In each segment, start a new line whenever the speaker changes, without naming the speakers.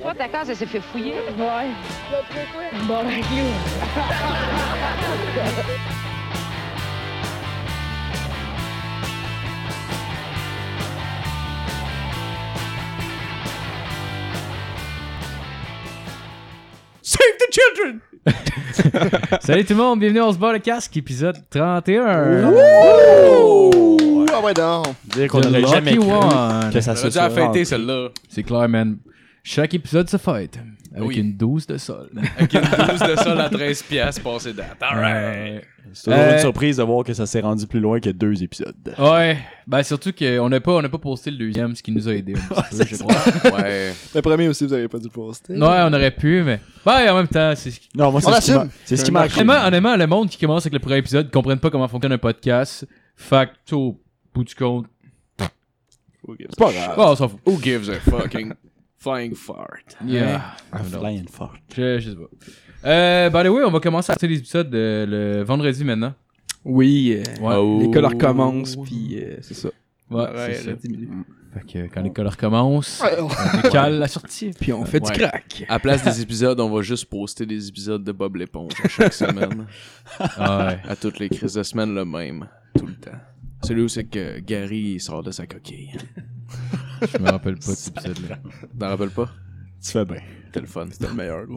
Toi, ta case, elle s'est fait fouiller.
Ouais. Bon, ben, clou.
Save the children!
Salut tout le monde, bienvenue au Sport le Casque, épisode 31.
Ouh! Ah ouais, non.
Dire qu'on
The
n'aurait
lucky
jamais cru
one.
que ça
Ça
se
déjà
soit
fêté
rentré.
celle-là.
C'est clair, man. Chaque épisode se fête avec
Oui.
une douce de sol.
Avec une douce de sol à 13 pièces passée date. Alright.
C'est toujours
Euh,
une surprise de voir que ça s'est rendu plus loin que deux épisodes.
Ouais, ben surtout qu'on n'a pas, on n'a pas posté le deuxième, ce qui nous a aidé un petit peu, je crois.
Ouais.
Le premier aussi, vous avez pas dû poster.
Ouais, on aurait pu, mais. Ben, en même temps, c'est.
Non, moi,
On
c'est ce qui
assume.
m'a- c'est ce qui
C'est
m'a
un
Honnêtement, honnêtement, le monde qui commence avec le premier épisode ne comprennent pas comment fonctionne un podcast. Fait que, tu sais, au bout du compte,
C'est pas grave.
oh, on s'en fout.
Who gives a fucking flying fart?
Yeah.
Un
I don't know.
flying fart.
Je, je sais pas. Euh, by the way, on va commencer à sortir les épisodes euh, le vendredi maintenant.
Oui, euh,
Ouais.
Oh.
l'école recommence, puis euh, c'est ça.
Ouais,
Ouais,
c'est ça.
là.
Fait que quand l'école recommence,
Ouais, on-
on décale la sortie.
Puis on fait
Ouais.
du crack.
À place des épisodes, on va juste poster des épisodes de Bob l'éponge à chaque semaine.
Ah ouais.
À toutes les crises de semaine, le même. Tout le temps. Celui où c'est que Gary il sort de sa coquille.
Je me rappelle pas de cet épisode-là.
T'en rappelles pas?
Tu fais bien.
C'était le fun. C'était le meilleur, gros.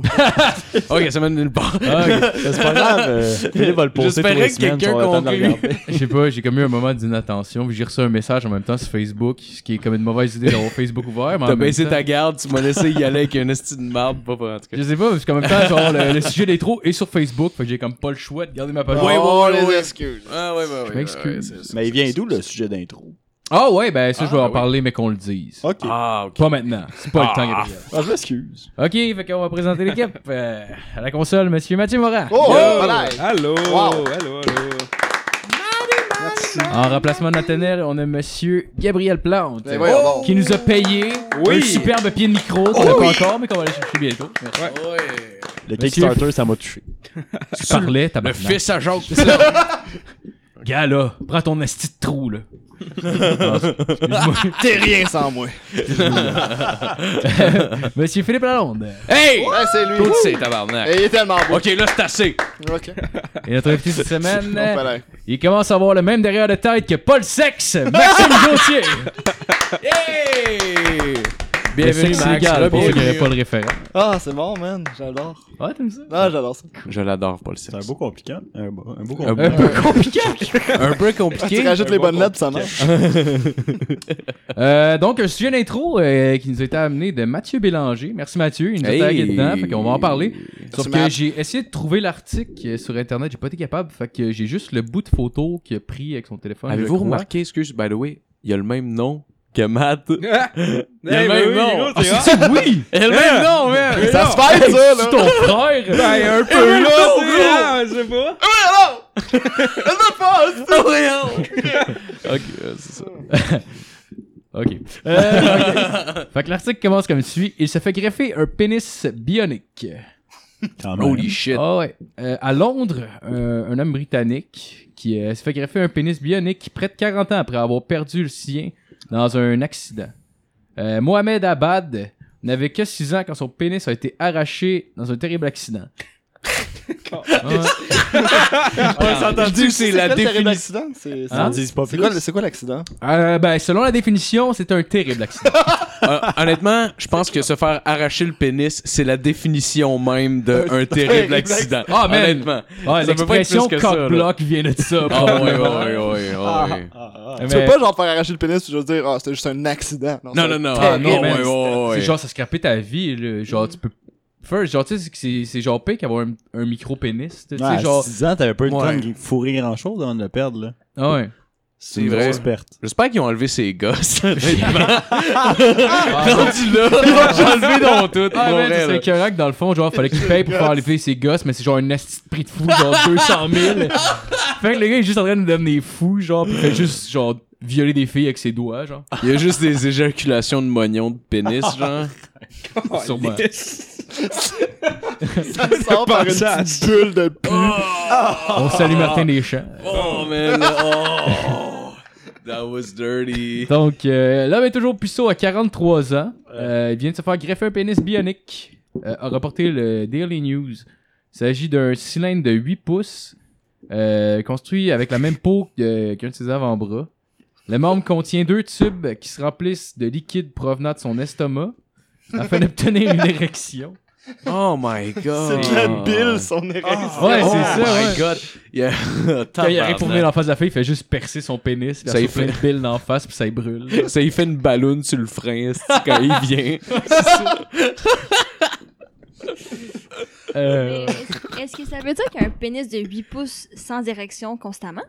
ok, ça mène nulle part.
Ah, ok.
C'est pas grave. euh, Philippe va le poster tous
J'espérais
les
que
semaines.
quelqu'un
sur le temps de le
conclue.
regarder.
Je sais pas, j'ai comme eu un moment d'inattention, puis j'ai reçu un message en même temps sur Facebook, ce qui est comme une mauvaise idée d'avoir Facebook ouvert. mais en
T'as
même
baissé
temps-
ta garde, tu m'as laissé y aller avec un esti de marde, pas pour en tout cas.
Je sais pas, parce qu'en même temps, genre, le, le sujet des trous est sur Facebook, fait que j'ai comme pas le choix de garder ma page.
Ouais, ouais,
Oh,
ouais,
les
ouais.
excuses.
Ah ouais, ouais, ouais.
Je m'excuse.
ouais, c'est- c'est-
Mais il vient d'où le sujet d'intro
Ah ouais, ben ça, je vais
Ah,
en
oui.
parler, mais qu'on le dise.
Ok.
Ah, ok.
Pas maintenant, c'est pas le temps, Gabriel.
Ah, je m'excuse.
Ok, fait qu'on va présenter l'équipe. Euh, à la console, monsieur Mathieu Morin.
Oh, voilà.
Allô,
Wow.
allô, allô.
En remplacement de Nathaniel, on a monsieur Gabriel Plante.
Mais Eh, voyons donc.
Qui nous a payé
Oui.
un superbe pied de micro qu'on n'a pas encore, mais qu'on va aller chercher bientôt. Merci.
Ouais.
Le
Monsieur-
Kickstarter, ça m'a touché.
Tu parlais, t'as
Le fils à Jacques.
Gars, là, prends ton esti de trou, là. Excuse-moi.
T'es rien sans moi.
Monsieur Philippe Lalonde.
hey!
Ouais, Eh, c'est lui.
Tout c'est tabarnak.
Et il est tellement beau.
Ok, là, c'est assez.
Ok.
Et notre invité cette semaine,
Non, pas là.
il commence à avoir le même derrière de tête que Paul Sexe, Maxime Gauthier.
Hey!
Le
Bienvenue,
sexe
Max.
légal,
là,
pour ceux qui
bienvenue.
n'avaient pas le référent.
Ah, c'est bon, man. J'adore.
Ouais, t'aimes ça?
Ah, j'adore ça.
Je l'adore, Paul
C'est un
Sex.
beau compliquant. Un beau un beau
Un
compliquant.
peu compliqué. Un peu compliqué.
Tu rajoutes les bonnes lettres, ça marche.
Euh, donc, un sujet d'intro euh, qui nous a été amené de Mathieu Bélanger. Merci Mathieu, il nous a
Hey.
tagué dedans, fait qu'on va en parler. Sauf que
Matt.
j'ai essayé de trouver l'article euh, sur internet, j'ai pas été capable, fait que j'ai juste le bout de photo qu'il a pris avec son téléphone. je
Avez-vous
crois.
remarqué, excuse, by the way, il y a le même nom que Matt. Il
Il
y a le même nom.
Ah, c'est-tu- oui!
le même nom, man!
Ça se fait, ça,
C'est
là.
ton frère!
Ben, un peu là, c'est- ah, je sais pas.
Ah,
Ok, euh, c'est ça.
Ok. Euh, ok. Fait que l'article commence comme suit. Il se fait greffer un pénis bionique.
Quand même.
Holy shit.
Ah ouais. Euh, à Londres, euh, un homme britannique qui euh, se fait greffer un pénis bionique près de 40 ans après avoir perdu le sien dans un accident. Euh, Mohamed Abad n'avait que 6 ans quand son pénis a été arraché dans un terrible accident. Ah, Ouais.
Je dis Ah, que c'est la définition.
l'accident. C'est
Hein?
Ils disent pas
c'est
plus.
quoi, le- c'est quoi l'accident?
Euh, ben, selon la définition, c'est un terrible accident.
Euh, honnêtement, je pense que se faire arracher le pénis, c'est la définition même d'un terrible accident.
Ah, man.
honnêtement.
Ouais,
Ça peut pas être
L'expression
plus que ça,
cock block vient de ça.
Ah ouais, ouais,
probablement.
ouais, ouais, ouais.
Ah, ah,
Mais-
Tu peux pas genre faire arracher le pénis et juste dire, ah, c'était juste un accident.
Non,
c'est
non, non.
Ah,
non,
non, man,
ouais, ouais, ouais.
C'est genre, ça scraper ta vie, là. Genre, tu peux. First, genre, tu sais, c'est que c'est c'est genre pire qu'avoir un, un micro-pénis. Tu sais,
Ouais, à
genre.
6 ans, t'avais pas eu le temps
Ouais.
de fourrer grand chose avant de le perdre, là.
Ah ouais.
C'est
une
une
vrai.
grosse perte.
J'espère qu'ils ont enlevé ces gosses. honnêtement. Rendu là, j'ai enlevé dans tout.
Ah,
pour
man,
vrai,
c'est
là.
écœurant que dans le fond, genre, fallait qu'il paye pour faire enlever ses gosses, mais c'est genre un asti de prix de fou, genre 200 000. fait que le gars est juste en train de devenir fou, genre, pis fait juste, genre, violer des filles avec ses doigts, genre.
Il y a juste des éjaculations de moignons de pénis, genre.
Sûrement.
Ça sort par une petite bulle de pu.
On salue Martin Deschamps.
Oh, man. Oh. That was dirty.
Donc, euh, l'homme est toujours puceau à 43 ans. Euh, il vient de se faire greffer un pénis bionique, euh, a rapporté le Daily News. Il s'agit d'un cylindre de 8 pouces, euh, construit avec la même peau que- euh, qu'un de ses avant-bras. Le membre contient deux tubes qui se remplissent de liquide provenant de son estomac afin d'obtenir une érection.
Oh my god.
C'est de la bile, son érection.
Ouais,
oh
c'est ça.
my
ouais.
god. Yeah.
Quand il arrive
Tabarnak.
pour venir en face de la fille, il fait juste percer son pénis, puis
Ça
il
y
reçoit plein de piles d'en face, puis ça y brûle.
Ça, il fait une balloune sur le frein c'est quand il vient.
Euh,
Euh.
Mais Est-ce est-ce que ça veut dire qu'un pénis de 8 pouces sans érection constamment?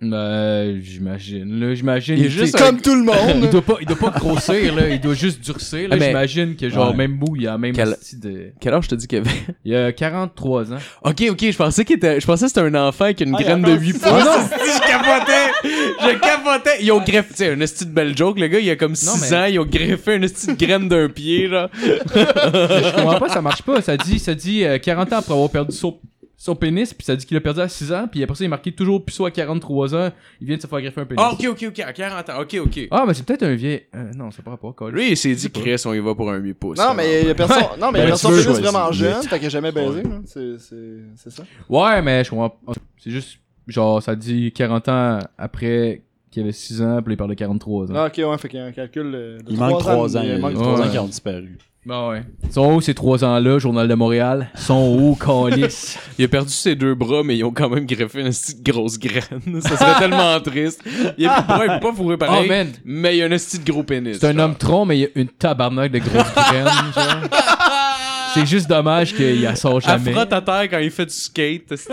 ben, j'imagine, là, j'imagine.
Il est
tu sais,
juste un-
Comme tout le
il
monde.
doit pas, il doit pas grossir là, il doit juste durcir là.
Mm. Ah, mais-
J'imagine que genre
Ouais.
même mou, il a même
Quel-
esti de...
Quel âge je te dis qu'il avait
Il a 43 ans.
Ok, ok, je pensais qu'il était. Je pensais que c'était un enfant avec une
Ah, il
graine de
attend
8
six
pouces. je capotais! Je capotais! Ils ont greffé. Tu sais, un esti de belle joke, le gars, il a comme 6
mais-
ans, ils ont greffé un esti de graine d'un pied, genre.
Je comprends pas, ça marche pas. Ça dit, ça dit euh, 40 ans après avoir perdu son, son pénis, puis ça dit qu'il a perdu à 6 ans, puis après ça il est marqué toujours puceau à 43 ans. Il vient de se faire greffer un pénis.
Ah, ok, ok, ok, à 40 ans, ok, ok.
Ah, mais c'est peut-être un vieil. euh, non, ça pourra pas. Cole.
Lui, il s'est dit, Chris, on y va pour un 8 pouces.
Non, mais il y a personne. Non, mais il y a
Ben,
personne
tu veux,
pénis
je
vraiment
vois,
jeune, fait qu'il a jamais baisé. hein. C'est- C'est c'est ça.
Ouais, mais je comprends. pas. C'est juste, genre, ça dit 40 ans après qu'il avait 6 ans, puis il parle de 43 ans.
Ah, ok, ouais, fait qu'il y a un calcul. euh, de
Il manque 3 ans.
Il manque
Ouais.
trois ans.
qui ont disparu.
Bah ouais. Sont où ces 3 ans-là, Journal de Montréal? Sont où, calice?
Il a perdu ses deux bras, mais ils ont quand même greffé une esti de grosse graine. Ça serait tellement triste. Il est ouais, il peut pas fourré pareil.
Oh, man.
Mais il a un esti de gros pénis.
C'est un
genre.
homme tronc, mais il a une tabarnak de grosses graines, genre. C'est juste dommage qu'il la sort
Elle
jamais.
frotte à terre quand il fait du skate, esti.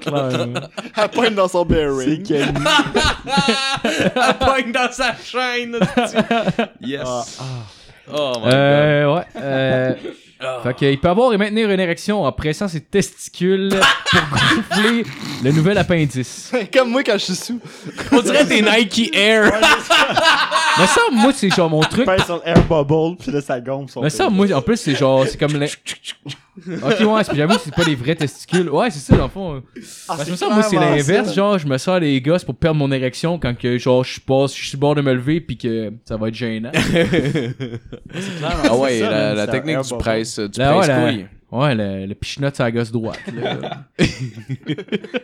Clairement.
Elle pointe dans son bearing.
Elle pogne dans sa chaîne, esti. Yes. Oh my god.
Euh, ouais. Euh, fait qu'il peut avoir et maintenir une érection en pressant ses testicules pour gonfler le nouvel appendice.
Comme moi quand je suis sous.
On dirait des Nike Air.
Mais ça, moi, c'est genre mon truc.
Pèse sur le air bubble, puis là, ça gonfle son
Mais ça, moi, en plus, c'est genre, c'est comme les... Ok, ouais, c'est- j'avoue que c'est pas les vrais testicules. Ouais, c'est ça, dans le fond.
Ah,
Parce que ça, moi, c'est
clairement
l'inverse.
ça.
Genre, je me sers les gosses pour perdre mon érection quand que, genre, je passe, je suis sur le bord de me lever pis que ça va être gênant.
Ah ouais,
C'est
la,
ça, man,
la
c'est
technique
un
du
bon
presse, euh, du
Là, ouais,
presse
la-
couille.
ouais, le, le pichenote sur la gosse droite. Là.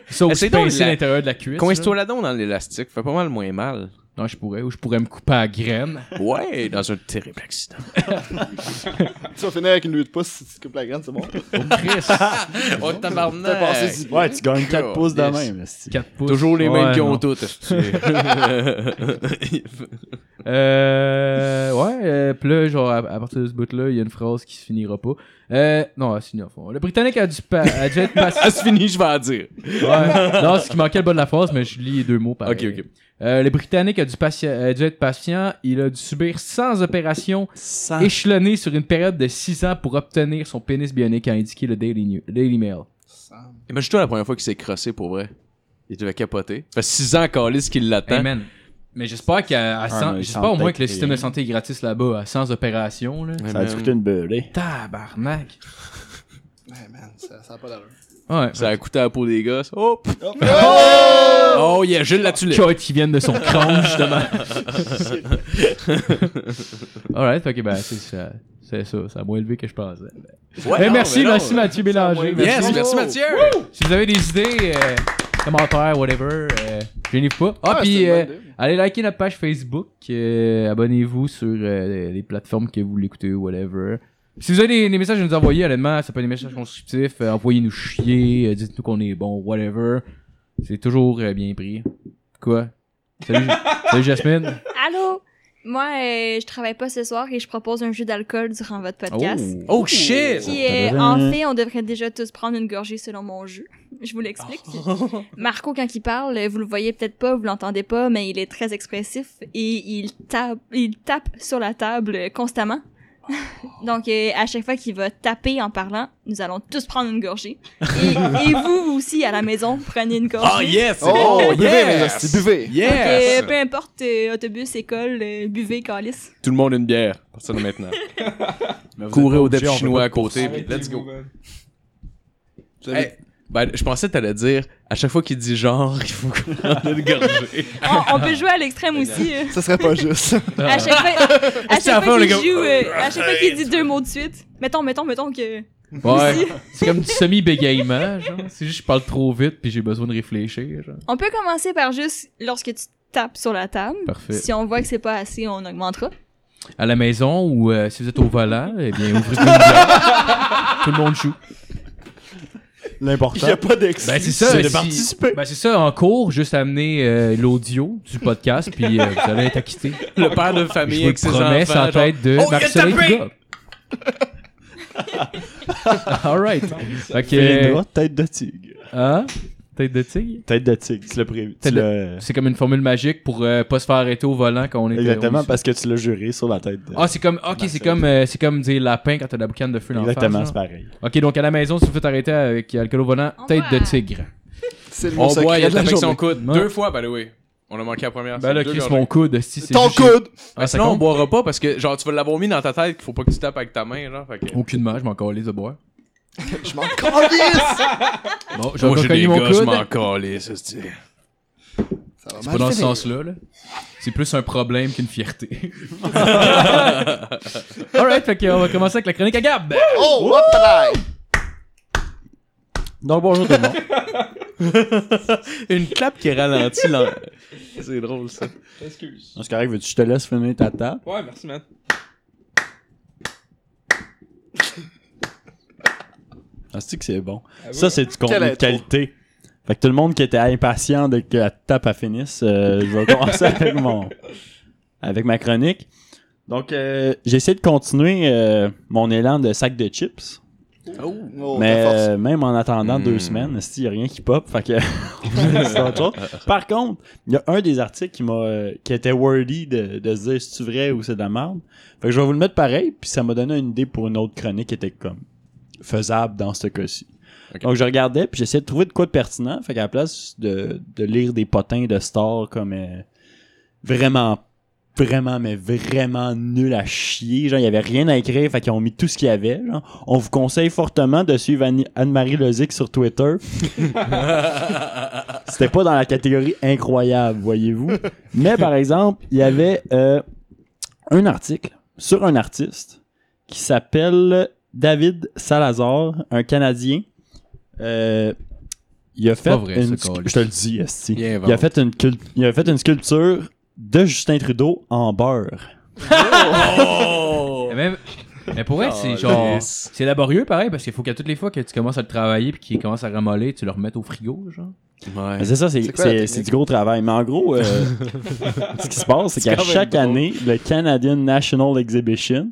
ça, ou
Essaye
c'est
donc la-
l'intérieur de la cuisse.
Coince-toi là dedans dans l'élastique, fait pas mal moins mal.
là. Non, je pourrais. Ou je pourrais me couper à la graine.
Ouais, dans un terrible accident.
Tu vas finir avec une 8 pouces si tu coupes la graine, c'est bon.
Oh, Chris.
Oh
T'as passé
tabarnak!
du
Ouais, tu gagnes 4
Yes.
pouces de même. là, c'est-
4 pouces.
Toujours les mêmes
Ouais,
qui
non.
ont tout.
Euh, ouais, euh, pis là, genre, à, à partir de ce bout-là, il y a une phrase qui se finira pas. Euh, non, elle se finit au fond. Le Britannique a dû, pa- a dû être passé.
Ça se finit, Ah, je vais en dire.
Ouais. Non, c'est qui manquait le bas de la phrase, mais je lis les deux mots pareil.
Ok, ok.
Euh, le Britannique a dû, patient- a dû être patient. Il a dû subir 100 opérations
Cent-
échelonnées sur une période de 6 ans pour obtenir son pénis bionique, a indiqué le Daily, New- Daily Mail.
Imagine-toi la première fois qu'il s'est crossé pour vrai. Il devait capoter. Ça fait 6 ans qu'Alice qui l'attend.
Amen. Mais j'espère qu'à à 100
Ah, mais
j'espère au moins que le
sans
système de
tête,
santé est gratis là-bas à 100 opérations. Là.
Ouais,
Ça a
man.
dû coûter une beurrée.
Tabarnak.
Ouais, man, ça ça a pas d'allure.
Ouais.
Ça a coûté à la peau des gosses. Oh, pff. oh yeah, Gilles la tulipe.
Choit qui viennent de son crâne, justement. Alright, ok, ben, c'est ça. C'est ça, ça m'a élevé que je pensais.
Ouais,
Eh,
non,
merci,
mais non.
merci Mathieu Bélanger.
Yes,
Merci.
merci Mathieu.
Si vous avez des idées, euh, commentaires, whatever, euh, gênez-vous pas. Ah,
Ouais, c'est
puis
une
euh,
bonne idée.
allez liker notre page Facebook, euh, abonnez-vous sur euh, les plateformes que vous l'écoutez, whatever. Si vous avez des, des messages à nous envoyer, honnêtement, ça peut être des messages constructifs, euh, envoyez-nous chier, euh, dites-nous qu'on est bon, whatever. C'est toujours euh, bien pris. Quoi? Salut, salut Jasmine.
Allô? Moi, euh, je travaille pas ce soir et je propose un jeu d'alcool durant votre podcast.
Oh shit.
Puis, euh, en fait, on devrait déjà tous prendre une gorgée selon mon jeu. Je vous l'explique. Marco, quand il parle, vous le voyez peut-être pas, vous l'entendez pas, mais il est très expressif et il tape, il tape sur la table euh, constamment. Donc, euh, à chaque fois qu'il va taper en parlant, nous allons tous prendre une gorgée. Et, et vous aussi, à la maison, prenez une gorgée.
Oh yes.
Oh,
Oh
buvez, mes
yes.
hosties, buvez.
Donc, euh,
Yes.
peu importe, euh, autobus, école, euh, buvez, calice.
Tout le monde une bière. À partir de maintenant.
Mais vous êtes
Courez
pas
au
obligés,
dep
on fait
chinois
pas
à
de
côté. puis
Arrêtez-vous,
Let's go.
man.
J'avais-
Ben, je pensais que t'allais dire, à chaque fois qu'il dit genre, il faut qu'on prenne une gorgée.
On, on peut jouer à l'extrême aussi. euh.
Ça serait pas juste.
À chaque fois, à
Est-ce qu'à la
chaque
fin, on
fois
est
qu'il
comme-
joue, euh, à chaque fois qu'il dit deux mots de suite. Mettons, mettons, mettons que.
Ouais. C'est comme du semi-bégayement, genre. C'est juste que je parle trop vite puis j'ai besoin de réfléchir, genre.
On peut commencer par juste lorsque tu tapes sur la table.
Parfait.
Si on voit que c'est pas assez, on augmentera.
À la maison ou euh, si vous êtes au volant, eh bien, ouvrez une bière. Tout le monde joue.
L'important.
Il y a pas d'excuse.
Ben, c'est ça.
C'est de
si-
participer.
Ben, c'est ça, en cours, juste amener euh, l'audio du podcast, puis euh, vous allez être acquitté.
Le père de famille
Je vous
avec ses
promets,
enfants.
sans
genre,
tête de
Oh, il a
Marcelin
tapé!
Dugas. All right. Ok. euh,
Félidois, tête de tigre.
Hein? Tête de tigre?
Tête de tigre, tu l'as prévu. Tu
Tête de-
l'as-
C'est comme une formule magique pour euh, pas se faire arrêter au volant quand on est on
Exactement,
est-
parce que tu l'as juré sur la tête de.
Ah, c'est comme, ok, c'est
Marcelin.
comme, euh, c'est comme dire lapin quand t'as de la boucane de feu dans la
Exactement,
face,
c'est
genre.
pareil.
Ok, donc à la maison, si vous faites arrêter avec alcool au volant,
On
tête de
boit.
tigre.
C'est le mot
On
secret
boit, il
de la
attaque
journée.
son coude.
Non.
Deux fois, ben oui. On a manqué la première.
hein? Ben là,
Deux
Chris,
gorgées.
mon coude. Si, c'est
Ton
juste-
coude!
Ben,
Ah, ça
sinon, on
compte?
boira pas parce que, genre, tu vas l'avoir mis dans ta tête qu'il faut pas que tu tapes avec ta main, genre. Fait que...
Aucunement, je m'en calais de boire.
Je m'en calisse!
Ah,
Bon, j'ai reconnu mon
je
coude.
m'en calais, ça, c'est...
Ça va
Pas dans
mal
ce
finir.
sens-là, là. C'est plus un problème qu'une fierté. Alright, fait qu'on va commencer avec la chronique à Gab.
Oh, what the
Donc bonjour tout le monde.
Une clap qui ralentit l'en- C'est drôle, ça.
Excuse.
C'est correct, veux-tu que je te laisse finir ta table?
Ouais, merci, man.
Ah, c'est que c'est bon.
Ah,
Ça,
ouais.
c'est du contenu de
intro.
qualité. Fait que tout le monde qui était impatient de que la tape à finisse, euh, je vais commencer avec mon avec ma chronique. Donc, euh, j'ai essayé de continuer euh, mon élan de sac de chips,
Oh,
mais
ta force.
euh, même en attendant
Mm.
deux semaines, il n'y a rien qui pop. Fait que c'est autre chose. Par contre, il y a un des articles qui m'a euh, qui était wordy de, de se dire si c'est vrai ou c'est de la merde. Fait que je vais vous le mettre pareil, puis ça m'a donné une idée pour une autre chronique qui était comme faisable dans ce cas-ci.
Ok.
Donc je regardais puis j'essayais de trouver de quoi de pertinent. Fait qu'à la place de, de lire des potins de stars comme euh, vraiment vraiment mais vraiment nul à chier, genre il y avait rien à écrire, fait qu'ils ont mis tout ce qu'il y avait, genre. On vous conseille fortement de suivre Annie- Anne-Marie Lozic sur Twitter. C'était pas dans la catégorie incroyable, voyez-vous. Mais par exemple, il y avait euh, un article sur un artiste qui s'appelle David Salazar, un Canadien. Euh, il a fait
pas vrai,
une
ce
scu-
câlisse.
je te le dis, esti.
Il
il a fait une cul- il a fait une sculpture de Justin Trudeau en beurre.
Mais, même- mais pour vrai,
Oh,
c'est genre. C'est laborieux pareil parce qu'il faut qu'à toutes les fois que tu commences à le travailler puis qu'il commence à ramoller, tu le remettes au frigo, genre.
Mais Ben, C'est ça, c'est
C'est quoi la
c'est-
technique?
c'est du gros travail. Mais en gros, euh, ce qui se passe, c'est qu'à
quand même
chaque
drôle.
année, le Canadian National Exhibition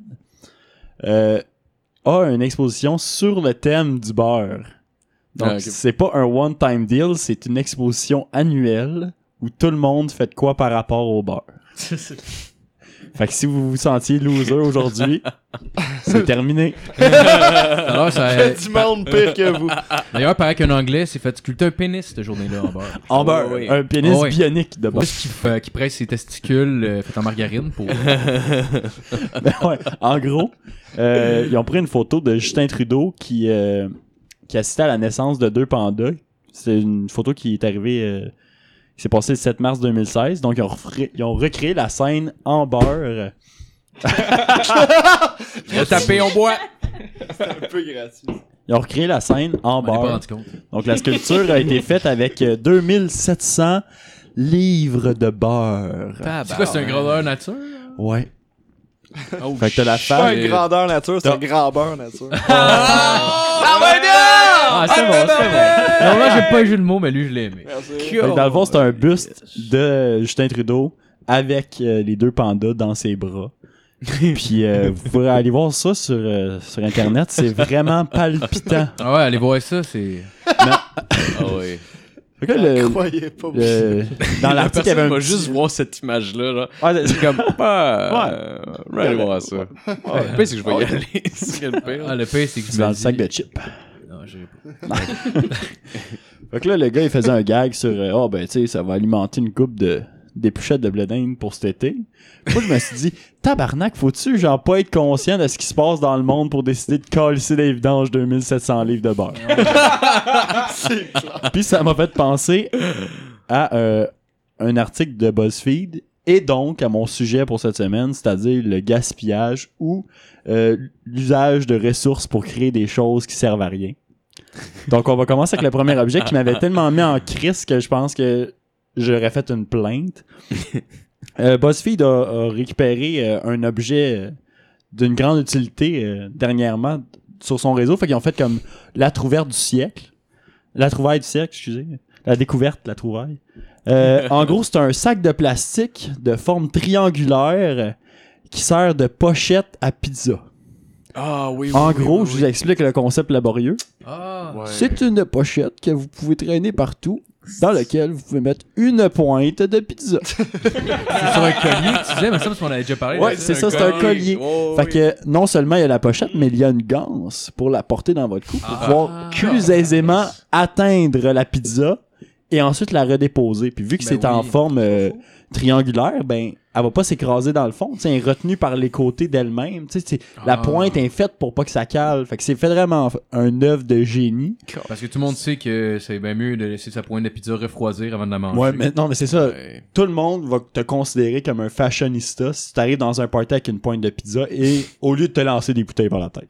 euh, a une exposition sur le thème du beurre. Donc,
Ah, ok.
c'est pas un one-time deal, c'est une exposition annuelle où tout le monde fait de quoi par rapport au beurre. fait que si vous vous sentiez loser aujourd'hui, c'est terminé.
Alors, ça.
Il y a du monde pire que vous.
D'ailleurs, pareil qu'un anglais s'est fait sculpter un pénis cette journée-là en beurre.
Ah
En beurre,
oui.
un pénis
Oh, oui.
bionique de beurre.
Parce qu'il fait- qu'il presse ses testicules euh, fait en margarine pour. euh, Puis
Ben Ouais, en gros, euh, ils ont pris une photo de Justin Trudeau qui, euh, qui assistait à la naissance de deux pandas. C'est une photo qui est arrivée, euh, qui s'est passée le 7 mars 2016. Donc, ils ont, refré- ils ont recréé la scène en beurre.
Il a tapé, on boit.
C'est un peu gratuit.
Ils ont recréé la scène en
on n'est pas
beurre.
rendu compte.
Donc, la sculpture a été faite avec euh, 2700 livres de beurre.
C'est quoi, c'est un grandeur nature?
Ouais.
Oh,
Fait que t'as la
Pas
femme.
une grandeur nature, c'est un
T'as-
grand beurre nature.
Ah, c'est bon, c'est bon. Alors là, j'ai pas eu le jeu de mots, mais lui, je l'ai aimé.
Merci.
Fait que dans le fond, c'est
Oh,
un buste de Justin Trudeau avec euh, les deux pandas dans ses bras. Puis euh, vous pourrez aller voir ça sur, euh, sur Internet, c'est vraiment palpitant.
Ah ouais, allez voir ça, c'est.
Ah oui.
Fait que là, le-
Ah, Croyez pas. vous.
le- Euh, dans
La
l'article, il y
personne
avait un
va
petit-
juste voir cette image-là, genre.
Ouais,
C'est comme, bah, euh, ouais, allez voir ça. Le pire, c'est que je vais y aller. C'est le
Ah,
pire.
le pire, c'est que je
c'est dans
me
le
dis-
sac de chips.
Non, j'ai pas.
Fait que là, le gars, il faisait un gag sur euh, Ah, ben, tu sais, ça va alimenter une coupe de, d'épluchette de blé d'Inde pour cet été. Moi, je me suis dit, tabarnak, faut-tu, genre, pas être conscient de ce qui se passe dans le monde pour décider de calisser des vidanges 2700 livres de beurre?
C'est clair.
Puis ça m'a fait penser à euh, un article de BuzzFeed et donc à mon sujet pour cette semaine, c'est-à-dire le gaspillage ou euh, l'usage de ressources pour créer des choses qui servent à rien. Donc on va commencer avec le premier objet qui m'avait tellement mis en crise que je pense que j'aurais fait une plainte. Euh, BuzzFeed a, a récupéré euh, un objet euh, d'une grande utilité euh, dernièrement sur son réseau. Fait qu'ils ont fait comme la trouverte du siècle. La trouvaille du siècle, excusez. La découverte, la trouvaille. Euh, en gros, c'est un sac de plastique de forme triangulaire euh, qui sert de pochette à pizza.
Ah oui, oui,
En
oui,
gros,
oui,
je
oui.
vous explique le concept laborieux.
Ah.
Ouais.
C'est une pochette que vous pouvez traîner partout, dans laquelle vous pouvez mettre une pointe de pizza.
C'est sur un collier que tu disais, mais ça, parce qu'on avait déjà parlé.
Ouais,
là.
c'est ça, c'est un collier.
Oh,
Fait
oui.
que non seulement il y a la pochette, mais il y a une ganse pour la porter dans votre cou pour pouvoir plus aisément atteindre la pizza et ensuite la redéposer. Puis vu que
Ben
c'est en
oui.
forme euh, triangulaire, ben elle va pas s'écraser dans le fond, tu sais, elle est retenue par les côtés d'elle-même. Tu sais, c'est- La
Ah.
pointe est faite pour pas que ça cale. Fait que c'est fait vraiment un œuvre de génie.
Parce que tout le monde sait que c'est bien mieux de laisser sa pointe de pizza refroidir avant de la manger.
Ouais, mais non, mais c'est ça.
Ouais.
Tout le monde va te considérer comme un fashionista si t'arrives dans un party avec une pointe de pizza et au lieu de te lancer des bouteilles par la tête.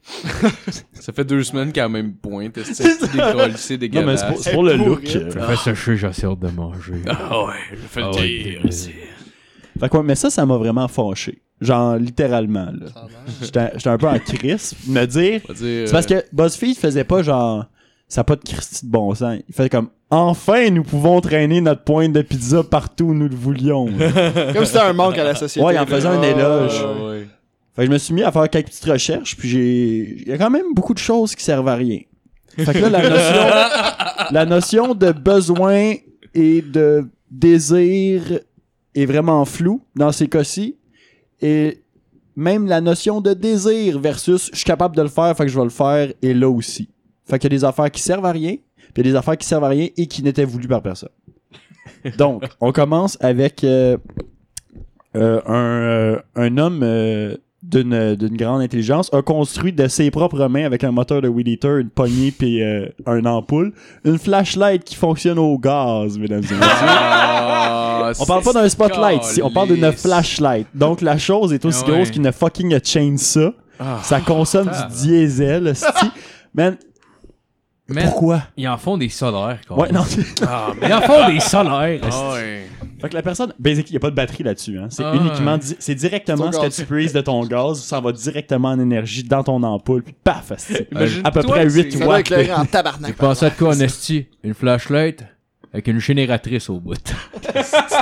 Ça fait deux semaines qu'à la même pointe. C'est dégueulassé,
Non, mais
dégueulasse.
c'est pour, c'est pour le
Elle
look.
pourrait.
euh.
Ça fait sécher, j'essaie de manger.
Ah ouais, je fais
Ah
le
ouais,
dire
dégueu.
ici.
Fait que ouais, mais ça, ça m'a vraiment fâché. Genre, littéralement, là.
Ça a l'air.
J'étais j'étais un peu en crise. Me dire.
On va dire,
C'est parce que BuzzFeed faisait pas genre. Ça a pas de Christie de bon sens. Il faisait comme Enfin, nous pouvons traîner notre pointe de pizza partout où nous le voulions.
Comme si c'était un manque à la société.
Ouais, il en faisait un
Ah,
éloge.
ouais.
euh, ouais.
Fait que je me suis mis à faire quelques petites recherches, puis j'ai. Il y a quand même beaucoup de choses qui servent à rien. Fait que là, la notion, la notion de besoin et de désir est vraiment floue dans ces cas-ci. Et même la notion de désir versus je suis capable de le faire, fait que je vais le faire, est là aussi. Fait qu'il y a des affaires qui servent à rien, puis il y a des affaires qui servent à rien et qui n'étaient voulues par personne. Donc, on commence avec euh, euh, un, euh, un homme euh, d'une d'une grande intelligence a construit de ses propres mains avec un moteur de Weed Eater, une poignée puis euh, un ampoule, une flashlight qui fonctionne au gaz, mesdames et messieurs.
Ah,
On parle pas d'un spotlight
c'est
ici, on parle d'une
caliste.
flashlight. Donc la chose est aussi
Ah ouais.
grosse qu'une fucking chainsaw.
Ah.
Ça consomme
Ah. Hein?
du diesel, esti. Man,
Mais
pourquoi?
ils en font des solaires, quoi.
Ouais, non.
Ah, mais-
Ils en font des solaires.
ah ouais.
fait que la personne, basic, il n'y a pas de batterie là-dessus. Hein. C'est
Ah.
uniquement, di- c'est directement
Ton
ce que
gaz.
tu prises de ton gaz, ça va directement en énergie dans ton ampoule, puis paf, esti.
Imagine-toi
à peu près
que c'est-
8
Ça doit
watts.
éclairer en tabarnak.
Euh, J'ai pensé à de quoi, en esti? Une flashlight avec une génératrice au bout.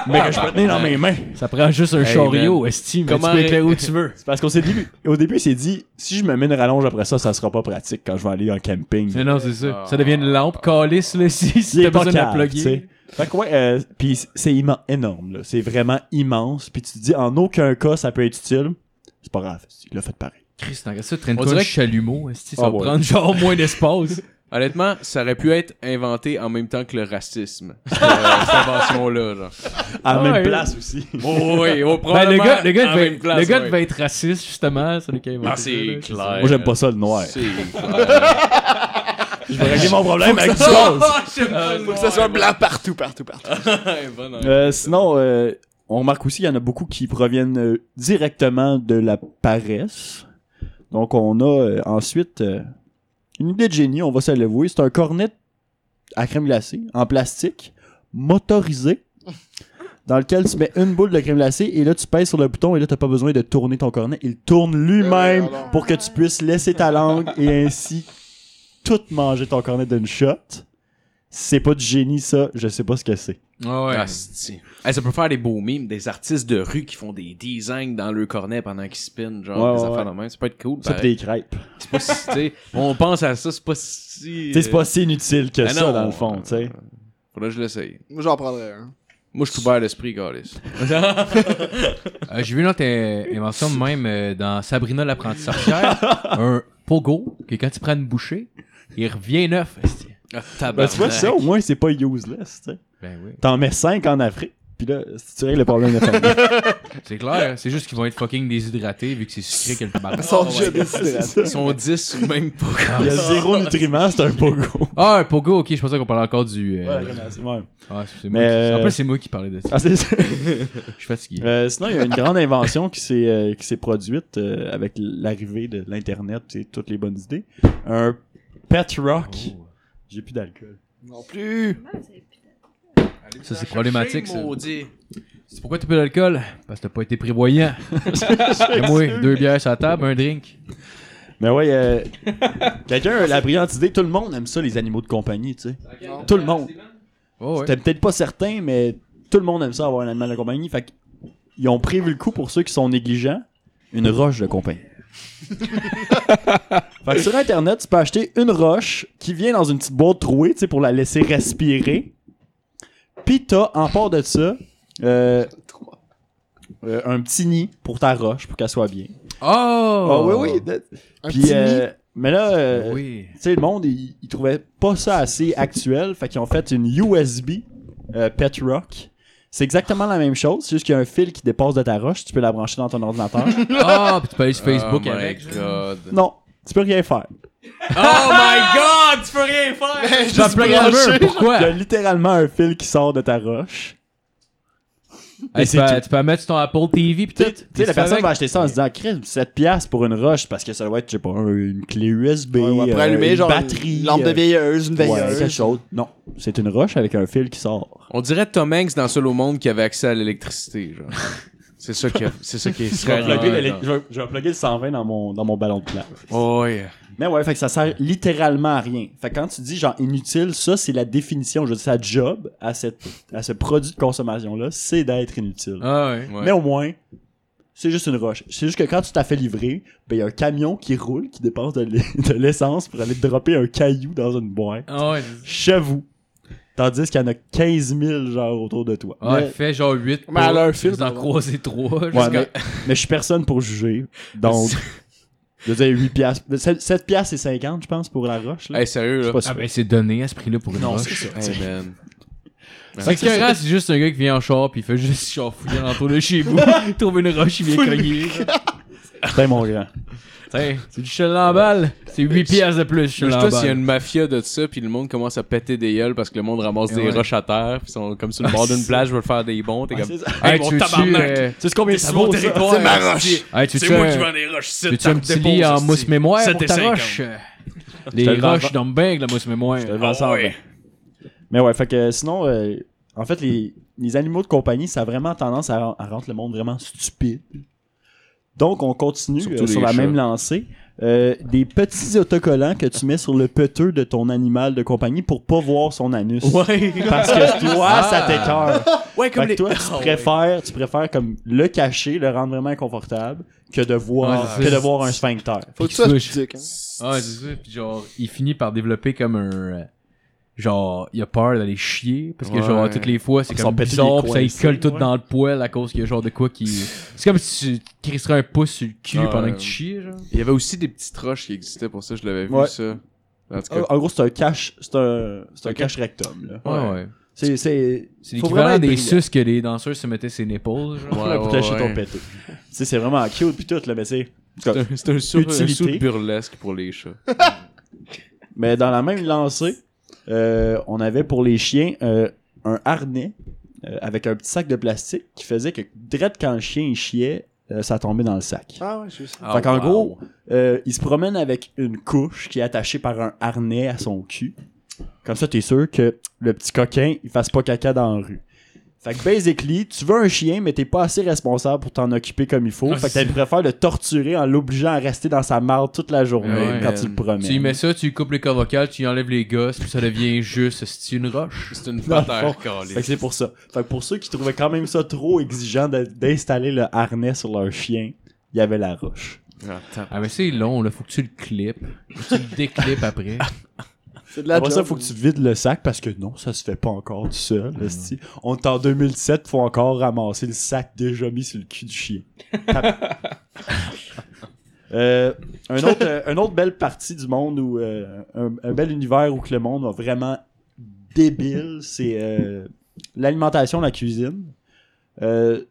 mais que je peux tenir dans mes mains.
Ça prend juste un
Hey,
chariot,
man.
esti, mais
Comment
tu peux
ré-
éclairer où tu veux.
C'est parce qu'on s'est dit, au début, il s'est dit, si je me mets une rallonge après ça, ça sera pas pratique quand je vais aller en camping.
Mais non, c'est ça.
Ah.
Ça devient une lampe calice, là, si, si
Il
t'as
est pas
besoin de la
cave, tu sais.
plugger.
Fait que ouais, euh, puis c- c'est immen- énorme, là. C'est vraiment immense. Puis tu te dis, en aucun cas, ça peut être utile. C'est pas grave, il l'a fait pareil.
Chris, t'en restes ça, traîne-toi
On dirait
un
que-
chalumeau, esti, ça
Ah
va
ouais.
prendre genre moins d'espace.
Honnêtement, ça aurait pu être inventé en même temps que le racisme. Cette, euh, cette invention-là, genre.
À la
Ah
même
ouais.
place aussi.
Oh oui, oh,
Ben, le
probablement
gars, le gars,
en
devait-
même place,
le gars
ouais.
devait être raciste, justement, celui qui a inventé
Ah,
ça,
c'est
là,
clair.
ça.
Moi, j'aime pas ça, le noir.
C'est clair.
euh, Je vais régler mon problème avec du gaz.
Faut que ça soit blanc partout, partout, partout.
Euh, sinon, euh, on remarque aussi qu'il y en a beaucoup qui proviennent euh, directement de la paresse. Donc, on a euh, ensuite euh, une idée de génie, on va se l'avouer. C'est un cornet à crème glacée en plastique, motorisé, dans lequel tu mets une boule de crème glacée et là, tu pèses sur le bouton et là, t'as pas besoin de tourner ton cornet. Il tourne lui-même
Ah non.
pour que tu puisses laisser ta langue et ainsi tout manger ton cornet d'une shot. C'est pas du génie, ça. Je sais pas ce que c'est.
Ah ouais.
Asti. Hey, ça peut faire des beaux mimes, des artistes de rue qui font des designs dans le cornet pendant qu'ils spinent, genre
Ouais,
des
ouais,
affaires de même. Ça peut être cool.
Ça, pis
pareil.
des crêpes.
C'est pas si, tu sais, on pense à ça, c'est pas si.
Tu sais, c'est pas si inutile que
Ben
ça,
non.
dans le fond, tu sais.
Faudrait que je l'essaye.
Moi, j'en prendrais un.
Moi, je suis ouvert à l'esprit, Carlis.
Euh, J'ai vu une autre euh, invention de même euh, dans Sabrina l'apprentie sorcière. un pogo, que quand tu prends une bouchée, il revient neuf. esti.
Ah,
Ben, tu vois, ça, au moins, c'est pas useless, tu sais.
Ben oui.
T'en mets 5 en Afrique. Puis là, si tu règles le problème de famille.
C'est clair, hein, c'est juste qu'ils vont être fucking déshydratés vu que c'est sucré que le tabac.
Oh,
Sans jeu des
Ils sont 10 ou même pas.
Il y a zéro nutriments, c'est un pogo.
Ah, un pogo, ok, je pensais qu'on parlait encore du. euh,
Ouais.
ah, c'est
Mais,
moi qui- En
euh,
plus, c'est moi qui parlais de ça.
Ah, c'est ça.
Je suis fatigué.
Euh, sinon, il y a une grande invention qui s'est euh, qui s'est produite euh, avec l'arrivée de l'Internet et toutes les bonnes idées. Un pet
Oh.
rock. Oh. J'ai plus d'alcool.
Non plus.
Ça, c'est problématique, ça. C'est pourquoi t'as plus d'alcool Parce que t'as pas été prévoyant. Et moi, deux bières sur la table, un drink.
Mais ouais, euh, quelqu'un a la brillante idée. Tout le monde aime ça, les animaux de compagnie, tu sais. Tout le monde.
Oh, ouais.
T'es peut-être pas certain, mais tout le monde aime ça avoir un animal de compagnie. Fait qu'ils ont prévu le coup pour ceux qui sont négligents, une roche de compagnie. fait que sur Internet, tu peux acheter une roche qui vient dans une petite boîte trouée, tu sais, pour la laisser respirer. Puis t'as, en part de ça, euh, euh, un petit nid pour ta roche, pour qu'elle soit bien.
Oh
Ah oui, oui. de-
Un
Puis,
petit
euh, mais là, euh,
Oui.
tu sais, le monde, ils ils trouvaient pas ça assez actuel. Fait qu'ils ont fait une USB euh, Pet Rock. C'est exactement la même chose, c'est juste qu'il y a un fil qui dépasse de ta roche, tu peux la brancher dans ton ordinateur.
Ah, puis tu peux aller sur Facebook
oh
avec.
My
genre.
God.
non, tu peux rien faire.
oh my god, tu peux rien faire!
Juste
J'en plug un mur,
branché.
pourquoi
Il y a littéralement un fil qui sort de ta roche.
Hey,
Et
tu,
c'est
peux,
tout.
tu peux mettre sur ton Apple TV pis
Tu
tout.
sais, tu sais, la
Puis
personne
avec-
va acheter ça en se disant, crème, 7 piastres pour une roche parce que ça doit être, je sais pas, une clé USB,
Ouais, ouais, pour
euh,
allumer,
une
genre,
batterie,
une lampe de
euh,
veilleuse, une
ouais,
veilleuse.
quelque chose. Non, c'est une roche avec un fil qui sort.
On dirait Tom Hanks dans Seul au monde qui avait accès à l'électricité, genre. C'est ça qui, a- c'est ça qui
Je vais
serait
plugger
arrivé.
le- je vais- je vais plugger le 120 dans mon, dans mon ballon de plage.
Oh, yeah.
Mais ouais, fait que ça sert littéralement à rien. Fait que quand tu dis genre inutile, ça c'est la définition, je veux dire, sa job à, cette, à ce produit de consommation-là, c'est d'être inutile.
Ah ouais.
Ouais.
Mais au moins, c'est juste une roche. C'est juste que quand tu t'as fait livrer, ben il y a un camion qui roule, qui dépense de l'e- de l'essence pour aller dropper un caillou dans une boîte.
Ah ouais.
J'avoue. Tandis qu'il y en a 15 000 genre autour de toi.
Ah,
mais,
il fait genre 8
Mais à leur fil,
Vous en
pardon.
croisez 3
ouais, mais, mais je suis personne pour juger. Donc, je veux dire 8 piastres. 7, piastres et 50, je pense, pour la roche. Là.
Hey, sérieux,
Je
là.
suis pas sûr.
Ah ben c'est donné à ce prix-là pour une
Non,
roche.
c'est ça.
Hey, man.
C'est que Ras, c'est juste un gars qui vient en char pis il fait juste genre fouiller l'entour de chez vous, il trouve une roche, il vient cogner.
Putain, mon grand.
Tiens, c'est du chelamballe, c'est 8 piastres de plus
Je sais pas s'il y a
chelamballe.
une mafia de ça, puis le monde commence à péter des gueules parce que le monde ramasse
Eh
des
ouais.
roches à terre, puis sont comme sur le bord d'une plage, veulent faire des bons, t'es
Ouais,
comme.
c'est ça.
Hey,
Hey, mon
tu veux-tu
tabarnak!
euh,
Tu sais combien ça
C'est
vaut,
mon
ça?
territoire!
C'est ma
hostie.
hey, tu
C'est
veux-tu
moi
un-
qui vends des roches, c'est
veux-tu un petit lit en mousse mémoire pour
C'était
ta
50.
roche?
te
Les
le vends-
roches dorment bien avec la mousse mémoire.
Je te le vends
Ah
ça en vingt. Mais ouais, fait que sinon, euh, en fait, les, les animaux de compagnie, ça a vraiment tendance à, à rendre le monde vraiment stupide. Donc, on continue
Surtout
euh, sur
les
la
chats.
même lancée. Euh, des petits autocollants que tu mets sur le peteux de ton animal de compagnie pour pas voir son anus.
Ouais!
Parce que toi,
Ah.
ça t'écœure.
Ouais,
Fait
comme
que
les.
toi, tu
Ah, ouais.
préfères, tu préfères comme le cacher, le rendre vraiment inconfortable, que de voir,
Ah, c'est
que de
ça.
voir un sphincter.
Faut que
Qui
ça
touche.
je hein.
Ah, c'est ça. Puis genre, il finit par développer comme un. euh, Genre, il a peur d'aller chier. Parce que,
Ouais.
genre, toutes les fois, c'est
Ils
comme
sont pétés les
bizarre. Puis
coins
ça, il
ici,
colle tout
ouais.
dans le poil à cause qu'il y a genre de quoi qui. C'est comme si tu crisserais un pouce sur le cul
Ouais.
pendant que tu chies, genre.
Il y avait aussi des petites roches qui existaient pour ça, je l'avais vu,
Ouais. Euh,
ça. En tout cas,
En en gros, c'est un cache, c'est un, c'est
Ah,
un
Ok.
cache rectum, là.
Ouais.
Ouais, ouais.
C'est, c'est,
C'est
faut vraiment
l'équivalent
être
des
brillant.
suces que les danseurs se mettaient ses nipples, genre.
Ouais,
pour
ouais,
cacher ton
ouais.
pété. Tu sais, c'est vraiment cute pis tout, là, mais c'est. en tout cas,
C'est un- C'est un sur- un
Utilité.
soude burlesque pour les chats.
Mais dans la même lancée, euh, on avait pour les chiens euh, un harnais euh, avec un petit sac de plastique qui faisait que, direct quand le chien il chiait, euh, ça tombait dans le sac.
Ah ouais, je sais.
Ah,
fait qu'en
wow.
gros, euh, il se promène avec une couche qui est attachée par un harnais à son cul. Comme ça, t'es sûr que le petit coquin, il fasse pas caca dans la rue. Fait que basically, tu veux un chien, mais t'es pas assez responsable pour t'en occuper comme il faut.
Ah,
fait que
c'est-
t'as préfère le torturer en l'obligeant à rester dans sa marde toute la journée
Ouais,
quand
man.
tu le promènes.
Tu y mets ça, tu y coupes les cordes vocales, tu y enlèves les gosses, puis ça devient juste, c'est une roche.
C'est une
Dans le
patère,
fond.
calée.
Fait que c'est pour ça. Fait que pour ceux qui trouvaient quand même ça trop exigeant de- d'installer le harnais sur leur chien, il y avait la roche.
Attends.
Ah, mais c'est long, là. Faut que tu le clips. Faut que tu le déclips après.
C'est de la
Après ça,
job.
faut que tu vides le sac parce que non, ça se fait pas encore tout seul. esti. On est en 2007, faut encore ramasser le sac déjà mis sur le cul du chien. Tap- Euh, un autre, euh, une autre belle partie du monde où euh, un, un bel univers où que le monde va vraiment débile, c'est euh, l'alimentation, la cuisine. euh,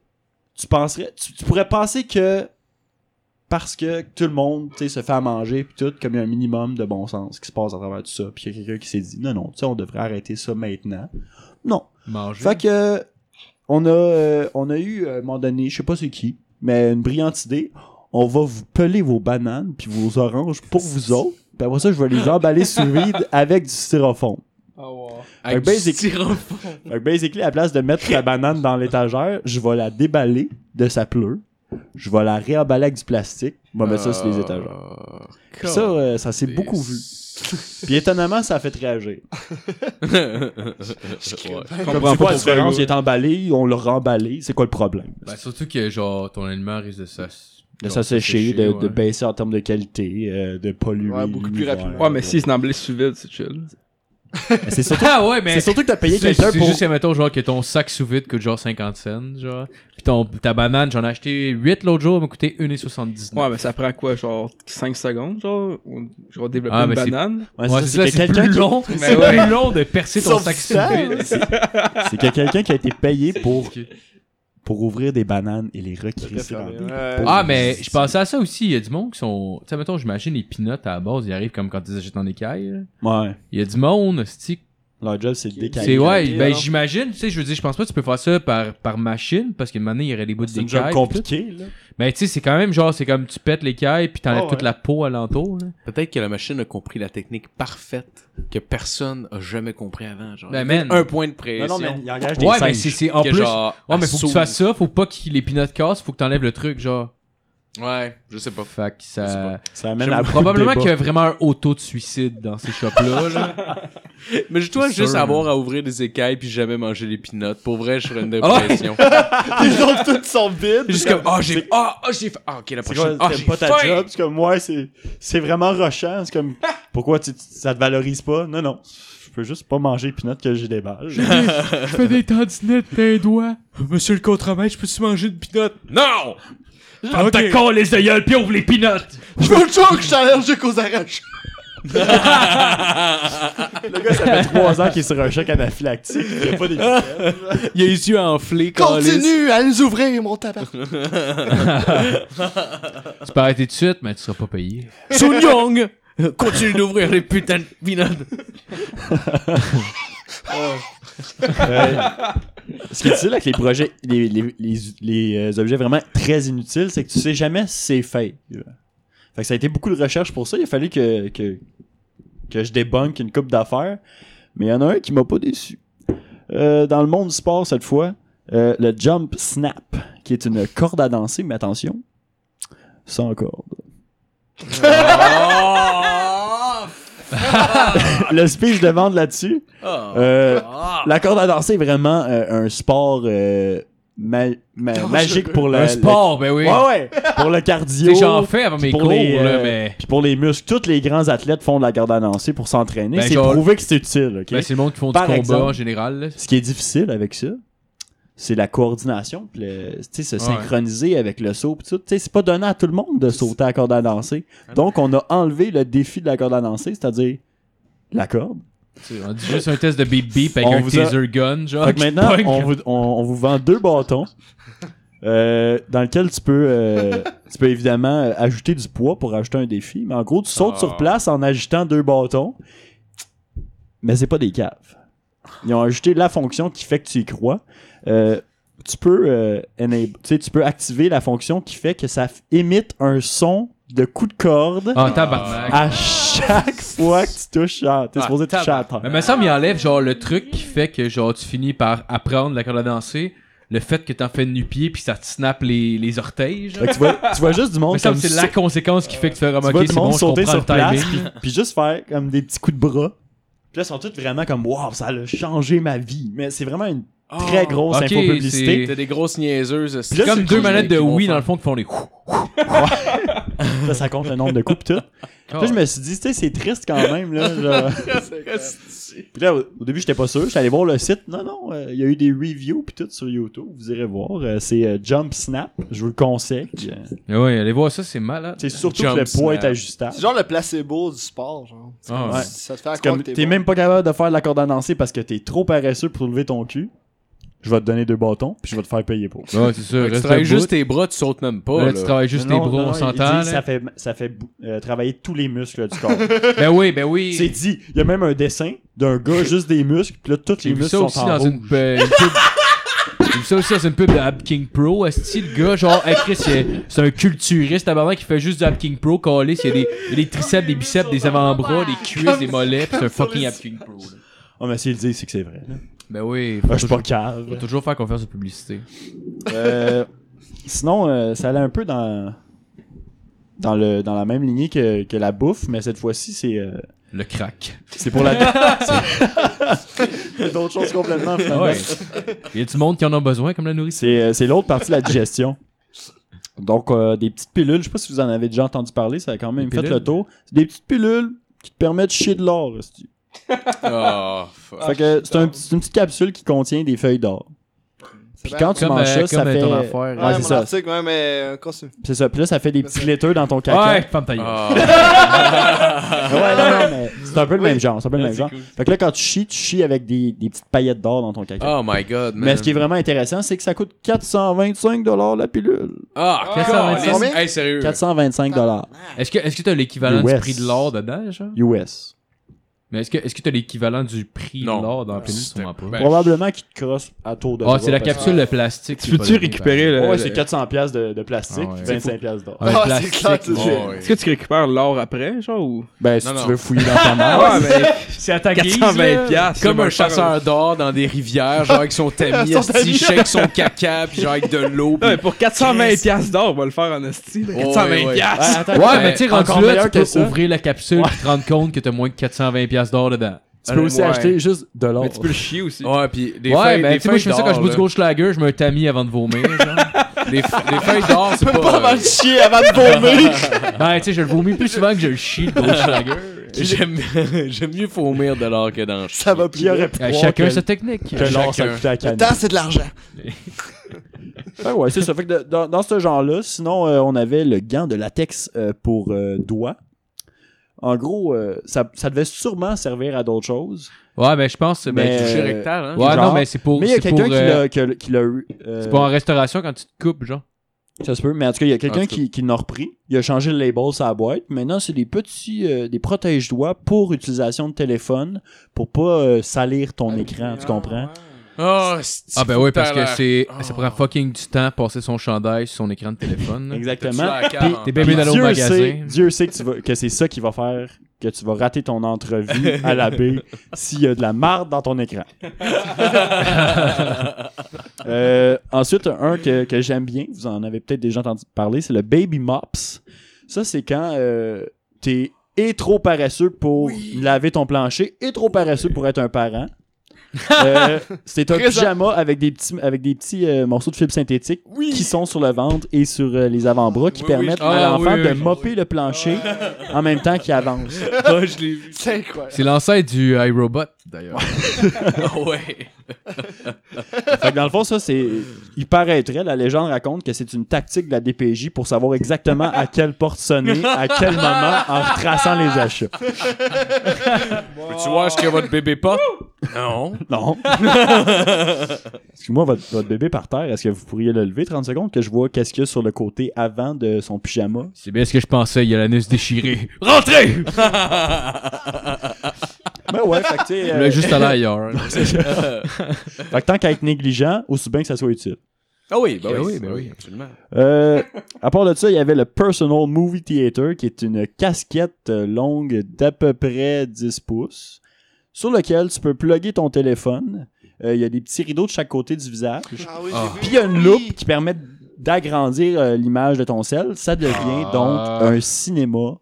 tu penserais, tu, tu pourrais penser que parce que tout le monde tu sais, se fait à manger puis tout, comme il y a un minimum de bon sens qui se passe à travers tout ça, puis il y a quelqu'un qui s'est dit non non, tu sais, on devrait arrêter ça maintenant. Non,
Manger.
fait que euh, on a euh, on a eu euh, à un moment donné, je sais pas c'est qui, mais une brillante idée. On va vous peler vos bananes puis vos oranges pour vous autres. Puis après ça, je vais les emballer sous vide avec du styrofoam. Fait que basically- Fait que basically, à la place de mettre la banane dans l'étagère, je vais la déballer de sa pleure. Je vais la réemballer avec du plastique. Je
Ah,
vais mettre ça
Euh,
sur les
hein.
étagères. Puis ça, euh, ça s'est beaucoup vu. Puis étonnamment, ça a fait réagir.
Ouais.
ben,
Comme tu vois la différence, il est emballé, on l'a remballé. C'est quoi le problème?
Ben, surtout que genre ton aliment risque de ça.
de s'assécher, de, de baisser en termes de qualité, euh, de polluer.
Ouais, beaucoup plus
l'univers.
rapidement.
Ouais, mais si, c'est emballé sous vide, c'est chill.
Mais C'est surtout,
Ah ouais, mais
c'est surtout que t'as payé
C'est
quelqu'un
c'est
pour.
juste, mettons, genre, que ton sac sous vide coûte genre 50 cents, genre. Puis ton, ta banane, j'en ai acheté 8 l'autre jour, elle m'a coûté 1,79.
Ouais, mais ça prend quoi, genre 5 secondes, genre, ou- genre développer
Ah,
une
mais c'est-
banane?
Ouais,
Ouais,
ça,
c'est ça,
que
c'est
quelqu'un
plus
qui-
long.
Mais
C'est
ouais.
plus long de percer ton
Sauf
sac sous
ça,
vide.
C'est que quelqu'un qui a été payé pour,
Ok.
pour ouvrir des bananes et les recrisser dans des.
Ouais.
Ah, mais je pensais à ça aussi. Il y a du monde qui sont. Tu sais, mettons, j'imagine les pinottes à la base, ils arrivent comme quand ils achètent en écaille. là.
Ouais.
Il y a du monde, c'est
Leur job, c'est de décaler.
C'est ouais,
calé,
ben
alors.
j'imagine, tu sais, je veux dire, je pense pas que tu peux faire ça par, par machine parce qu'une manière il y aurait des bouts
C'est une
d'écailles.
job
pis
compliquée, là.
tout. Mais tu sais, c'est quand même genre, c'est comme tu pètes l'écaille puis t'enlèves
Ah ouais.
toute la peau alentour. Là.
Peut-être que la machine a compris la technique parfaite que personne a jamais compris avant. Genre,
Ben, man.
un point de pression.
Non, non, mais il engage des
Ouais, mais
singes.
c'est c'est- en
que
plus.
genre,
ouais, mais faut que
assaut-
tu fasses ça, faut pas que les pinottes cassent, faut que t'enlèves le truc, genre.
Ouais, je sais pas.
Fait que
Je sais
ça.
pas.
Ça amène à
J'aime-
beaucoup de
Probablement
débats.
qu'il y a vraiment un auto de suicide dans ces shops-là. là.
Mais je dois
C'est
juste
sûr.
avoir à ouvrir des écailles puis jamais manger les pinottes. Pour vrai, je serais une
Ah ouais.
dépression.
Les autres, toutes sont vides.
juste comme, ah, j'ai, ah, ah, j'ai, fa- ah, ok, la
C'est
prochaine, ah,
quoi,
j'ai
c'est pas ta
faim. Ah!
job. C'est comme, ouais, c'est, c'est vraiment rochant. C'est comme, pourquoi tu, tu- ça te valorise pas? Non, non. Je peux juste pas manger les peanuts que j'ai des balles.
Je fais des tandinettes d'un doigt.
Monsieur le contremaître, je peux-tu manger une pinotte? Ah, Non!
Ferme ta con, les aïeuls, puis ouvre les pinottes.
Je veux toujours que je suis allergique aux arraches.
Le gars, ça fait trois ans qu'il est sur un choc anaphylactique. Il a pas des pinettes.
Il a les yeux enflés,
Continue à les ouvrir, mon tabac.
Tu peux arrêter tout de suite, mais tu seras pas payé.
Sun Young! Continue d'ouvrir les putains de pinottes.
Euh, Ce qui est utile avec les projets, les, les, les, les, euh, objets vraiment très inutiles, c'est que tu sais jamais si c'est fake. Fait que ça a été beaucoup de recherche pour ça. Il a fallu que, que, que je débunk une coupe d'affaires. Mais il y en a un qui m'a pas déçu. Euh, dans le monde du sport, cette fois, euh, le jump snap, qui est une corde à danser, mais attention, sans corde.
Ah. Oh!
le speech de vente là-dessus.
Oh.
Euh,
Ah.
La corde à danser est vraiment euh, un sport euh, ma- ma- magique pour le,
Un sport, ben
le-
oui.
Ouais, ouais. pour le
Tu
cardio.
sais, j'en fais avant mes
pour
cours,
les,
là,
euh,
mais.
Puis pour les muscles, tous les grands athlètes font de la corde à danser pour s'entraîner.
Ben,
c'est
genre-
prouvé que c'est utile. ok?
Ben, c'est le monde qui font
Par
du combat
exemple.
en général. là.
Ce qui est difficile avec ça, c'est la coordination, puis le- tu sais, se synchroniser avec le saut. puis tout. Tu sais, C'est pas donné à tout le monde de sauter à la corde à danser.
Ah
Donc, on a enlevé le défi de la corde à danser, c'est-à-dire la corde.
Tu sais, On dit juste un test de beep beep avec
On
un
vous a-
taser gun, genre.
Fait que
qui
maintenant,
pogne.
on vous, on- on vous vend deux bâtons euh, dans lesquels tu peux, euh, tu peux évidemment euh, ajouter du poids pour ajouter un défi. Mais en gros, tu sautes
Ah.
sur place en agitant deux bâtons. Mais c'est pas des caves. Ils ont ajouté la fonction qui fait que tu y crois. Euh, tu peux euh, enable- tu sais, tu peux activer la fonction qui fait que ça f- émite un son de coup de corde
Ah, tabarnak.
à chaque fois que tu touches. à- T'es
Ah,
supposé toucher à terre.
Mais me semble, il enlève genre le truc qui fait que genre tu finis par apprendre la corde à danser, le fait que t'en fais nu pied puis ça te snap les, les orteils, genre.
Fait que tu, vois, tu vois juste du monde
Me semble
comme
que c'est la conséquence qui fait que tu fais
Tu
remarquer
vois
c'est
du monde
bon, je
sauter
comprends
sur
le
place,
timing.
puis, puis juste faire comme des petits coups de bras. Puis là, ils sont tous vraiment comme « Wow, ça a changé ma vie! » Mais c'est vraiment une
Ah,
très grosse
ok,
infopublicité.
T'as des grosses niaiseuses.
Puis là,
C'est comme
c'est
deux
qui,
manettes de Wii dans le fond qui font les
Là, ça compte le nombre de coups pis tout. Puis là, je me suis dit, tu sais, c'est triste quand même. Là, genre. Puis là, au au début, j'étais pas sûr. J'étais allé voir le site. Non, non, euh, il y a eu des reviews puis tout sur YouTube. Vous irez voir. Euh, c'est euh, Jump Snap. Je vous le conseille. Euh,
Ah Ouais, allez voir ça, c'est malade.
C'est surtout
Jump
que le poids
Snap.
est ajustable.
C'est genre le placebo du sport, genre. C'est
Ah,
comme
ouais.
si Ça te fait à
C'est comme,
croire que
t'es
t'es bon.
même pas capable de faire de la corde à danser parce que t'es trop paresseux pour lever ton cul. je vais te donner deux bâtons, puis je vais te faire payer pour.
Ouais, c'est
Fait
sûr.
que Tu
Reste
travailles
debout.
juste tes bras, tu sautes même pas.
Là,
Là,
tu travailles juste tes
Non,
bras,
non,
on
il
s'entend.
dit,
là.
Ça fait, ça fait bou- euh, travailler tous les muscles du corps.
Ben oui, ben
C'est
oui.
dit, il y a même un dessin d'un gars, juste des muscles, puis là, tous
J'ai
les
vu
muscles
ça
sont
aussi
en
dans
rouge.
une, euh, une pub. J'ai vu ça aussi dans une pub de Hab King Pro. Asti, le gars, genre, hey, Chris, c'est c'est un culturiste avant qui fait juste du Hab King Pro. Calé, il y a des, il y a des triceps, des biceps, des avant-bras, des cuisses, des mollets. pis c'est un fucking Hab King Pro. là.
Ah, mais si le dit, c'est que c'est vrai. là.
Ben oui,
Ah,
faut
je suis pas
faut
cave.
toujours faire confiance aux publicités.
Euh, sinon, euh, ça allait un peu dans, dans, le, dans la même lignée que, que la bouffe, mais cette fois-ci, c'est euh,
Le crack.
c'est pour la. c'est d'autres choses complètement. finalement.
Ouais. Il y a du monde qui en a besoin, comme la nourriture.
C'est euh, c'est l'autre partie de la digestion. Donc, euh, des petites pilules, je sais pas si vous en avez déjà entendu parler, ça a quand même
Des
fait
pilules?
le tour. C'est des petites pilules qui te permettent de chier de l'or. esti.
Ah, fuck.
Fait que c'est un petit- c'est une petite capsule qui contient des feuilles d'or. Puis quand tu
Comme,
manges
euh,
ça, ça
comme, euh,
fait.
ton affaire.
Ouais, c'est
mon
ça.
article, ouais, mais euh, continue.
C'est ça. Puis là, ça fait des
Mais
petits
c'est-
laiteux dans ton caca. Ah
Ouais, femme ta gueule.
Ah.
Ouais, non, non, mais c'est un peu le
Oui.
même genre. Ah, C'est un peu le même genre. Fait que là, quand tu chies, tu chies avec des, des petites paillettes d'or dans ton caca.
Ah,
Oh my god, man.
mais ce qui est vraiment intéressant, c'est que ça coûte 425 la pilule.
Ah,
Ah,
calisse.
combien?
Hey, sérieux.
425 Ah,
Est-ce que est-ce que t'as l'équivalent du
US.
prix de l'or dedans, genre?
US.
Mais est-ce que est-ce que t'as l'équivalent du prix de
Non.
l'or dans la pénis?
C'était-
Sûrement pas.
ben,
Probablement qu'ils te crossent à tour de
Ah,
bras,
c'est la
parce que-
capsule de plastique.
Tu peux-tu récupérer le.
Ouais, Ben,
le-
c'est 400 pièces de, de plastique,
Ah ouais.
puis 25 pièces d'or.
Ah,
Ah, c'est
plastique.
clair, tu-
ouais.
Oh, oui.
Est-ce que tu récupères l'or après, genre ou.
Ben, si
Non,
tu
non.
veux fouiller dans ta mère.
Ah, mais
C'est à ta
420 piastres.
Comme
là,
un
ben,
chasseur d'or dans des rivières, genre avec son tamis,
Son
esti,
tamis.
shake son caca, puis genre avec de l'eau.
Non,
puis-
mais pour 420 piastres d'or, on va le faire en esti. là.
Ouais,
420
ouais.
piastres.
Ouais, Ah, attends,
Ouais, mais tu sais,
encore
rendu là, tu
meilleur que
peux
ça.
ouvrir la capsule et te rendre compte que t'as moins que 420 piastres d'or dedans.
tu peux aussi
Ouais.
acheter juste de l'or.
Mais tu peux le chier aussi.
Ouais, puis des
ouais,
feuilles,
ben,
des
tu sais, moi,
feuilles
je fais ça quand je bois du
d'or.
gros Schlager, je mets un tamis avant de vomir, genre.
là. Des f- des feuilles d'or, c'est
Pas
pas.
mal
euh,
chier avant de vomir.
ben, tu sais, je le vomis plus souvent que je le chie, le gros Schlager. Euh,
J'aime j'aime mieux vomir de l'or que d'en chier.
Ça va
Il y
plus.
aurait pu
Euh,
croire
chacun
que-
sa technique.
que l'or, ça
Chacun.
coûtait à
Le
canne.
temps, c'est de l'argent.
Ouais, Ben ouais, c'est ça. Fait que de- dans, dans ce genre-là, sinon, euh, on avait le gant de latex euh, pour euh, doigts. En gros, euh, ça, ça devait sûrement servir à d'autres choses.
Ouais, ben, je pense, ben,
Mais-
tu-
Toucher
euh,
rectal, hein?
Ouais,
genre-
non, mais c'est pour.
mais il y a
c'est pour,
quelqu'un qui
euh,
l'a- qui l'a- qui l'a eu. euh,
C'est pas en restauration quand tu te coupes, genre.
Ça se peut, mais en tout cas, il y a quelqu'un
En tout
qui, qui l'a repris. Il a changé le label sur la boîte. Maintenant, c'est des petits, euh, des protège-doigts pour utilisation de téléphone pour pas euh, salir
Ah,
ton écran, tu comprends?
Oh,
Ah, ben oui, parce que c'est.
Ah.
Ça prend fucking du temps passer son chandail sur son écran de téléphone. là.
Exactement.
T'es bien
Puis
mieux d'aller au
Dieu
magasin.
sait, Dieu sait que, tu vas- que c'est ça qui va faire que tu vas rater ton entrevue à la baie s'il y a de la marde dans ton écran. Euh, ensuite, un que, que j'aime bien, vous en avez peut-être déjà entendu parler, c'est le Baby Mops. Ça, c'est quand euh, t'es et trop paresseux pour laver ton plancher et trop paresseux pour être un parent. Euh, c'est un
Présent.
pyjama avec des petits, avec des petits euh, morceaux de fibres synthétiques qui sont sur le ventre et sur euh, les avant-bras qui
Oui, Ah. oui,
permettent
je-
à
Ah,
l'enfant
oui,
de
oui.
mopper le plancher en même temps qu'il avance.
Ah, je l'ai vu.
C'est incroyable.
C'est l'ancêtre du iRobot, d'ailleurs.
Ah ouais.
Fait que dans le fond, ça, c'est. Il paraîtrait, la légende raconte que c'est une tactique de la DPJ pour savoir exactement à quelle porte sonner, à quel moment, en retraçant les achats.
Peux-tu voir ce que votre bébé porte? Non.
Non. Excuse-moi, votre, votre bébé par terre, est-ce que vous pourriez le lever 30 secondes que je vois qu'est-ce qu'il y a sur le côté avant de son pyjama?
C'est bien ce que je pensais, il y a l'anus déchiré.
Rentrez!
Ben ouais, fait que tu sais,
Je
euh,
voulais juste aller ailleurs.
fait que tant qu'à être négligent, aussi bien que ça soit utile.
Ah oui, ben
Ben
oui,
oui, ben oui.
absolument.
Euh, à part de ça, il y avait le Personal Movie Theater, qui est une casquette euh, longue d'à peu près 10 pouces, sur lequel tu peux plugger ton téléphone. Euh, il y a des petits rideaux de chaque côté du visage.
Ah oui,
Ah.
j'ai vu.
Puis il y a une loupe qui permet d'agrandir euh, l'image de ton cell. Ça devient
Ah.
donc un cinéma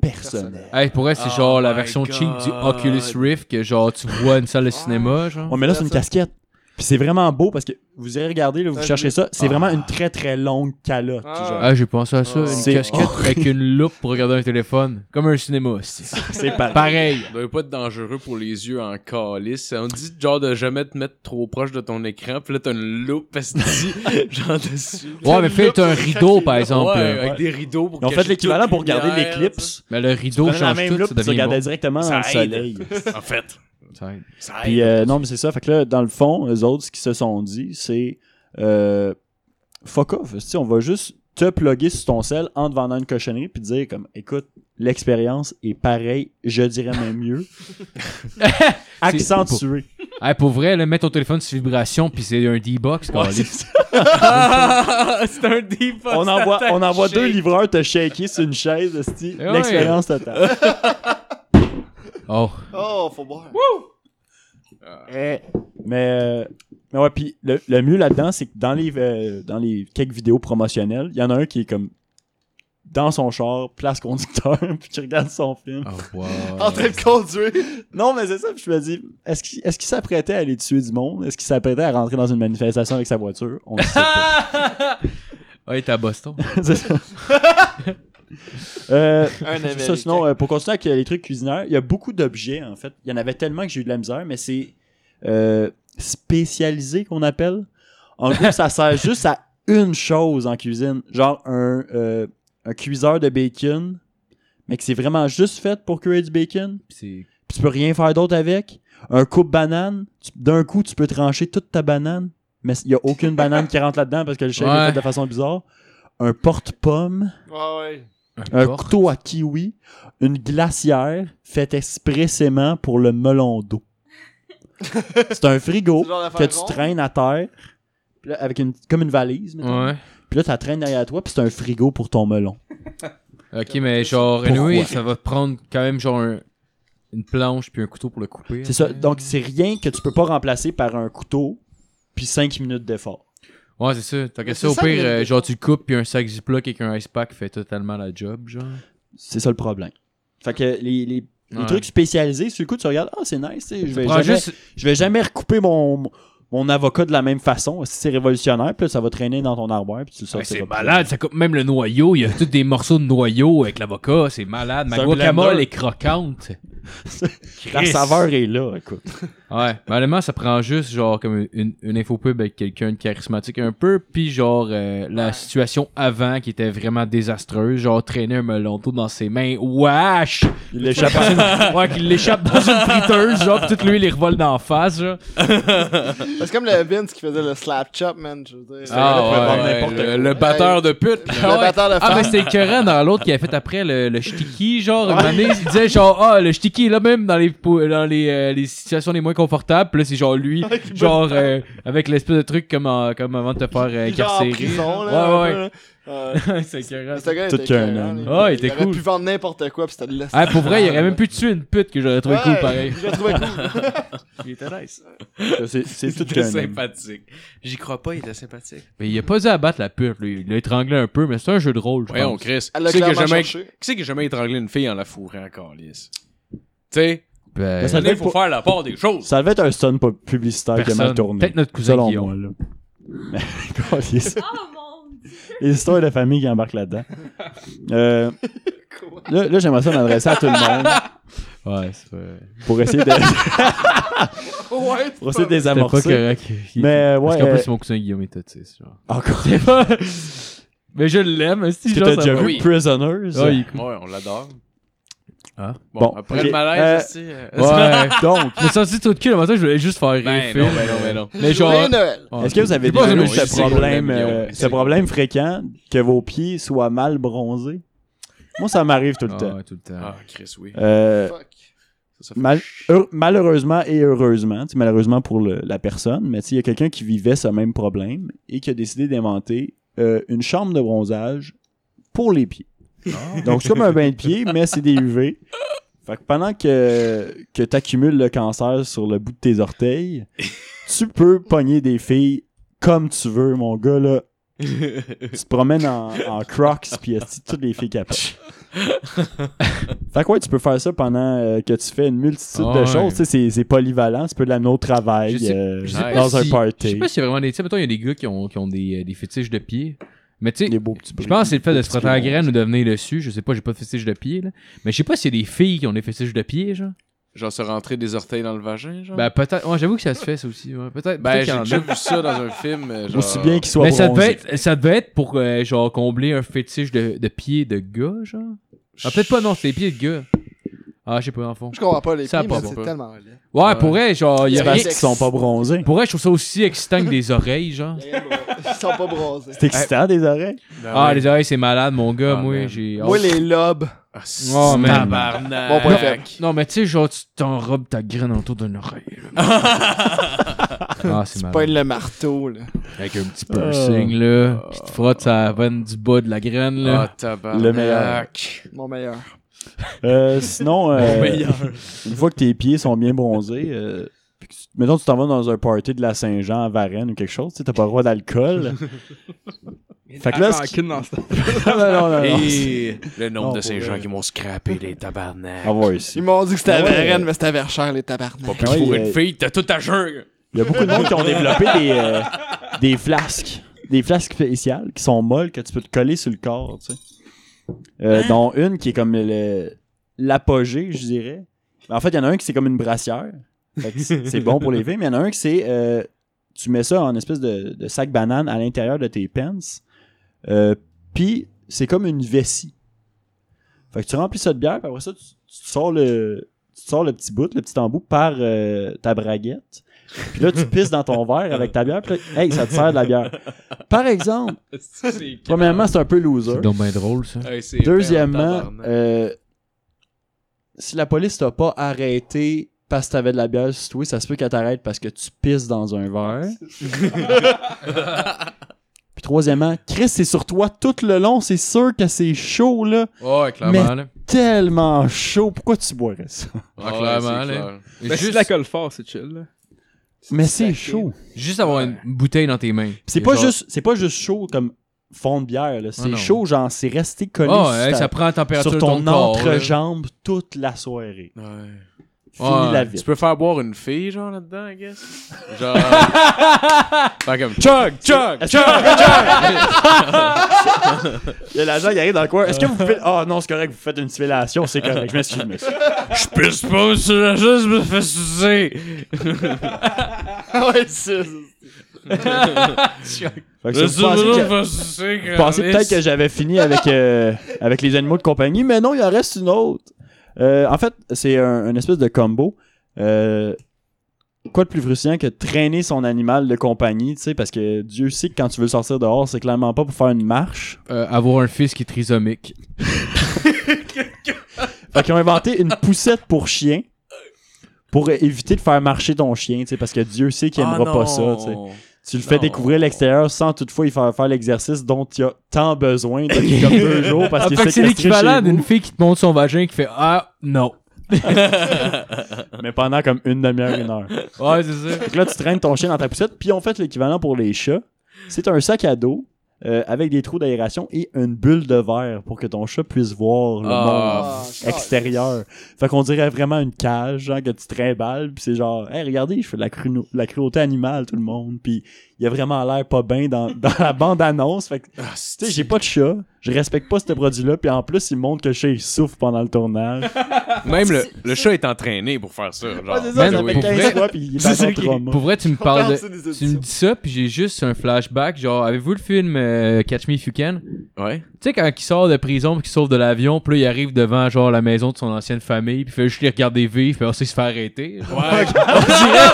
personnel.
Hey, pour elle, c'est
Oh
genre la
my
version
God.
cheap du Oculus Rift que genre tu vois une salle de cinéma, genre.
On met là sur une casquette. Puis c'est vraiment beau parce que vous irez regarder, là, vous
Ah,
cherchez ça, c'est
Ah.
vraiment une très très longue calotte.
Ah.
genre.
Ah, j'ai pensé à ça, une
Oh.
C'est
casquette avec une loupe pour regarder un téléphone. Comme un cinéma, c'est
C'est pas
pareil.
Ça doit pas être dangereux pour les yeux en calice. On dit genre de jamais te mettre trop proche de ton écran, puis là t'as une loupe parce que genre dessus.
Ouais, mais fais un rideau, par exemple.
Ouais,
là.
avec des rideaux pour
Ils ont fait
cacher
l'équivalent
toute
pour garder
lumière,
l'éclipse.
Mais le rideau
Prenez la
change
même
tout,
loupe,
ça
tu
devient
regardais
bon.
directement
Ça
dans le
aide.
soleil.
ça. En fait.
Ça aide.
Ça
Puis
aide.
euh, non, mais c'est ça. Fait que là, dans le fond, eux autres, ce qu'ils se sont dit, c'est euh, fuck off. Si on va juste te plugger sur ton sel en te vendant une cochonnerie puis te dire comme écoute, l'expérience est pareille, je dirais même mieux. Accentué.
Hey, pour vrai, là, mets ton téléphone sur vibration, puis c'est un D-Box.
Ouais,
câlisse.
c'est ça.
Ah, c'est un deep
on envoie, on envoie deux livreurs te shaker sur une chaise, esti.
Eh ouais.
l'expérience totale.
oh.
Oh, faut boire.
Eh, mais, euh, mais ouais, puis le, le mieux là-dedans, c'est que dans les, euh, dans les quelques vidéos promotionnelles, il y en a un qui est comme dans son char, place conducteur, puis qui regarde son film.
Oh, wow.
En train de conduire.
Non, mais c'est ça, puis je me dis, est-ce qu'il est qu'il s'apprêtait à aller tuer du monde? Est-ce qu'il s'apprêtait à rentrer dans une manifestation avec sa voiture? On le sait pas.
Ouais, t'es à Boston.
C'est ça. Euh,
Un
Ça,
Américain.
sinon, euh, pour continuer avec euh, les trucs cuisinaires, il y a beaucoup d'objets, en fait. Il y en avait tellement que j'ai eu de la misère, mais c'est euh, spécialisé qu'on appelle. En gros, ça sert juste à une chose en cuisine. Genre un, euh, un cuiseur de bacon, mais que c'est vraiment juste fait pour cuire du bacon.
C'est
Puis tu peux rien faire d'autre avec. Un coupe banane, tu- d'un coup, tu peux trancher toute ta banane, mais il n'y a aucune banane qui rentre là-dedans parce que le chef
Ouais.
est fait de façon bizarre. Un porte-pomme
Ouais, Ah, ouais.
un
porc.
couteau à kiwi, une glacière faite expressément pour le melon d'eau. c'est un frigo
C'est le genre
Oh, que
d'affaire
tu
ronde.
traînes à terre, puis là, avec une, comme une valise, mettons.
Ouais.
puis là, tu la traînes derrière toi, puis c'est un frigo pour ton melon.
Ok, mais genre, anyway, ça va te prendre quand même genre un- une planche puis un couteau pour le couper. hein.
C'est ça. Donc, c'est rien que tu peux pas remplacer par un couteau, puis 5 minutes d'effort.
Ouais, c'est ça. T'as qu'à
Mais
ça, au
c'est ça,
pire,
le-
euh, genre, tu le coupes puis un sac Ziploc avec un ice pack fait totalement la job, genre.
C'est ça le problème. Fait que les, les, les
Ouais.
trucs spécialisés, sur le coup, tu regardes, ah, c'est nice, tu sais, je vais
Prends
jamais-
juste.
je vais jamais recouper mon, mon avocat de la même façon. Si c'est révolutionnaire, puis là, ça va traîner dans ton armoire, puis tu le sors.
Ouais, c'est
pas plus.
malade, ça coupe même le noyau. Il y a tous des morceaux de noyau avec l'avocat, c'est malade.
C'est
Ma
un
guacamole
blender.
est croquante.
La saveur est là, écoute.
Ouais, mais honnêtement, ça prend juste genre comme une, une infopub avec quelqu'un de charismatique un peu, puis genre euh, la situation avant qui était vraiment désastreuse, genre traîner un melon d'eau dans ses mains, wesh!
Il l'échappe à-
ouais, qu'il l'échappe dans une friteuse, genre, pis toute l'huile, il revole d'en face, genre.
C'est comme le Vince qui faisait le slap chop, man. Je veux dire.
Ah,
Le gars pouvait
ouais,
vendre
ouais,
n'importe
le,
quoi.
le batteur de pute.
Le
Ah ouais.
batteur de
Ah, mais
femme.
c'était écœurant dans l'autre qui a fait après le, le shtiki, genre, une année, il disait genre, ah, le shtiki est là même dans les, pou- dans les, euh, les situations les moins confortables, puis là, c'est genre lui, genre, euh, avec l'espèce de truc comme, en- comme avant de te faire euh,
Genre en
incarcérer.
prison,
ouais, ouais.
là. Ouais, ouais.
c'est écœurant.
Ce gars, il
Tout
était
qu'un
écœurant,
homme.
lui.
Ah, il était
aurait
cool.
pu vendre n'importe quoi, puis c'était de la
Ah, pour vrai, il aurait même pu tuer une pute que j'aurais trouvé cool pareil.
Je l'ai trouvé cool.
Il était nice.
C'est c'est tout
C'était
qu'un homme.
sympathique. J'y crois pas, il était sympathique.
Mais il a pas dû abattre la pute, lui. Il l'a étranglé un peu, mais c'est un jeu de rôle, je
Voyons,
pense.
Chris.
Elle l'a
Qui c'est que
clairement
jamais, qui
cherché.
c'est que jamais étranglé une fille en la fourrant encore, lisse? Tu sais,
Ben,
Mais ça-
il
devait
faut
pas-
faire la part des choses.
Ça devait être un stun pub- publicitaire Ah, qui a mal
personne.
tourné.
Peut-être notre cousin
Selon moi,
Guillaume.
là. Mais, câlisse.
Oh mon dieu!
les histoires de famille qui embarquent là-dedans. Euh, là, là, j'aimerais ça m'adresser à tout le monde
Ouais, c'est vrai.
pour essayer de,
Ouais,
pour essayer de
C'était pas
désamorcer.
correct. Il-
Mais, euh,
Parce
ouais,
qu'en
euh,
plus, mon cousin Guillaume est autiste, genre.
Encore.
C'est pas... Mais je l'aime, si
Est-ce que
genre,
t'as
ça
déjà
va.
vu
Oui.
Prisoners?
Ouais, il-
Ouais, on l'adore.
Ah.
Bon,
Bon,
après
ok.
le
Euh,
malaise, aussi. euh,
Ouais.
Donc,
Je me sentis tout de cul, le matin, je voulais juste faire rire.
Ben,
Phil.
non, ben non, ben non.
Mais genre...
Joyeux Noël.
ouais.
Est-ce que vous avez
J'ai pas
déjà
aimé
eu
aussi,
ce
Ah, c'est
problème,
le même
euh,
Guillaume.
ce problème fréquent que vos pieds soient mal bronzés? Moi, ça m'arrive tout le
Ah,
temps.
ouais, tout le temps.
Ah, Chris, oui.
Euh,
Fuck.
Ça, ça fait
mal-
ch-
heure- malheureusement et heureusement, tu sais, malheureusement pour le- la personne, mais tu sais, il y a quelqu'un qui vivait ce même problème et qui a décidé d'inventer euh, une chambre de bronzage pour les pieds. Donc, c'est comme un bain de pied, mais c'est des UV. Fait que pendant que, que tu accumules le cancer sur le bout de tes orteils, tu peux pogner des filles comme tu veux, mon gars, là. tu te promènes en, en crocs, puis esti, toutes les filles capables. fait que ouais, tu peux faire ça pendant euh, que tu fais une multitude
Ah
de
ouais.
choses. Tu sais, c'est- c'est polyvalent. Tu peux l'amener au travail,
Je sais-
euh,
Je sais pas
dans
si-
un
Je
party.
sais pas s'il y a vraiment des. Tu sais, mettons, il y a des gars qui ont, qui ont des, euh, des fétiches de pieds. Mais tu sais,
Des beaux petits
je pense que c'est le fait
des
de
petits
se frotter à la
bons.
graine ou de venir dessus. Je sais pas, j'ai pas de fétiche de pieds, là. Mais je sais pas s'il y a des filles qui ont des fétiches de pieds, genre.
Genre se rentrer des orteils dans le vagin, genre.
Ben, peut-être. Ouais, j'avoue que ça se fait, ça aussi. ouais. Peut-être.
Ben,
peut-être qu'il y
j'ai
en a.
déjà vu ça dans un film. euh, Genre...
Aussi bien qu'ils soient
Mais ça devait,
bronzés.
être, ça devait être pour, euh, genre, combler un fétiche de, de pieds de gars, genre. Ah, peut-être pas, non, c'est les pieds de gars. Ah, je sais pas, en fond.
Je comprends pas les
Ça a
prix,
pas bon.
mais c'est tellement laid.
Ouais,
Ouais.
pour vrai, genre, il y a
C'est
rien.
parce
qui sont pas bronzés.
Pour vrai, je trouve ça aussi excitant que des oreilles, genre.
Ils sont pas bronzés.
C'est excitant des oreilles.
Ah, les oreilles, c'est malade, mon gars.
Ah,
moi,
man.
j'ai.
Moi, les lobes.
Ah,
Oh, man.
tabarnak.
Bon point faible.
Non, mais tu sais, genre, tu t'enrobes ta graine autour d'une oreille. là. ah, c'est malade.
Pas le marteau, là.
Avec un petit piercing, là. Qui te frotte sa veine du bas de la graine,
Ah,
là.
tabarnak.
Le meilleur.
Mon meilleur.
Euh, sinon, euh,
meilleur.
une fois que tes pieds sont bien bronzés, euh, puis que tu- mettons tu t'en vas dans un party de la Saint-Jean à Varennes ou quelque chose, tu sais, t'as pas le droit d'alcool. Fait que là,
Ah,
ce qui-
kid dans ce temps.
Non, non, non, non.
Et le nombre
Ah, Non,
de
pour
ces
vrai. Ah,
gens qui m'ont scrappé les tabarnak.
On va ici.
Ils m'ont dit que c'était à
Ah ouais.
Varennes, mais c'était à Verchères, les
Pas
tabarnak.
plus
Ah oui,
pour
euh,
une fille, t'as tout à jeun.
Il y a beaucoup de monde qui ont développé des, euh, des flasques. Des flasques spéciales qui sont molles que tu peux te coller sur le corps, tu sais. Euh, Dont une qui est comme le- l'apogée, je dirais. Mais en fait, il y en a un qui c'est comme une brassière. Fait que C'est c'est bon pour les filles, mais il y en a un qui c'est. euh, tu mets ça en espèce de, de sac banane à l'intérieur de tes pants. Euh, Puis c'est comme une vessie. Fait que tu remplis ça de bière, puis après ça, tu, tu sors le. Tu sors le petit bout, le petit embout par euh, ta braguette. Puis là, tu pisses dans ton verre avec ta bière. Puis là, hey, ça te sert de la bière. Par exemple,
C'est
premièrement, c'est un peu loser.
C'est donc bien drôle, ça.
Hey, c'est père,
Deuxièmement,
tabarnak.
euh, si la police t'a pas arrêté parce que t'avais de la bière sur toi, ça se peut qu'elle t'arrête parce que tu pisses dans un verre. Puis troisièmement, Chris, c'est sur toi tout le long. C'est sûr que c'est chaud, là.
Ouais, clairement,
Mais-
là.
Tellement chaud. Pourquoi tu boirais ça?
Ah,
Ouais,
clairement,
c'est
là.
clair.
Mais si tu
juste,
la colle fort, c'est chill. là.
Mais c'est chaud.
juste avoir une bouteille dans tes mains.
C'est
Et
pas,
genre- Ah,
juste, c'est pas juste chaud comme fond de bière, là. C'est
non.
chaud, genre, c'est resté collé
Ah,
sur
ouais,
ta-
ça prend la température
sur
de corps,
ton,
là.
entrejambe toute la soirée.
Ouais.
Fini
Ouais,
la
Tu
vie.
peux faire boire une fille, genre, là-dedans, I guess. Genre. Faire comme.
Chug!
Chug!
Il y a l'agent qui arrive dans le coin. Est-ce que vous faites. Ah non, c'est correct, vous faites une fellation, c'est correct. Je m'excuse, monsieur.
Je pisse pas sur la chaise, je me fais sucer.
Ah ouais, c'est
Fait que
Je
ça,
suis là,
vous pensez que-
je me fais sucer,
vous pensez
Carlis.
peut-être que j'avais fini avec, euh, avec les animaux de compagnie, mais non, il en reste une autre. Euh, en fait, c'est un, une espèce de combo. Euh, quoi de plus frustrant que traîner son animal de compagnie, tu sais, parce que Dieu sait que quand tu veux le sortir dehors, c'est clairement pas pour faire une marche.
Euh, avoir un fils qui est trisomique.
Fait qu'ils ont inventé une poussette pour chien pour éviter de faire marcher ton chien, tu sais, parce que Dieu sait qu'il
Ah,
aimera pas ça,
non.
tu sais. Tu le fais
Non.
découvrir l'extérieur sans toutefois y faire faire l'exercice dont il a tant besoin depuis comme deux jours parce
Ah,
qu'il
fait que
est
c'est
séquestré
l'équivalent
chez vous.
d'une fille qui te montre son vagin et qui fait Ah, non.
mais pendant comme une demi-heure, une heure.
Ouais, c'est ça.
Donc là, tu traînes ton chien dans ta poussette, puis on fait l'équivalent pour les chats. C'est un sac à dos euh, avec des trous d'aération et une bulle de verre pour que ton chat puisse voir le monde
Ah,
extérieur. Fait qu'on dirait vraiment une cage, genre que tu trimbales, puis c'est genre, hey, regardez, je fais de la, cruno- la cruauté animale, tout le monde, puis il a vraiment l'air pas bien dans, dans la bande-annonce. Fait que, tu
ah,
sais, j'ai pas de chat, je respecte pas ce produit-là, puis en plus, il montre que le chat, il souffre pendant le tournage.
Même le, le chat est entraîné pour faire ça. Genre.
c'est
ça,
ça,
ça
ça
oui.
fait
fait
Quinze
15
fois, puis il est
C'est ça
dans son
qui-
trauma.
Pour vrai, tu me parles de. Tu me dis ça, puis j'ai juste un flashback. Genre, avez-vous le film euh, Catch Me If You Can?
Ouais.
Tu sais, quand il sort de prison, puis qu'il sauve de l'avion, puis là, il arrive devant, genre, la maison de son ancienne famille, puis il fait juste les regarder vivre, puis ensuite il se fait arrêter. Genre,
Ouais.
On dirait.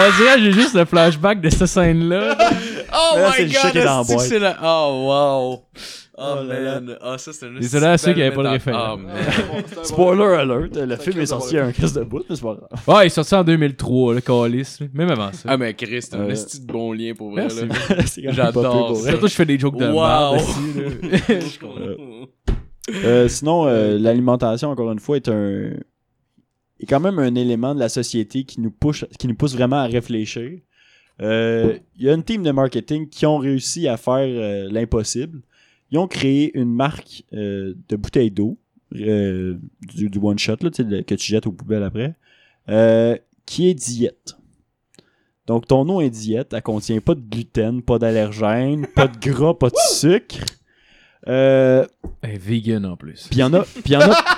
On dirait, j'ai juste le flashback de cette scène-là.
Oh
Mais là, c'est
my
le
god,
chat qui est dans la
est-ce que
boîte.
c'est là. Oh wow. Oh,
Oh là là.
man. Ah, ça, c'est un
Désolé à ceux qui
belle
avaient pas le
métaphore.
référent.
Oh man.
Spoiler alert, euh, le
Ça
film est
crie
sorti
dans
à un casse de bout, mais c'est pas grave.
Ouais, il est sorti en 2003, le Calis, même avant ça.
Ah, mais Chris, t'as un
Euh,
esti de bon lien pour vrai.
Merci.
là.
C'est quand même pas peu
J'adore
pour
ça.
vrai.
Surtout, je fais des jokes de merde.
Wow.
aussi, là.
Euh, sinon, euh, l'alimentation, encore une fois, est un est quand même un élément de la société qui nous pousse, qui nous pousse vraiment à réfléchir. Euh, Il y a une team de marketing qui ont réussi à faire euh, l'impossible. Ils ont créé une marque euh, de bouteilles d'eau, euh, du, du one shot là, tu sais, le- que tu jettes aux poubelles après, euh, qui est diète. Donc ton eau est diète, elle contient pas de gluten, pas d'allergène, pas de gras, pas de sucre. Euh,
Eh, vegan en plus.
puis il y en a. Puis y en a.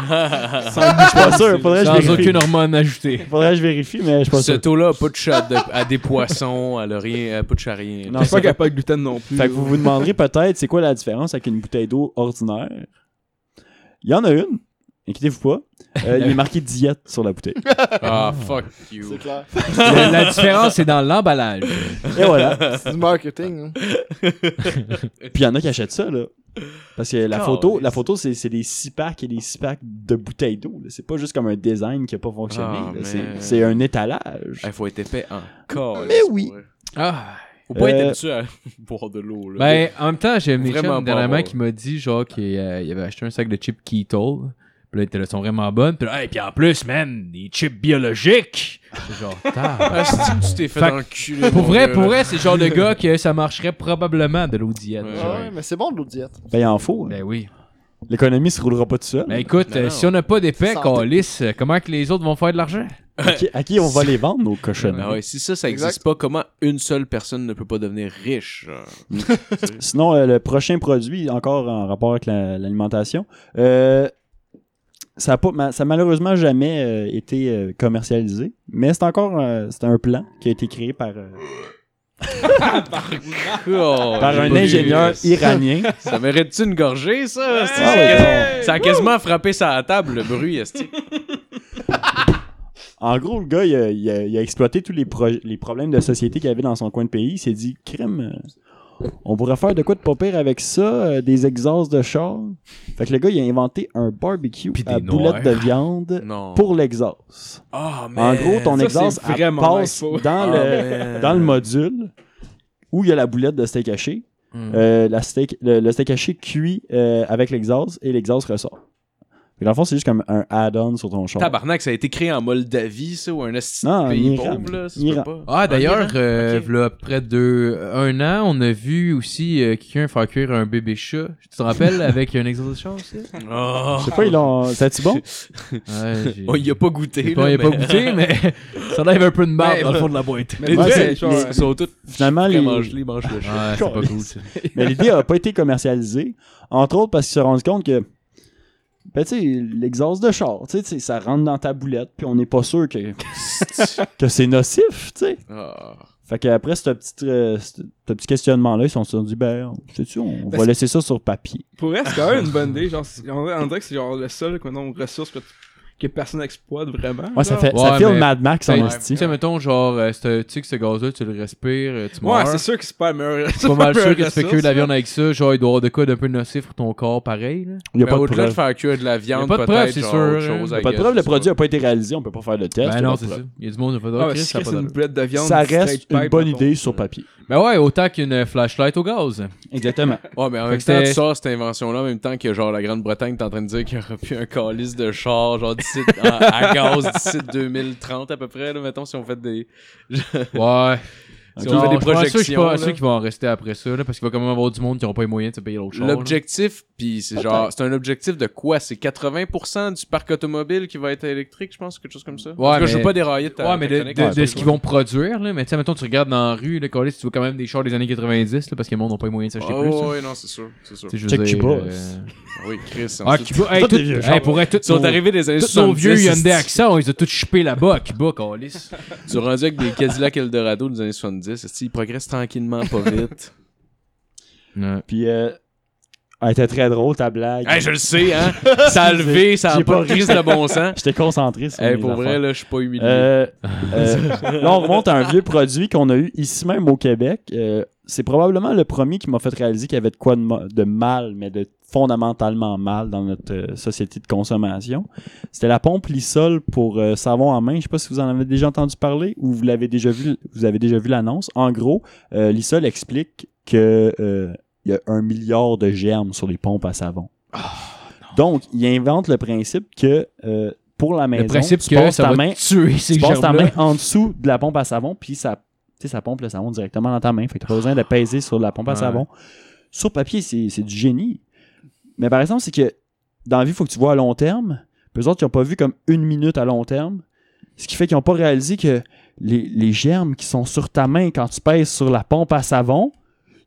Je suis pas sûr. Faudrait que je
Ah, Sans
vérifie.
aucune hormone ajoutée.
Faudrait que je vérifie, mais je suis pas sûr.
Ce taux-là a pas de chat de- à des poissons, elle a rien, elle a pas de chat à rien.
Non,
Je
c'est
crois
pas
qu'il n'y a pas de gluten non plus.
Fait que vous vous demanderez peut-être c'est quoi la différence avec une bouteille d'eau ordinaire. Il y en a une. Inquiétez-vous pas. Euh, il est marqué diète sur la bouteille.
Ah, fuck you.
C'est clair.
La, la différence, c'est dans l'emballage.
Et voilà.
C'est du marketing. hein.
Puis il y en a qui achètent ça, là. Parce que la
Calisse.
photo, la photo c'est, c'est des six packs et des six packs de bouteilles d'eau. là. C'est pas juste comme un design qui a pas fonctionné.
Ah,
là.
mais-
c'est, c'est un étalage.
Il faut être épais encore.
Mais oui.
Ah.
Faut pas être
Euh,
habitué à boire de l'eau. là.
Ben, en même temps, j'ai mes
Vraiment
chums
pas
dernièrement
bon.
qui m'a dit, genre, qu'il euh, il avait acheté un sac de chips Keto. Puis là, ils étaient là, sont vraiment bonnes. Puis là, hey, puis en plus, man, des chips biologiques. C'est genre, tard.
Ah, si tu t'es fait,
Fait-
enculer.
Pour
mon
vrai,
gars,
pour
là.
vrai, c'est le genre de gars que ça marcherait probablement de l'eau diète.
Ouais.
Ah
genre.
ouais, mais c'est bon de l'eau de
Eh,
diète.
Ben, il en faut. hein.
Ben oui.
L'économie se roulera pas tout seul.
Ben écoute,
Non,
euh,
non.
si on n'a pas d'épais,
Santé.
qu'on lisse, comment que les autres vont faire de l'argent?
À, qui, à qui on va les vendre, nos cochonneries?
Ah ouais, si ça, ça
Exact.
existe pas, comment une seule personne ne peut pas devenir riche? genre?
Sinon, euh, le prochain produit, encore en rapport avec la- l'alimentation, euh, ça n'a pas, ma- ça a malheureusement jamais euh, été euh, commercialisé, mais c'est encore euh, c'est un plan qui a été créé par, euh,
Oh,
par
j'ai
un
pas vu.
ingénieur iranien.
Ça mérite-tu une gorgée, ça? esti?
Ah ouais,
Ça a quasiment frappé sa table, le bruit, esti.
bon. En gros, le gars, il a, il a- il a exploité tous les, proj- les problèmes de société qu'il avait dans son coin de pays. Il s'est dit, crème, euh, on pourrait faire de quoi de pas pire avec ça, euh, des exhausts de char. Fait que le gars, il a inventé un barbecue
Puis des
à
noirs.
boulettes de viande
Non.
pour l'exhaust.
Ah, mais...
En gros, ton
ça,
exhaust
c'est
elle
vraiment
passe
nice, pour-
dans, le, dans le module où il y a la boulette de steak haché.
Hmm.
Euh, la steak, le, le steak haché cuit euh, avec l'exhaust et l'exhaust ressort. Fait que Dans le fond, c'est juste comme un add-on sur ton char.
Tabarnak, ça a été créé en Moldavie, ça, ou un esti de
Non, en
pays
Iran.
pauvre, là? ça se
Iran.
peut pas.
Ah, d'ailleurs,
En Iran?
euh,
Ok.
v'là près de un an, on a vu aussi euh, quelqu'un faire cuire un bébé chat. Tu te rappelles avec un exhaust de chat aussi?
Oh.
Je sais pas, ils l'ont. C'est-tu bon?
Ouais, j'ai-
Bon, Oh, il y a pas goûté,
J'ai
là,
pas- j'ai pas
mais-
goûté, mais ça lève un peu de marde
Mais-
dans le fond de la boîte.
Mais
Les
moi,
Ouais,
c'est
c'est-
genre,
les-
Ils sont tous
Finalement, les-
prêts à manger, ils mangent le chat.
Ouais, c'est pas cool, ça.
mais l'idée n'a pas été commercialisée. Entre autres parce qu'ils se sont rendus compte que. Ben, tu sais, l'exhaust de char, tu sais, tu sais, ça rentre dans ta boulette, puis on n'est pas sûr que, que c'est nocif, tu sais.
Ah.
Fait qu'après ce petit, euh, ce- ce petit questionnement-là, ils se sont dit, ben, sais-tu, on
Ben,
va
c'est-
laisser ça sur papier.
Pour elle, c'est quand même une bonne idée. Genre, c'est- on, on dirait que c'est genre le seul qu'on ressource que, que personne n'exploite vraiment.
Ouais, ça
genre.
fait,
Ouais,
ça filme
mais-
Mad Max en
Ouais.
esti.
Tu sais, mettons, genre, euh, c'est- tu sais que ce gaz-là, tu le respires, euh, tu
Ouais,
meurs.
c'est sûr que c'est pas la meilleure.
Je suis pas mal sûr que tu fais cuire de la viande avec ça. Genre, il doit y avoir de quoi d'un peu nocif pour ton corps, pareil. Là.
Il n'y a
Mais
pas de
au-delà de
preuve.
faire cuire de la
Y a
viande,
pas de preuve,
peut-être,
c'est
genre,
sûr,
autre
hein.
chose,
Y a
I
Pas de
guess,
preuve, le
je sais
produit n'a pas été réalisé, on peut pas faire le test.
Ben
il y a
non,
pas de
c'est ça.
preuve.
Il y a du monde qui fait
Ah,
oh,
mais
Chris,
si
ça a
c'est
pas
une
de...
boulette de viande.
Ça
straight
reste une
pipe,
bonne
mettons.
idée sur papier.
Ben ouais, autant qu'une euh, flashlight au gaz.
Exactement.
Ouais, mais en
Fait
même
que
temps, tu
c'était-
sors cette invention-là, en même temps que genre la Grande-Bretagne est en train de dire qu'il n'y aura plus un calice de char, genre d'ici à, à gaz d'ici 2030 à peu près, là, mettons, si on fait des.
Ouais.
Si
Non,
on fait des
je suis pas sûr- Je suis
projections.
pas sûr
là.
qu'ils vont en rester après ça, là, parce qu'il va quand même avoir du monde qui n'aura pas les moyens de se payer l'autre chose.
L'objectif, puis c'est genre, c'est un objectif de quoi C'est 80% du parc automobile qui va être électrique, je pense, quelque chose comme ça.
Ouais,
en tout cas, je veux
mais-
pas dérailler de ta.
Ouais, mais de, de-
technique.
de
Ouais,
ce qu'ils vont produire, là. Mais tu sais, mettons, tu regardes dans la rue, le collège, tu vois quand même des chars des années 90, là, parce que le monde n'a pas les moyens de s'acheter
Oh,
plus. là.
ouais, non, c'est sûr. C'est sûr.
Tu sais, je veux
Check
dire,
Cuba.
euh,
Oui, Chris.
Ah,
ensuite-
Cuba, hey,
Toutes
tout,
des vieux
hey,
chars.
pour être
Ils sont arrivés des années
tous nos
70.
vieux Hyundai Accent, ils ont tous chippé là-bas, à Cuba, câlisse.
Tu es rendu avec des Cadillac Eldorado des années 70. esti, Ils progressent tranquillement, pas vite.
Ouais.
Puis, euh, elle était très drôle, ta blague.
hey, je le sais, hein. Ça a levé, ça a
J'ai
pas
pas
de crise de bon sens.
J'étais concentré sur
Hey,
mes
pour vrai,
affaires.
là, je suis pas humilié.
Euh, euh, là, on remonte à un vieux produit qu'on a eu ici même au Québec. Euh, c'est probablement le premier qui m'a fait réaliser qu'il y avait de quoi de, mo- de mal, mais de fondamentalement mal dans notre euh, société de consommation. C'était la pompe Lysol pour euh, savon en main. Je sais pas si vous en avez déjà entendu parler ou vous l'avez déjà vu. Vous avez déjà vu l'annonce. En gros, euh, Lysol explique que euh, il y a un milliard de germes sur les pompes à savon.
Ah,
Donc, il invente le principe que euh, pour la maison,
Le principe
tu
que
passes
ça
ta
va
main
tuer ces
tu passes ta
germes-là.
main en dessous de la pompe à savon, puis ça, tu sais, ça pompe le savon directement dans ta main. Fait que t'as pas besoin de peser sur la pompe à
Ouais.
savon. Sur papier, c'est c'est du génie. Mais par exemple, c'est que dans la vie, il faut que tu vois à long terme. Puis eux autres, ils n'ont pas vu comme une minute à long terme. Ce qui fait qu'ils n'ont pas réalisé que les, les germes qui sont sur ta main quand tu pèses sur la pompe à savon,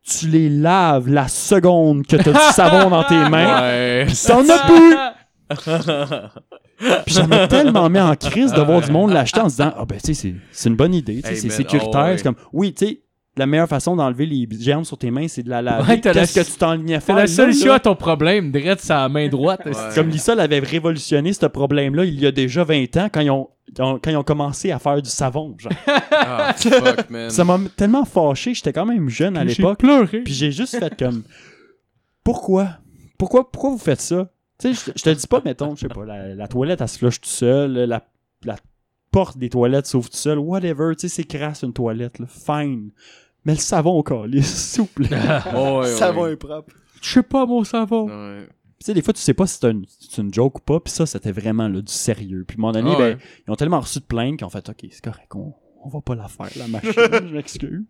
tu les laves la seconde que tu as du savon dans tes mains.
Ouais.
Pis t'en as plus! Puis ça m'a tellement mis en crise de voir du monde l'acheter en se disant Ah ben tu sais, c'est- c'est une bonne idée, tu sais,
Hey,
c'est
man,
oh,
sécuritaire.
ah ouais.
C'est comme Oui, tu sais, la meilleure façon d'enlever les germes sur tes mains, c'est de la laver.
Ouais, t'as la-
Qu'est-ce que tu t'enlignes à
C'est
faire?
la
là,
solution
là?
à ton problème, direct sa main droite.
Ouais.
Comme Lisa l'avait révolutionné ce problème-là il y a déjà 20 ans quand ils ont, ont- quand ils ont commencé à faire du savon. Genre.
Ah, fuck, man.
Ça m'a tellement fâché, j'étais quand même jeune à l'époque.
pleuré.
Puis j'ai juste fait comme pourquoi Pourquoi pourquoi vous faites ça Tu sais, je je te dis pas mettons, je sais pas, la, la toilette elle se flush tout seul, la, la porte des toilettes s'ouvre tout seul, whatever, tu sais c'est crasse une toilette là, fine. Mais le savon au calice, s'il vous plaît.
Oh, ouais,
Ça va
ouais.
est propre.
Je sais pas mon savon.
Ouais.
Tu sais, des fois, tu sais pas si c'est un- c'est une joke ou pas, puis ça, c'était vraiment là, du sérieux. Puis, à un moment donné,
Ah ouais.
ben, ils ont tellement reçu de plaintes qu'ils ont fait, OK, c'est correct, on, on va pas la faire, la machine, je m'excuse.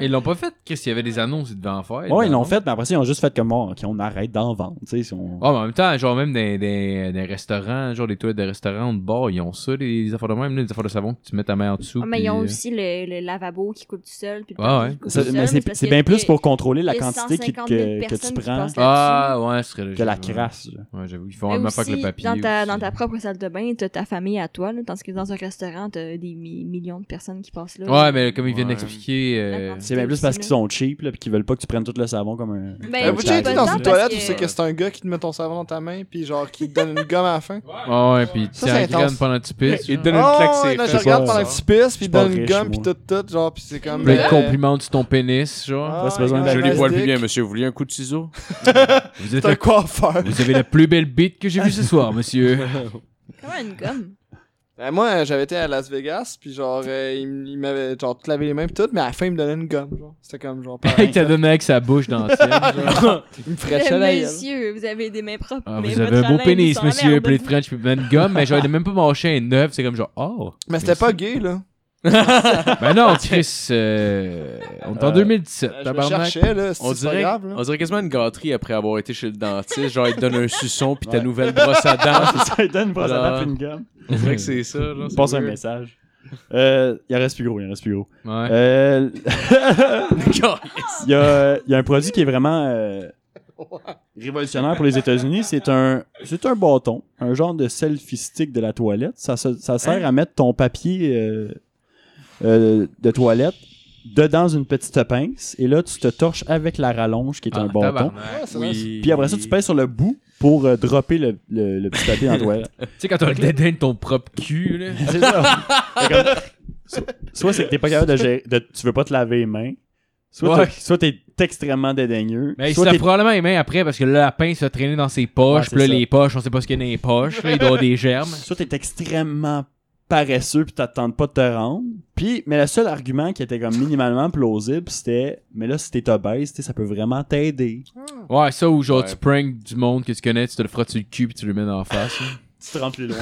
Ils l'ont pas fait, Chris, il y avait des annonces, ils devaient en faire.
Ouais, ils
Ben
non?
l'ont fait, mais après ça, ils ont juste fait comme, bon, OK, on arrête d'en vendre, tu sais, si on...
Ouais, Ah, mais en même temps, genre même des, des, des restaurants, genre des toilettes de restaurants, de bars, ils ont ça, les, affaires de même, là, des affaires de savon que tu mets ta main en dessous.
Ah, mais ils ont
puis, euh,
aussi le, le lavabo qui coule tout seul. Puis le
Ouais,
papier
ouais.
qui coule
Ça-
tout seul,
mais
c'est
c'est
parce
c'est
que
bien
il y a-
plus pour contrôler la
il y a
quantité qui-
150 000
que, que tu
personnes qui
prends
passent
euh, Ah, ouais, ce serait logique.
que la
ouais.
crasse. là.
Ouais, j'avoue, ils font
Mais
la même affaire que le
aussi,
papier.
dans, ta,
aussi.
dans ta propre salle de bain, t'as ta famille à toi, là, tandis que dans un restaurant, t'as des mi- millions de personnes qui passent là.
Ouais, mais comme ils viennent
Ouais.
d'expliquer. euh,
Maintenant,
C'est bien plus
aussi,
parce
là.
qu'ils sont cheap, là, puis qu'ils veulent pas que tu prennes tout le savon comme un...
Ben,
Avez-vous
oui,
déjà
c'est
été
pas
dans
tant
une
parce
toilette
que-
où c'est que c'est un gars qui te met ton savon dans ta main, puis genre qui te donne une gomme à la fin?
Ouais, ouais, puis tu
Ça, c'est
t'engraines
intense.
pendant que tu pisses.
Il
genre.
te donne une
Oh,
claque,
ouais,
c'est
non, je
fait
regarde
ça,
pendant
ça.
que tu pisses, puis il
suis pas
donne une
riche,
gomme, puis
moi.
tout, tout, genre, puis c'est comme...
Plein
euh,
de compliments sur ton pénis, genre.
ah,
T'as besoin
ouais,
d'un
gomme
Joli
à
poil
dick.
bien, monsieur. Vous voulez un coup de ciseau?
Vous êtes
T'as
la-
quoi à faire?
Vous avez la plus belle bite que j'ai vue ce soir, monsieur.
Comment une gomme?
Ben, moi, euh, j'avais été à Las Vegas, puis genre, euh, il, m- il m'avait genre tout lavé les mains, puis tout, mais à la fin, il me donnait une gomme, genre. C'était comme genre. par
Il t'a donné avec sa bouche dans le ciel, genre.
il me ferait ça,
Mais
la gueule.
Monsieur, vous avez des mains propres.
Ah,
mais
vous
votre
avez un beau
haleine, ils
pénis,
sont
monsieur,
merde.
plein de French, puis plein de gomme, mais genre, il a même pas mangé un neuf, c'est comme genre, oh.
Mais c'était pas gay, là.
Ben non, Chris, euh, on est en 2017,
Je me
tabarnak.
cherchais, là.
On
C'est pas
dirait,
grave, là.
on dirait quasiment une gâterie après avoir été chez le dentiste. Genre, il te donne un suçon puis ta nouvelle brosse à dents.
ça donne une brosse à
Voilà.
dents, puis une gomme.
On dirait que c'est ça. Genre, c'est
Passe un
weird.
message. Euh, il en reste plus gros, il en reste plus gros.
Ouais.
Euh,
God.
Il y a, il y a un produit qui est vraiment euh, révolutionnaire pour les États-Unis. C'est un, c'est un bâton, un genre de selfie stick de la toilette. Ça, se- ça
Hein?
sert à mettre ton papier euh, euh, de toilette dedans une petite pince. Et là, tu te torches avec la rallonge qui est un
Ah,
bâton.
tabarnak.
Ouais, c'est vrai,
Oui.
Puis après ça, tu pèses sur le bout pour euh, dropper le, le- le petit papier dans la toilette.
Tu sais, quand t'as le dédain de ton propre cul, là.
C'est ça. Fait comme- so- soit c'est que t'es pas capable de gérer, de- tu veux pas te laver les mains, soit
Ouais.
t'es- soit t'es extrêmement dédaigneux,
Mais il se
soit
lave
t'es
probablement les mains après parce que le lapin se traînait dans ses poches,
Ouais,
puis là,
c'est ça.
les poches, on sait pas ce qu'il y a dans les poches, là, il doit avoir des germes.
soit t'es extrêmement paresseux puis t'attends pas de te rendre. Puis, mais le seul argument qui était comme minimalement plausible, c'était, mais là, si t'es obèse, tu sais, ça peut vraiment t'aider.
Ouais, ça ou genre
Ouais.
tu prank du monde que tu connais, tu te le frottes sur le cul puis tu le mets dans la face. là.
Tu te rends plus loin.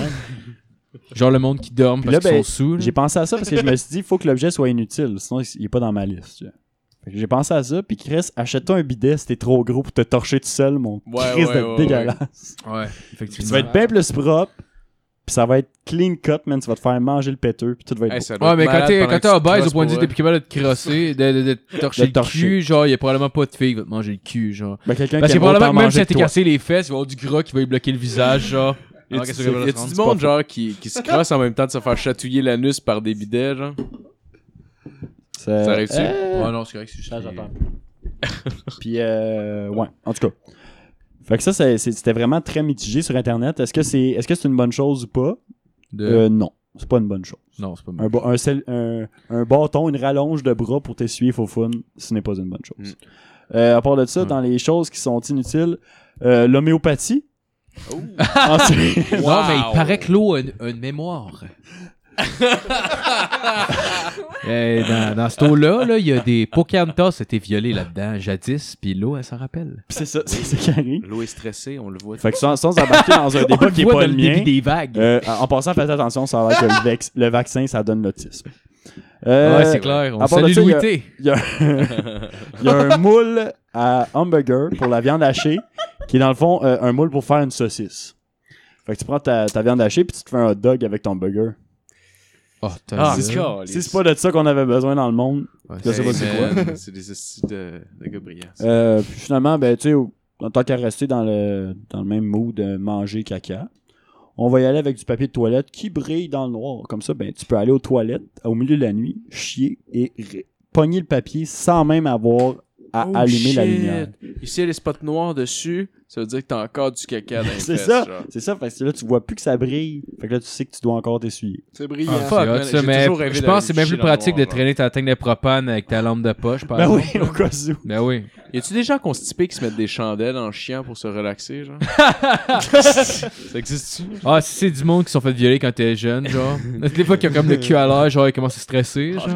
genre le monde qui dorme
Puis
parce
là,
qu'ils
ben,
sont sous. là.
J'ai pensé à ça parce que je me suis dit, il faut que l'objet soit inutile, sinon il est pas dans ma liste. tu vois. Fait que J'ai pensé à ça, puis Chris, achète-toi un bidet si t'es trop gros pour te torcher tout seul, mon
Ouais,
Chris
ouais,
de
ouais,
dégueulasse.
Ouais,
Puis
effectivement.
tu vas être bien plus propre, puis ça va être clean cut, man. Tu vas te faire manger le péteux, puis tout va être
Hey,
beau.
ça doit
Ouais,
être
mais quand
malade
t'es
pendant
quand
que
t'es
tu
obèse au
crosses
point de vue,
pour
t'es plus capable de te crosser, de, de, de te torcher
De
le
torcher.
cul, genre y'a probablement pas de fille qui va te manger le cul, genre.
Ben, quelqu'un
Parce
qui
que
aime autant
probablement que même
manger
si
que
t'es
toi.
cassé les fesses, il va y avoir du gras qui va lui bloquer le visage, genre.
Ah,
Y a-tu-
Alors, Ah, qu'est-ce que ça va
elle.
se
Y a-tu
rendre?
du
C'est
monde,
pas
genre, qui, qui se crosse en même temps de se faire chatouiller l'anus par des bidets, genre?
Ça,
Ça arrive-tu?
Eh,
fou. Ouais, Ah non, c'est correct, c'est juste.
Ça,
que-
j'attends. Puis, euh, ouais, en tout cas. Fait que ça, c'est- c'est- c'était vraiment très mitigé sur Internet. Est-ce que c'est est -ce c'est une bonne chose ou pas?
de-
Euh, non, c'est pas une bonne chose.
Non, c'est pas mal.
Un, ba- un, sel- un, un bâton, une rallonge de bras pour t'essuyer faux fun, ce n'est pas une bonne chose. Euh, à part de ça,
Mm.
dans les choses qui sont inutiles, euh, l'homéopathie.
Oh.
Ah, Ensuite-
Non, mais il paraît que l'eau a une, a une mémoire. Eh, dans, dans cette eau-là, là, il y a des Pocantas c'était violé là-dedans jadis, puis l'eau, elle s'en rappelle.
c'est ça, c'est ça qui arrive.
L'eau est stressée, on le voit.
Fait que sans, sans embarquer dans un
On
débat
le
qui est
voit
pas
dans
le
début
mien,
des vagues.
euh, en en passant, faites attention, ça va que le, vex- le vaccin, ça donne l'autisme. Euh,
ouais, c'est clair. On
à part de
salue
ça, il y
Louis
a-
T.
Il y, a, il y a un moule à hamburger pour la viande hachée, qui est dans le fond euh, un moule pour faire une saucisse. Fait que tu prends ta, ta viande hachée puis tu te fais un hot dog avec ton burger.
Oh, t'as raison.
Si c'est pas de ça qu'on avait besoin dans le monde,
Ouais,
Je sais pas
c'est-
c'est
quoi. C'est des astuces de, de Gabriel.
euh, puis finalement, ben tu sais, en tant qu'à rester dans le, dans le même mood de manger caca, on va y aller avec du papier de toilette qui brille dans le noir. Comme ça, ben tu peux aller aux toilettes au milieu de la nuit, chier et ré- pogner le papier sans même avoir à
Oh,
allumer la
shit.
lumière.
Ici, il y a les spots noirs dessus. Ça veut dire que t'as encore du caca dans les
C'est
fesses,
ça.
genre.
C'est ça, parce que là, tu vois plus que ça brille. Fait que là, tu sais que tu dois encore t'essuyer.
C'est brillant.
Ah, fuck,
C'est hot,
man,
ça,
j'ai
mais
toujours rêvé
je
d'aller
pense que c'est même
me chier
plus
dans le Ben
pratique de
noir,
traîner ta tank de propane avec ta lampe de poche. par
Ben oui,
exemple.
au cas où.
Ben oui.
Y a-tu des gens constipés qui se mettent des chandelles en chiant pour se relaxer, genre? ça existe-tu?
Ah, si c'est du monde qui se sont fait violer quand t'es jeune, genre. Toutes les fois qu'ils ont comme le cul à l'air, genre, ils commencent à
Ah,
stresser, genre.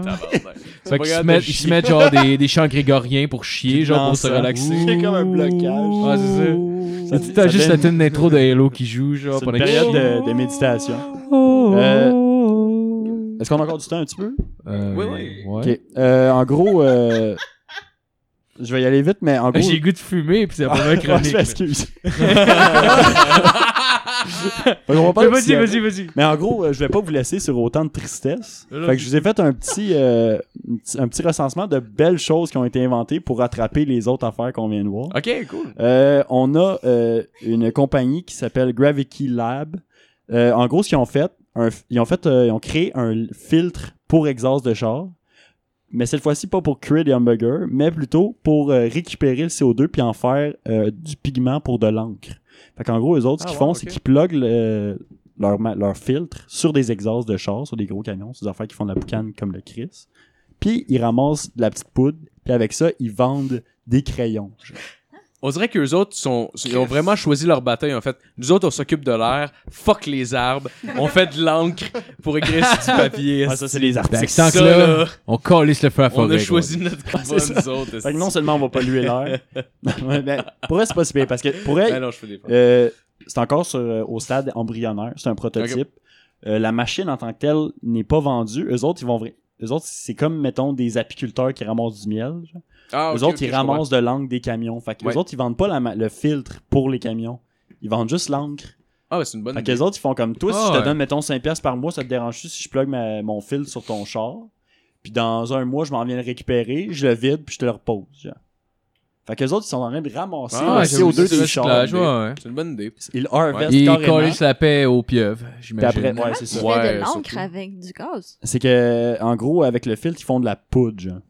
fait qu'ils se mettent, ils se mettent genre des, des chants grégoriens pour chier,
Puis
genre, pour
dans
se
ça.
relaxer.
C'est comme un blocage.
Ah, c'est ça.
Ça-
Tu t'as
ça
juste
donne-
la tune d'intro de Halo qui joue, genre,
C'est une
pendant
période
que
de, de méditation.
Oh.
Euh, Est-ce qu'on a encore du temps un petit peu?
Euh,
Oui, oui.
ouais.
Ok. Euh, en gros, euh, je vais y aller vite, mais en gros.
J'ai le goût de fumer, puis c'est la première
je
chronique.
m'excuse. Fait qu'on va pas
Mais
le
Vas-y, vas-y,
petit-
vas-y.
Mais en gros, euh, je vais pas vous laisser sur autant de tristesse.
Mais là,
Fait que je vous ai fait un petit, euh, un petit- un petit recensement de belles choses qui ont été inventées pour rattraper les autres affaires qu'on vient de voir.
Ok, cool.
Euh, on a euh, une compagnie qui s'appelle Gravity Lab. Euh, en gros, ce qu'ils ont fait, un- ils ont fait, euh, ils ont créé un filtre pour exhaust de char, mais cette fois-ci pas pour créer des hamburgers, mais plutôt pour euh, récupérer le CO2 puis en faire euh, du pigment pour de l'encre. Fait qu'en gros, eux autres, ce
Ah
qu'ils
ouais,
font,
ok.
c'est qu'ils pluguent le- leur, ma- leur filtre sur des exhausts de char, sur des gros camions, sur des affaires qui font de la boucane comme le Chris. Puis ils ramassent de la petite poudre, puis avec ça, ils vendent des crayons.
On dirait qu'eux autres sont, ils ont vraiment choisi leur bataille, en fait. Nous autres, on s'occupe de l'air, fuck les arbres, on fait de l'encre pour écrire sur du papier.
Ah, ça, c'est les
Ben,
artistes.
avec cet encre-là,
Ça, là.
on calisse le feu à
On
forêt,
a
gros.
choisi notre combat,
Ah, c'est
nous autres.
Fait que non seulement on va polluer l'air, Ouais, ben, pour eux, c'est pas si pire, parce que pour
Ben
eux,
non, je fais des fois.
euh, c'est encore sur, euh, au stade embryonnaire, c'est un prototype. Euh, la machine en tant que telle n'est pas vendue. Eux autres, ils vont... vra- Eux autres, c'est comme, mettons, des apiculteurs qui ramassent du miel. genre.
Ah,
eux
ok,
autres,
ok,
ils
je comprends.
ramassent de l'encre des camions. Fait que
Ouais.
eux autres, ils vendent pas la ma- le filtre pour les camions. Ils vendent juste l'encre.
Ah, ben, c'est une bonne
Fait
idée.
que les autres, ils font comme toi, si
Ah
je te
ouais.
donne, mettons, 5$ piastres par mois, ça te dérange-tu si je plug ma- mon fil sur ton char? Puis dans un mois, je m'en viens le récupérer, je le vide, puis je te le repose. genre. Fait que les autres, ils sont en train de ramasser
Ah,
le
j'avoue,
CO2
c'est
du
du
char.
recyclage, ouais, ouais.
C'est une bonne idée.
Ils harvestent
Ils
carrément.
calissent la paix aux pieuvres,
Puis après,
j'imagine.
ouais,
Comment
c'est
tu
ça.
fais
Ouais,
de l'encre
surtout.
avec du gaz?
C'est que, en gros, avec le filtre, ils font de la poudre. genre.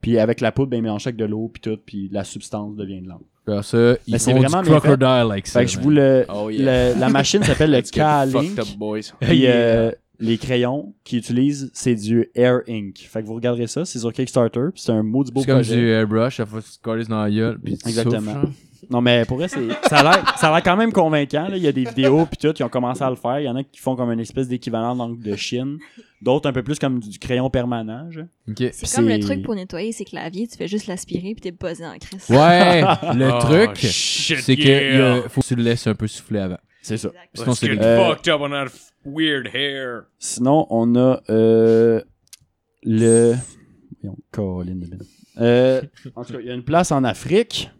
Puis avec la poudre, ben, ils mélangent avec de l'eau, puis tout, puis la substance devient de l'encre.
Faire ça,
Mais
ils
Ben, c'est
font du
vraiment bien
crocodile avec ça.
Fait que je
man.
vous le...
Oh, yeah.
le- la machine s'appelle le
Let's get fucked
K-Link.
up, boys.
Puis, euh, les crayons qu'ils utilisent, c'est du Air Ink. Fait que vous regarderez ça, c'est sur Kickstarter, puis c'est un maudit beau
C'est comme
projet.
du airbrush, ça fait se coller dans la gueule, puis tu
Exactement.
souffles, genre.
Non, mais pour vrai, c'est- ça a l'air ça a l'air quand même convaincant. là. Il y a des vidéos, puis tout, qui ont commencé à le faire. Il y en a qui font comme une espèce d'équivalent donc, de Chine. D'autres un peu plus comme du crayon permanent. genre.
Ok.
C'est comme le
c'est-
truc pour nettoyer ses claviers, tu fais juste l'aspirer puis t'es buzzé en crise.
Ouais, le
Oh,
truc,
shit,
c'est que
yeah.
euh, faut que tu le laisses un peu souffler avant.
C'est ça.
Exact.
Sinon, c'est
Let's
dégueu.
get
dégueu.
fucked up on that f- weird hair.
Euh, Sinon, on a euh, le. Voyons, Colin de Bine. Euh, en tout cas, il y a une place en Afrique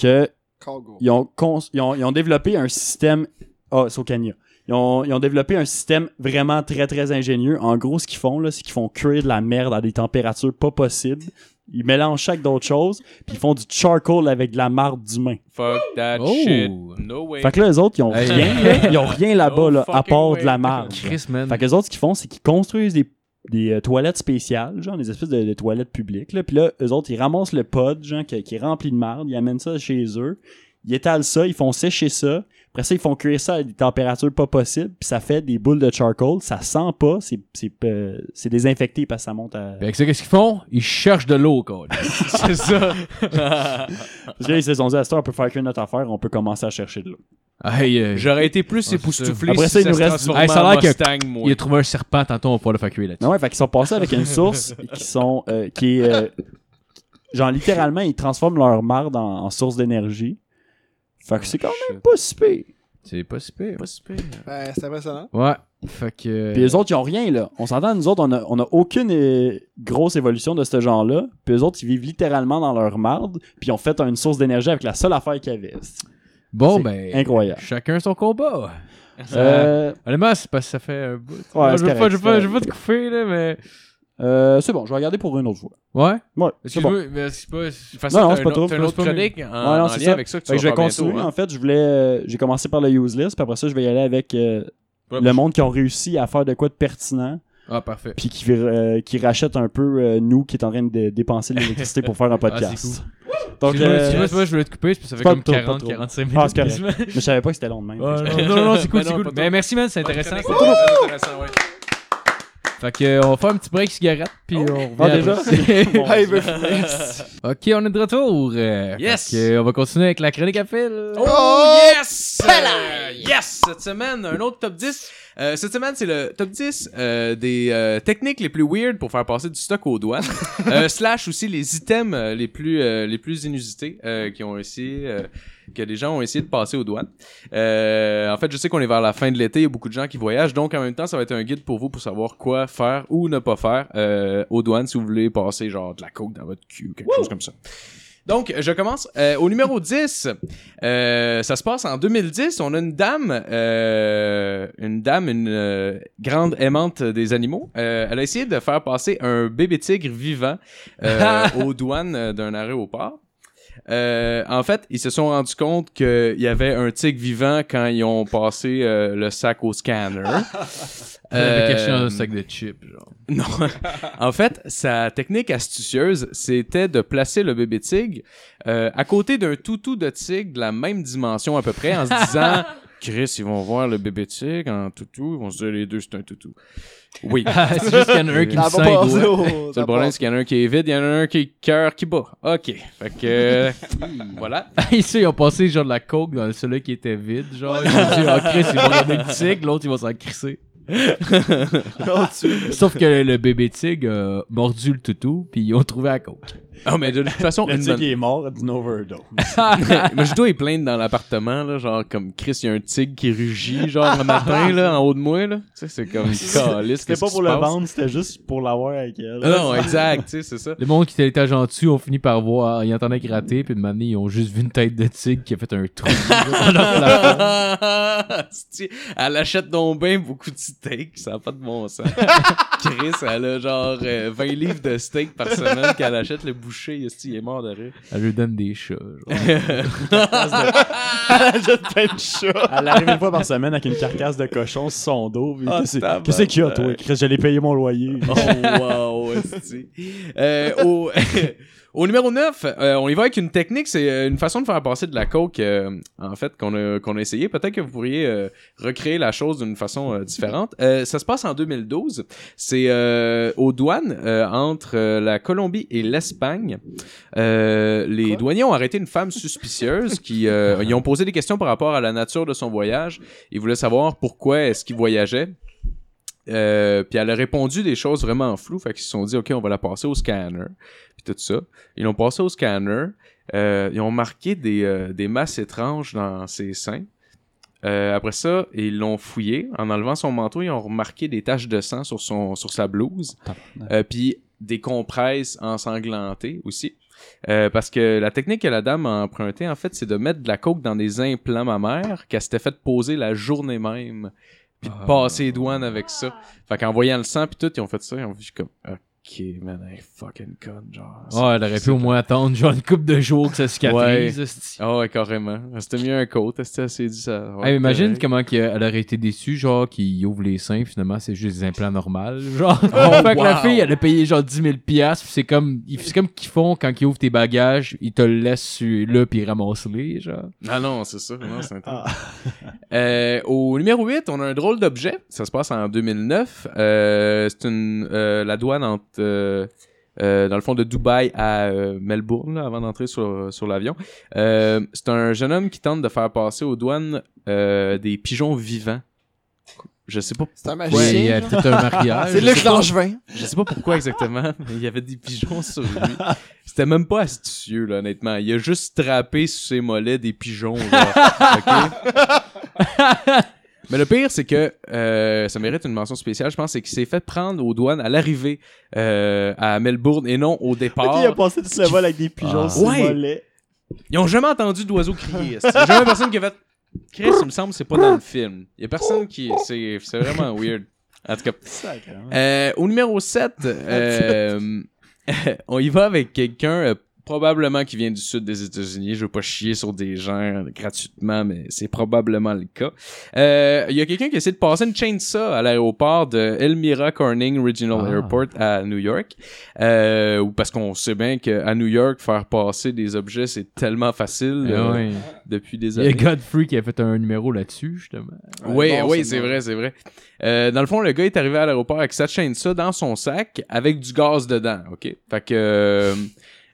que
Congo.
ils ont, cons- ils ont, ils ont développé un système. Ah, c'est au Kenya. Ils ont, ils ont développé un système vraiment très très ingénieux. En gros, ce qu'ils font, là, c'est qu'ils font cuire de la merde à des températures pas possibles. Ils mélangent chaque d'autres choses, puis ils font du charcoal avec de la marde d'humain.
Fuck that
Oh.
shit. No way.
Fait que là, les autres, ils ont
Hey.
rien, là. Ils ont rien là-bas,
No
là, à
Oh, fucking
part
way.
de la marde.
Chris, man.
Fait que les autres, ce qu'ils font, c'est qu'ils construisent des, des euh, toilettes spéciales, genre des espèces de, de toilettes publiques. Là. Puis là, eux autres, ils ramassent le pod, genre, qui, qui est rempli de marde, ils amènent ça chez eux, ils étalent ça, ils font sécher ça. Après ça, ils font cuire ça à des températures pas possibles, puis ça fait des boules de charcoal. Ça sent pas, c'est, c'est, euh, c'est désinfecté parce que ça monte à...
Fait que ça, qu'est-ce qu'ils font? Ils cherchent de l'eau, quoi.
c'est ça.
Parce que là, ils se sont dit, à cette heure, on peut faire cuire notre affaire, on peut commencer à chercher de l'eau.
Hey, euh,
J'aurais été plus
Ah,
époustouflé
Après
si
ça, il nous
se
reste-
transformait
Hey, ça a
en
l'air que-
Mustang, moi.
il a trouvé un serpent, tantôt on va pouvoir le faire cuire là-dessus.
Non, ouais, fait qu'ils sont passés avec une source qui sont euh, qui est euh, genre littéralement ils transforment leur marde en, en source d'énergie. Fait que c'est quand même pas si pire.
C'est pas si pire.
Pas si pire.
Ben, c'est impressionnant.
Ouais. Fait que. euh,
Puis les autres ils ont rien là. On s'entend nous autres on a, on a aucune euh, grosse évolution de ce genre-là. Puis les autres ils vivent littéralement dans leur marde, puis ils ont fait une source d'énergie avec la seule affaire qu'ils avaient.
bon,
c'est
ben.
incroyable.
Chacun son combat. Ça-
Euh,
Honnêtement, c'est parce que ça fait un bout.
Ouais,
je
c'est
veux
correct,
pas, je veux
c'est
pas,
correct.
je veux pas te couper, là, mais.
euh, c'est bon, je vais regarder pour une autre fois.
Ouais?
Ouais, c'est bon.
Excuse-moi, mais c'est pas.
De toute façon,
Non, non,
t'as
c'est
un
pas
autre-
trop,
t'as
c'est
une autre
pas
chronique en,
non,
en
c'est
lien
ça.
avec ça que tu
Fait
vas
que je vais
faire bientôt,
continuer.
hein.
En fait, je voulais, euh, j'ai commencé par le useless, puis après ça, je vais y aller avec euh,
Ouais.
le monde qui ont réussi à faire de quoi de pertinent.
Ah, parfait.
puis qui, euh, qui rachète un peu euh, nous qui est en train de dépenser l'électricité pour faire un
Ah, c'est
podcast.
Donc,
Donc,
tu vois,
euh,
tu vois, tu vois, je voulais te couper, puis ça fait
Pas
comme
trop, pas
40-45
trop.
minutes.
Ah, c'est correct.
quasiment.
mais je savais pas que c'était long de même.
Ouais, non, non, non, c'est cool,
Ben
c'est
non,
cool.
pas trop.
Mais merci, man, c'est intéressant.
C'est intéressant, ouais.
Fait que, euh, on va faire un petit break cigarette, puis on revient.
Ah, déjà?
après.
Bon,
Ah, il veut fumer.
ok, on est de retour. euh,
Yes.
fait que, euh, on va continuer avec la chronique à fil.
Oh,
Oh,
yes! Euh, yes! Cette semaine, un autre top 10. Euh, cette semaine, c'est le top 10 euh, des euh, techniques les plus weird pour faire passer du stock aux douanes. Euh, slash aussi les items euh, les plus, euh, les plus inusités euh, qui ont essayé, euh, que les gens ont essayé de passer aux douanes. Euh, en fait, je sais qu'on est vers la fin de l'été, il y a beaucoup de gens qui voyagent, donc en même temps, ça va être un guide pour vous pour savoir quoi faire ou ne pas faire euh, aux douanes si vous voulez passer genre de la coke dans votre cul ou quelque chose comme ça. Donc, je commence euh, au numéro 10. Euh, ça se passe en 2010. On a une dame, euh, une dame, une euh, grande aimante des animaux. Euh, elle a essayé de faire passer un bébé tigre vivant euh, aux douanes d'un aéroport. Euh, en fait, ils se sont rendus compte qu'il y avait un tigre vivant quand ils ont passé euh, le sac au scanner.
On avait caché dans
Euh,
un sac de chips, genre.
non. en fait, sa technique astucieuse, c'était de placer le bébé tigre euh, à côté d'un toutou de tigre de la même dimension à peu près, en se disant Chris, ils vont voir le bébé tigre en toutou, ils vont se dire les deux, c'est un toutou. Oui.
Ah, c'est juste qu'il y en a un qui me
Ça
sent
va pas
les
passer
doigts.
au-
C'est
ça
le problème,
passe.
c'est qu'il y en a un qui est vide, il y en a un qui cœur qui bat. OK. Fait que. euh, voilà.
Ici, ils ont passé genre de la coke dans celui qui était vide, genre. Ils ont dit, ah, Chris, ils vont regarder le tigre, l'autre, il va s'en crisser.
Oh,
Sauf que le bébé tigre a mordu le toutou, puis ils ont trouvé la coke.
Oh, mais de toute façon,
Le
une bonne-
tigre est mort d'une overdose.
mais je dois y plaindre dans l'appartement, là, genre comme Chris, il y a un tigre qui rugit, genre le matin, là, en haut de moi, là. Tu sais, c'est comme calice.
C'était pas pour le vendre, c'était juste pour l'avoir avec elle.
Ah,
Non, exact, tu sais, c'est ça.
Le monde qui était à l'étage en dessus ont fini par voir, ils entendaient gratter, puis de manière, ils ont juste vu une tête de tigre qui a fait un trou. dans leur plafond.
Sti- elle achète donc bien beaucoup de steak, ça n'a pas de bon sens. Chris, elle a genre euh, 20 livres de steak par semaine qu'elle achète le boucher, esti, il est mort de rire.
Elle lui donne des chats. genre.
Elle achète plein de chats. Elle arrive une fois par semaine avec une carcasse de cochon sur son dos. puis
Ah,
Qu'est-ce
tabarnak.
qu'est-ce qu'il y a, toi? Chris, j'allais payer mon loyer.
Ah,
Oh wow, esti. Euh, au, au numéro 9, euh, on y va avec une technique, c'est euh, une façon de faire passer de la coke, euh, en fait, qu'on a, qu'on a essayé. Peut-être que vous pourriez euh, recréer la chose d'une façon euh, différente. Euh, ça se passe en 2012. C'est euh, aux douanes euh, entre euh, la Colombie et l'Espagne. Euh, les douaniers ont arrêté une femme suspicieuse qui euh, ils ont posé des questions par rapport à la nature de son voyage. Ils voulaient savoir pourquoi est-ce qu'il voyageait. Euh, puis elle a répondu des choses vraiment floues, fait qu'ils se sont dit ok on va la passer au scanner, puis tout ça. Ils l'ont passé au scanner, euh, ils ont marqué des, euh, des masses étranges dans ses seins. Euh, après ça, ils l'ont fouillé. En enlevant son manteau, ils ont remarqué des taches de sang sur, son, sur sa blouse. Euh, puis des compresses ensanglantées aussi. Euh, parce que la technique que la dame a empruntée, en fait, c'est de mettre de la coke dans des implants mammaires qu'elle s'était fait poser la journée même. Puis de
Ah.
passer les douanes avec ça. Fait qu'en voyant le sang, puis tout, ils ont fait ça. Ils ont vu comme, ok, man, elle est fucking con, genre.
Ah, elle aurait pu au moins attendre genre une couple de jours que ça cicatrise. esti.
Ah ouais, carrément. C'était mieux un coat. C'était assez dit ça.
Hey, Ah, imagine
comme
comment qu'elle aurait été déçue, genre, qu'il ouvre les seins, puis finalement, c'est juste des implants normaux. Genre,
Oh,
fait que la
wow.
fille, elle a payé genre 10 000 piastres, puis c'est comme, ils- c'est comme qu'ils font quand ils ouvrent tes bagages, ils te le laissent sur- là, puis ils ramassent-les, genre.
Ah non, c'est ça. Non, c'est intense. Euh, au numéro 8, on a un drôle d'objet. Ça se passe en 2009. Euh, c'est une euh, la douane entre euh, euh, dans le fond de Dubaï à euh, Melbourne là, avant d'entrer sur, sur l'avion. Euh, c'est un jeune homme qui tente de faire passer aux douanes euh, des pigeons vivants. Je sais pas
C'est un
Ouais,
magicien.
il y a
genre.
peut-être un mariage.
C'est
je sais
Luc
pas.
Langevin.
je sais pas pourquoi exactement, mais il y avait des pigeons sur lui. C'était même pas astucieux, là, honnêtement. Il a juste trappé sur ses mollets des pigeons. là. OK? mais le pire, c'est que euh, ça mérite une mention spéciale, je pense, c'est qu'il s'est fait prendre aux douanes à l'arrivée euh, à Melbourne et non au départ.
Ok, il a passé tout le vol avec des pigeons
Ah.
sur le
Ouais.
mollet.
Ils ont jamais entendu d'oiseau crier. c'est- Jamais personne qui a fait Chris, il me semble que c'est pas dans le film. Il y a personne qui. C'est c'est vraiment weird. En tout cas,
Sacrément.
Euh, au numéro 7, on y va avec quelqu'un euh, probablement qu'il vient du sud des États-Unis. Je veux pas chier sur des gens euh, gratuitement, mais c'est probablement le cas. Euh, Il y a quelqu'un qui essaie de passer une chainsaw à l'aéroport de Elmira Corning Regional
Ah.
Airport à New York. Euh, ou parce qu'on sait bien qu'à New York, faire passer des objets, c'est tellement facile euh,
Ah Ouais.
depuis des
Eh Il y a
années.
Godfrey qui a fait un numéro là-dessus, justement.
Oui,
bon,
oui,
c'est
c'est
bon.
vrai, c'est vrai. Euh, dans le fond, le gars est arrivé à l'aéroport avec sa chaîne ça dans son sac avec du gaz dedans, OK? Fait que... euh,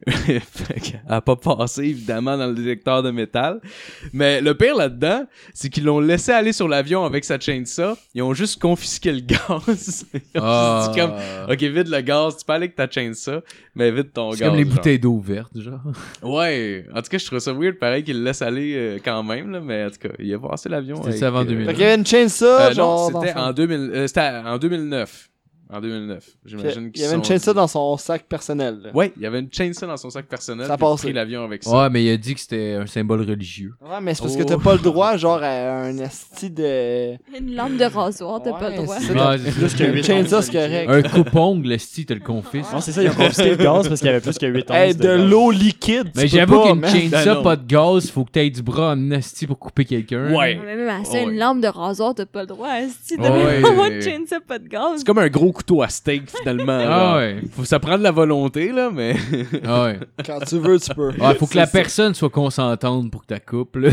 fait que elle a pas passé, évidemment, dans le détecteur de métal. Mais le pire là-dedans, c'est qu'ils l'ont laissé aller sur l'avion avec sa chaîne ça. Ils ont juste confisqué le gaz. Ils ont
Ah.
juste dit comme... Ok, vide le gaz, tu peux aller avec ta chaîne ça, mais vide ton
C'est
gaz.
comme les
genre.
bouteilles d'eau verte, Oh, genre.
Ouais, en tout cas, je trouve ça weird, pareil qu'il le laisse aller euh, quand même, là, mais en tout cas, il a passé l'avion.
C'était
avec,
ça avant
euh,
2000.
Fait qu'il y avait une chainsaw,
euh, non,
genre. dans
c'était
son-
en, 2000, euh, c'était en 2009. En 2009,
Puis,
j'imagine
Il
qu'ils
y avait une
sont-
chainsaw dans son sac personnel. là.
Ouais, il y avait une chainsaw dans son sac personnel.
Ça
puis il a
passait.
pris l'avion avec ça.
Ouais, mais il a dit que c'était un symbole religieux.
Ouais, mais c'est parce que
Oh.
t'as pas le droit, genre, à un asti de.
Une lampe de rasoir, t'as pas le
Ouais,
droit.
c'est ça,
Ah, c'est
Plus
ça.
que 8
Chainsaw, c'est correct.
un coupongle, le style, te le confisque.
Ah,
Non, c'est ça, ils ont confisqué le gaz parce qu'il y avait plus que 8 ans.
Hey, de l'eau liquide. tu
Mais
peux
j'avoue
pas,
qu'une
man.
Ben
chainsaw,
non.
pas de gaz, faut que t'aies du bras en nasty pour couper quelqu'un.
Ouais.
Mais même à ça,
Ouais.
une lampe de rasoir, t'as pas le droit. hein, Si tu
Ouais,
devais
ouais,
avoir
ouais.
une chainsaw, pas de gaz.
C'est comme un gros couteau à steak, finalement.
Ah
là.
ouais.
Faut, ça prend de la volonté, là, mais.
Ah ouais.
Quand tu veux, tu peux.
Ah, faut que la personne soit consentante pour que t'as coupe, là.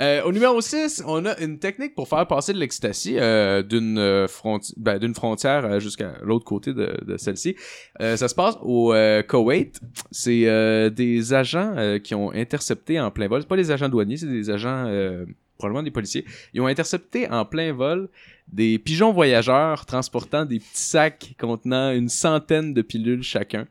Euh, au numéro 6, on a une technique pour faire passer de l'ecstasy euh, d'une euh, fronti- ben, d'une frontière euh, jusqu'à l'autre côté de, de celle-ci. Euh, ça se passe au euh, Koweït. C'est euh, des agents euh, qui ont intercepté en plein vol. C'est pas des agents douaniers, c'est des agents euh, probablement des policiers. Ils ont intercepté en plein vol des pigeons voyageurs transportant des petits sacs contenant une centaine de pilules chacun.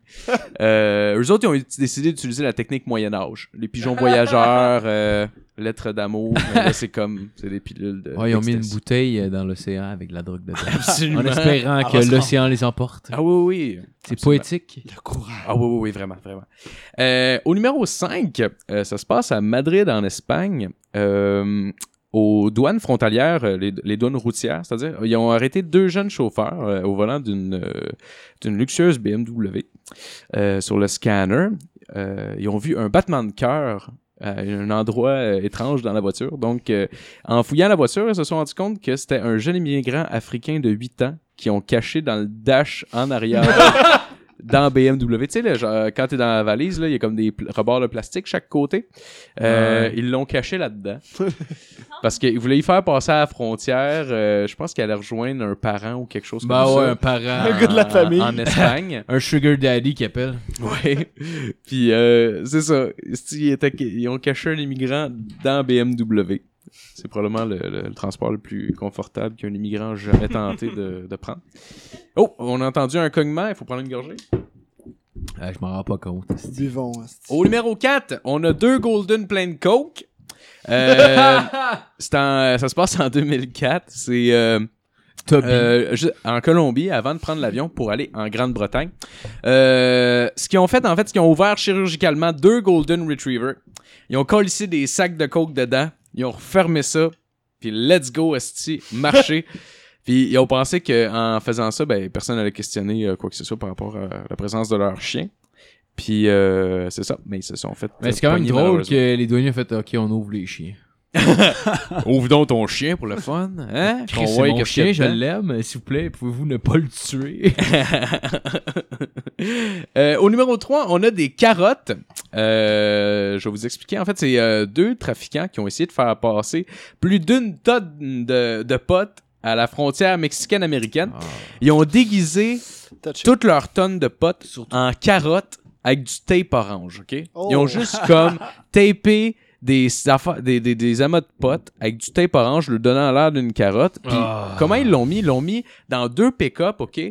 Euh, eux autres, ils ont ut- décidé d'utiliser la technique Moyen Âge. Les pigeons voyageurs, euh, lettres d'amour, mais là, c'est comme, c'est des pilules de...
Ouais, ils ont mis une
d'ecstasy.
bouteille euh, dans l'océan avec de la drogue dedans.
Absolument.
En espérant
Ah,
que
bah, ça-
l'océan les emporte.
Ah oui, oui.
C'est
absolument.
poétique.
Le courage.
Ah oui, oui, oui, vraiment, vraiment. Euh, au numéro 5, ça se passe à Madrid, en Espagne. Euh, aux douanes frontalières, euh, les, les douanes routières, c'est-à-dire, ils ont arrêté deux jeunes chauffeurs euh, au volant d'une euh, d'une luxueuse BMW euh, sur le scanner. Euh, ils ont vu un battement de cœur à un endroit euh, étrange dans la voiture. Donc, euh, en fouillant la voiture, ils se sont rendus compte que c'était un jeune immigrant africain de 8 ans qui ont caché dans le dash en arrière dans BMW. Tu sais, là, genre, quand t'es dans la valise, là, il y a comme des pl- rebords de plastique chaque côté. Euh,
Ouais.
Ils l'ont caché là-dedans. Parce qu'ils voulaient y faire passer à la frontière. euh, je pense qu'elle allait rejoindre un parent ou quelque chose
Bah
comme
ouais,
ça.
un parent.
Le gars de la
en-
famille.
En Espagne.
Un sugar daddy qui appelle.
ouais. Puis, euh, c'est ça. Si, ils étaient- Ils ont caché un immigrant dans BMW. C'est probablement le, le- le transport le plus confortable qu'un immigrant a jamais tenté de, de prendre. Oh, on a entendu un cognement. Il faut prendre une gorgée.
Ah, je m'en rends pas compte.
Buvons, asti.
Au numéro 4, on a deux Golden Plain Coke. Euh, c'est en- ça se passe en 2004. C'est euh,
Toby.
euh, ju- en Colombie, avant de prendre l'avion pour aller en Grande-Bretagne. Euh, ce qu'ils ont fait, en fait, c'est qu'ils ont ouvert chirurgicalement deux Golden Retriever. Ils ont collé ici des sacs de coke dedans. Ils ont refermé ça. Puis let's go, esti, marcher. Puis ils ont pensé qu'en faisant ça, ben, personne n'allait questionner euh, quoi que ce soit par rapport à la présence de leur chien. Puis euh, c'est ça, mais ils se sont fait.
Mais c'est quand même
pogner,
drôle
malheureusement.
que les douaniers ont fait OK, on ouvre les chiens.
Ouvre donc ton chien pour le fun, hein?
Chris, c'est
voit
mon
qu'est-ce
chien,
qu'il y
je
a dedans.
l'aime. S'il vous plaît, pouvez-vous ne pas le tuer?
Euh, au numéro 3, on a des carottes. Euh, je vais vous expliquer. En fait, c'est euh, deux trafiquants qui ont essayé de faire passer plus d'une tonne de, de potes à la frontière mexicaine-américaine. Ils ont déguisé
Touché.
toutes leurs tonnes de potes en carottes avec du tape orange, OK? Ils ont
Oh.
juste comme tapé des, affa- des, des, des amas de potes avec du tape orange, le donnant l'air d'une carotte. Puis
Ah.
comment ils l'ont mis? Ils l'ont mis dans deux pick-up, OK?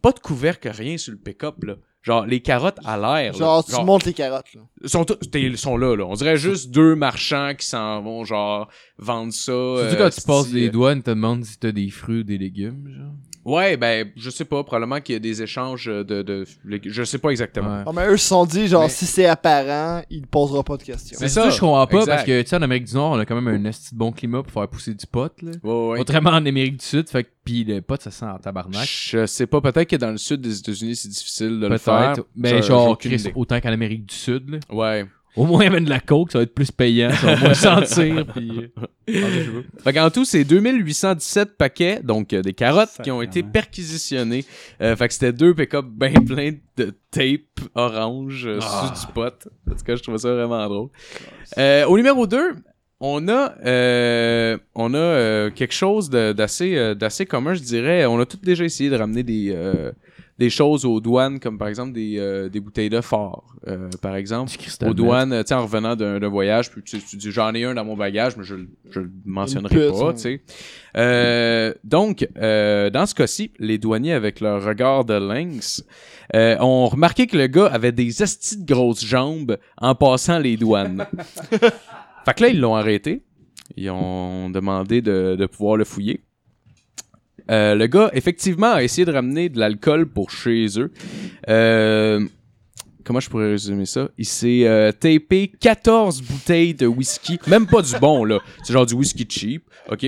Pas de couvercle, rien sur le pick-up, là. Genre, les carottes à l'air. là.
Genre, tu montes les carottes, là.
sont, tous- t'es- ils sont là, là. On dirait juste deux marchands qui s'en vont, genre, vendre ça.
Surtout
euh,
quand tu passes
si- euh,
des douanes, te demandes si t'as des fruits ou des légumes, genre.
Ouais, ben, je sais pas. Probablement qu'il y a des échanges de. de je sais pas exactement.
Ouais.
Non, mais eux se sont dit, genre,
Mais-
si c'est apparent, ils ne poseront pas de questions.
C'est
Mais
ça.
ça, je comprends pas
Exact.
parce que, tu sais, en Amérique du Nord, on a quand même un esti de bon climat pour faire pousser du pot, là.
Ouais, ouais.
Autrement, en Amérique du Sud, fait que, pis le pot, ça sent en tabarnak.
Je sais pas. Peut-être que dans le sud des États-Unis, c'est difficile de le faire.
Peut-être. Mais
Je- j'ai
genre,
aucune
Chris,
idée.
autant qu'en Amérique du Sud, là.
Ouais.
Au moins, amène de la coke, ça va être plus payant, ça va moins sentir, pis. euh.
Fait qu'en tout, c'est 2817 paquets, donc euh, des carottes, qui ont
Sacrément.
été perquisitionnés. Euh, fait que c'était deux pick-up bien pleins de tape orange euh,
Ah.
sous du pot. En tout cas, je trouvais ça vraiment drôle. Euh, au numéro 2, on a, euh, on a euh, quelque chose de- d'assez euh, d'assez commun, je dirais. On a tous déjà essayé de ramener des, euh, des choses aux douanes, comme par exemple des, euh, des bouteilles de fort, euh, par exemple
Du cristal
aux
net.
douanes, euh, tu sais, en revenant d'un d'un voyage, puis tu, tu dis j'en ai un dans mon bagage, mais je, le- je le mentionnerai
Une puce,
pas,
hein.
tu sais. Euh, donc, euh, dans ce cas-ci, les douaniers, avec leur regard de lynx, euh, ont remarqué que le gars avait des astis de grosses jambes en passant les douanes. fait que là, ils l'ont arrêté. Ils ont demandé de, de pouvoir le fouiller. Euh, le gars, effectivement, a essayé de ramener de l'alcool pour chez eux. Euh, comment je pourrais résumer ça? Il s'est euh, tapé 14 bouteilles de whisky. Même pas du bon, là. C'est genre du whisky cheap, OK?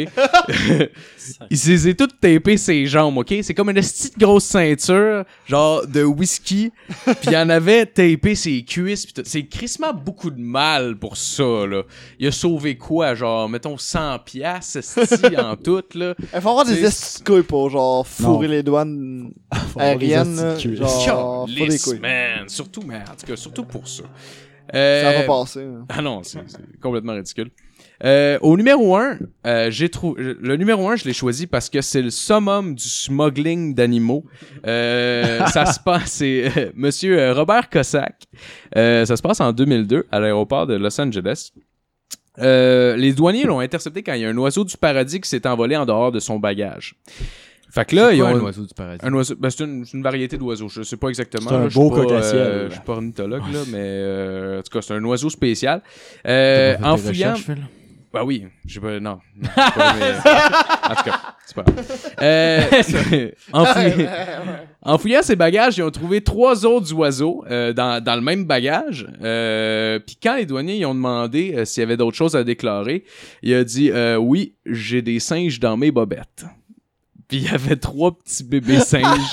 il s'est les a toutes tapées ses jambes, OK? C'est comme une petite grosse ceinture, genre de whisky. Puis il en avait tapé ses cuisses. puis tout. C'est crissement beaucoup de mal pour ça, là. Il a sauvé quoi? Genre, mettons, 100 piastres, esti, en tout, là.
Il faut avoir des
C'est-
estis de couilles pour, genre, fourrer les douanes aériennes. là.
estis de couilles.
Genre, Oh, faut des
Calisse,
couilles.
man. Surtout, mais en tout cas, surtout pour ça.
Ça
Euh,
va passer. là.
hein.
Ah non, c'est c'est complètement ridicule. Euh, au numéro 1, j'ai trouvé le numéro 1, je l'ai choisi parce que c'est le summum du smuggling d'animaux. Euh, ça se passe c'est euh, monsieur euh, Robert Cossack. Euh, ça se passe en 2002 à l'aéroport de Los Angeles. Euh, les douaniers l'ont intercepté quand il y a un oiseau du paradis qui s'est envolé en dehors de son bagage. Fait que là,
C'est
ils
quoi
ont
un oiseau du paradis.
un oiseau- ben, c'est une, c'est une variété d'oiseaux. Je sais pas exactement.
C'est un
là, je suis
beau
pas,
coq à ciel.
euh, Je suis pas ornithologue, là, mais euh, en tout cas, c'est un oiseau spécial. Euh,
T'as pas
en
fait tes
fouillant.
recherches, Phil?
Bah oui, je sais pas. Non. non, c'est pas vrai, mais- euh, en tout cas, c'est pas grave. Euh, en, fouillant, en fouillant ses bagages, ils ont trouvé trois autres oiseaux euh, dans, dans le même bagage. Euh, Puis quand les douaniers ils ont demandé euh, s'il y avait d'autres choses à déclarer, il a dit euh, Oui, j'ai des singes dans mes bobettes. Puis il y avait trois petits bébés singes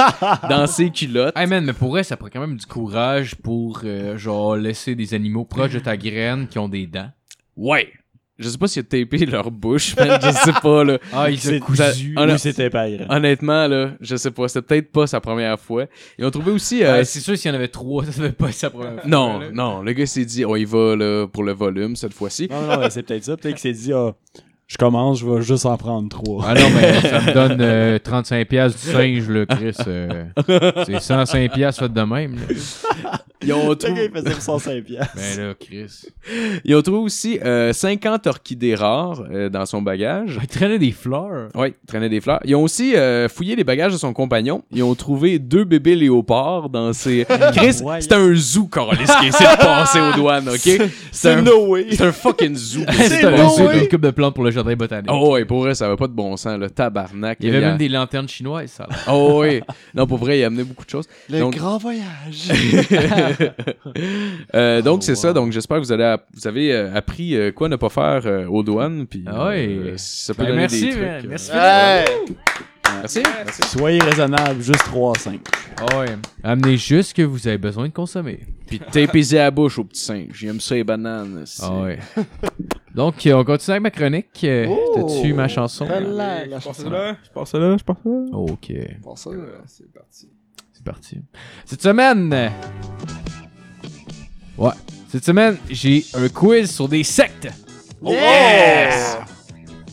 dans ses culottes.
Hey man, mais pour vrai, ça prend quand même du courage pour, euh, genre, laisser des animaux proches de ta graine qui ont des dents.
Ouais. Je sais pas s'il a tapé leur bouche, man, je sais pas, là.
Ah, ils se
C'est-
cousu.
Ah,
Ou
non.
c'était pire.
Honnêtement, là, je sais pas. C'était peut-être pas sa première fois. Ils ont trouvé aussi. euh,
Ouais, Ben, c'est sûr, s'il y en avait trois, ça devait pas être sa première fois.
non,
là.
non. Le gars s'est dit, on y va, là, pour le volume cette fois-ci.
Non, non, mais c'est peut-être ça. Peut-être qu'il s'est dit, ah, je commence, je vais juste en prendre trois.
Ah non, mais ça me donne euh, 35$ piastres du singe, là, Chris. euh, c'est 105$ piastres fait de même. Là.
Ils ont,
Le gars,
trouvé,
il faisait pour 105 piastres.
Mais là, Chris.
ils ont trouvé aussi euh, 50 orchidées rares euh, dans son bagage.
Il traînait des fleurs.
Oui, traînait des fleurs. Ils ont aussi euh, fouillé les bagages de son compagnon. Ils ont trouvé deux bébés léopards dans ses.
Ah,
Chris,
Ouais.
c'est un zoo, Carlis, qui essaie de passer aux douanes, ok? C'est
C'est
un,
no way.
c'est un fucking zoo.
C'est
bon,
un
ouais.
une coupe de plantes pour le jardin botanique.
Oh, ouais, pour vrai, ça va pas de bon sens, le tabarnak.
Il y avait
a-
même des lanternes chinoises, ça. là.
Oh, oui. Non, pour vrai, il a amené beaucoup de choses.
Le
Donc-
grand voyage.
Euh, donc
Oh,
c'est
wow.
ça. Donc j'espère que vous allez app- vous avez euh, appris euh, quoi ne pas faire euh, aux douanes puis
Ah ouais.
euh, ça peut
Ben,
donner
merci,
des trucs.
man.
euh,
Merci.
Ouais.
merci. Merci.
Soyez raisonnable, juste 3-5.
euh.
Ah ouais. Amenez juste ce que vous avez besoin de consommer.
Puis tapez à la bouche au petit singe. J'aime ça les bananes. c'est-
Ah ouais. Donc, euh, on continue avec ma chronique. Euh,
Oh.
T'as-tu ma chanson?
Voilà, la
Je pense
chanson.
à là, je pense à là, je pense à là.
Oh, Ok,
Bon, ça,
Euh, C'est parti.
c'est parti. Cette semaine... euh, Ouais. Cette semaine, j'ai un quiz sur des sectes.
Yes!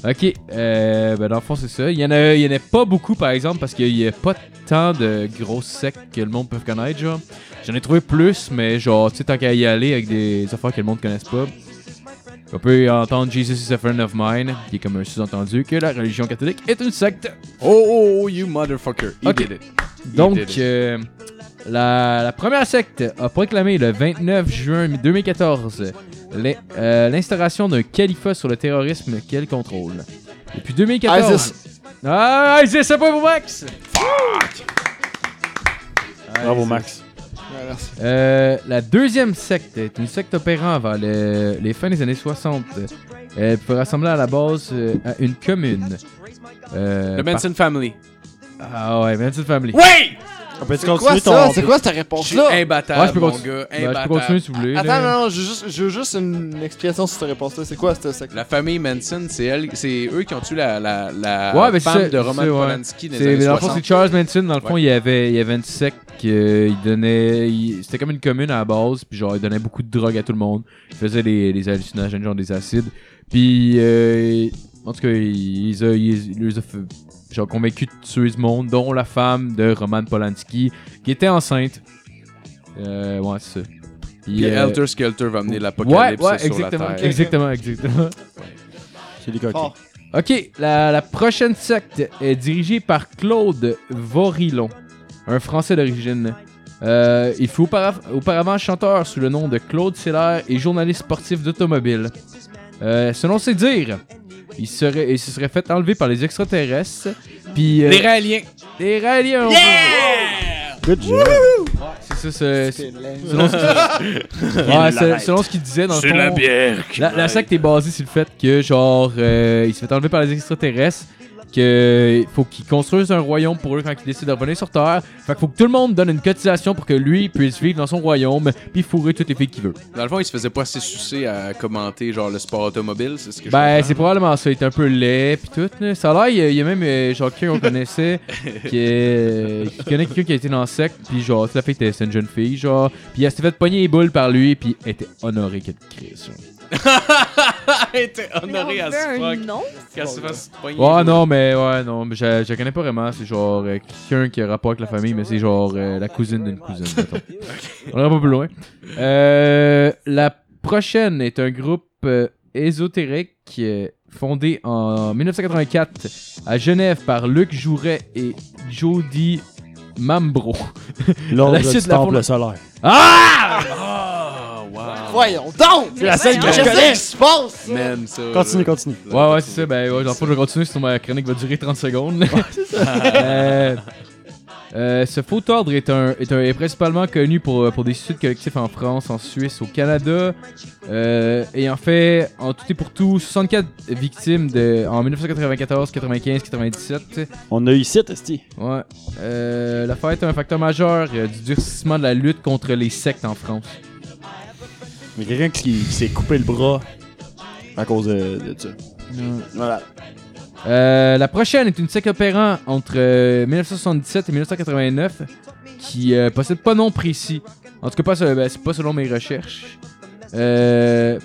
Ok, euh, ben dans le fond, c'est ça. Il y, en a, il y en a pas beaucoup, par exemple, parce qu'il y a pas tant de grosses sectes que le monde peut connaître, genre. J'en ai trouvé plus, mais genre, tu sais, tant qu'à y aller avec des affaires que le monde connaisse pas. On peut entendre Jesus is a friend of mine, qui est comme un sous-entendu que la religion catholique est une secte.
Oh, oh, oh, you motherfucker. He
Ok.
did it.
Donc,
did it.
euh, la, la première secte a proclamé le 29 juin 2014 l'in- euh, l'instauration d'un califat sur le terrorisme qu'elle contrôle. Depuis 2014.
ISIS.
Ah, ISIS, c'est pas pour Max!
Bravo, Max.
Ouais, merci.
Euh, la deuxième secte est une secte opérant vers le- les fins des années 60. Elle peut rassembler à la base euh, à une commune. Euh,
Le Manson Family.
par- Ah ouais, Manson Family.
Oui!
On peut-tu
C'est quoi
continuer
ça?
ton.
C'est quoi cette réponse-là?
Imbattable,
Ouais, je peux
Ah, mon
continuer.
gars.
Ben, je
imbattable.
peux continuer si vous voulez.
Attends,
là.
non, non, je veux juste- je veux juste une explication sur cette réponse-là. C'est quoi cette secte?
La famille Manson, c'est elle, c'est eux qui ont tué la, la, la
Ouais, ben, c'est
femme
ça,
de Roman
c'est- ouais.
Polanski dans les
C'est,
années
dans le fond,
60.
c'est Charles Manson. Dans le fond,
Ouais.
il, y avait, il y avait une secte qui euh, il donnait. il- c'était comme une commune à la base, puis genre, il donnait beaucoup de drogue à tout le monde. Il faisait des, des hallucinogènes, genre des acides. Puis, euh, en tout cas, il, les a, il, il les a fait- genre, convaincus de tuer du monde, dont la femme de Roman Polanski, qui était enceinte. Euh, ouais, c'est ça. Puis,
Puis
euh,
Helter Skelter va amener
ouais,
l'apocalypse
ouais,
sur la
exactement,
Terre.
exactement, exactement.
C'est les coquilles.
Fort.
Ok, la, la prochaine secte est dirigée par Claude Vorillon, un Français d'origine. Euh, il fut aupara- auparavant chanteur sous le nom de Claude Seller et journaliste sportif d'automobile. Euh, selon ses dires, il, serait, il se serait fait enlever par les extraterrestres, puis... euh,
Les Raéliens.
les Raéliens!
Good job.
C'est ça, c'est-
C'est
c'est-
laid.
selon ce qu'il- Ouais, c'est- selon ce qu'il disait dans le fond,
bière.
La, la secte est basée sur le fait que, genre, euh, il se fait enlever par les extraterrestres, que euh, faut qu'ils construisent un royaume pour eux quand ils décident de revenir sur Terre. Fait qu'il faut que tout le monde donne une cotisation pour que lui puisse vivre dans son royaume, puis fourrer toutes les filles qu'il veut.
Dans le fond, il se faisait pas assez sucer à commenter genre le sport automobile, c'est ce que
Ben,
je
c'est probablement ça. Il est un peu laid, puis tout. là. Ça a l'air, il y a- il y a même, euh, genre, quelqu'un qu'on connaissait, qui, est- qui connaît quelqu'un qui a été dans la secte, puis genre, toute la fille était c'était une jeune fille, genre, puis elle s'était fait pogner les boules par lui, puis elle était honorée qu'elle crisse.
ben, était honoré
Mais on
à
veut
ce
un
fuck
nom?
qu'elle se fasse poigner.
Ouais, non, mais ouais, non, mais je, je connais pas vraiment. C'est genre euh, quelqu'un qui a rapport avec la famille, mais c'est genre euh, la cousine d'une cousine, mettons. On ira pas plus loin. Euh, la prochaine est un groupe euh, ésotérique euh, fondé en 1984 à Genève par Luc Jouret et Jody Mambro.
L'ordre
La suite
du
de la
temple
fond-
solaire.
Ah!
Oh, wow.
Voyons donc!
C'est la seule que je
Qu'est-ce
connais.
qui se passe? ça?
Man, ça. euh,
Continue,
là.
continue.
Ouais, ouais, c'est ça. Ben, ouais, dans le fond, je vais continuer, sinon ma chronique va durer 30 secondes. Euh, euh, ce faux ordre est, un, est, un- est principalement connu pour, euh, pour des suites collectifs en France, en Suisse, au Canada. Euh, et en fait, en tout et pour tout, 64 victimes de, en 1994, 95, 97.
On a eu ici, Testi.
Ouais. Euh, la fête est un facteur majeur euh, du durcissement de la lutte contre les sectes en France.
Mais quelqu'un qui, qui s'est coupé le bras à cause de, de ça. Voilà.
Euh, la prochaine est une secte opérant entre euh, 1977 et 1989 qui euh, possède pas nom précis. En tout cas, pas, se- ben, c'est pas selon mes recherches. Euh,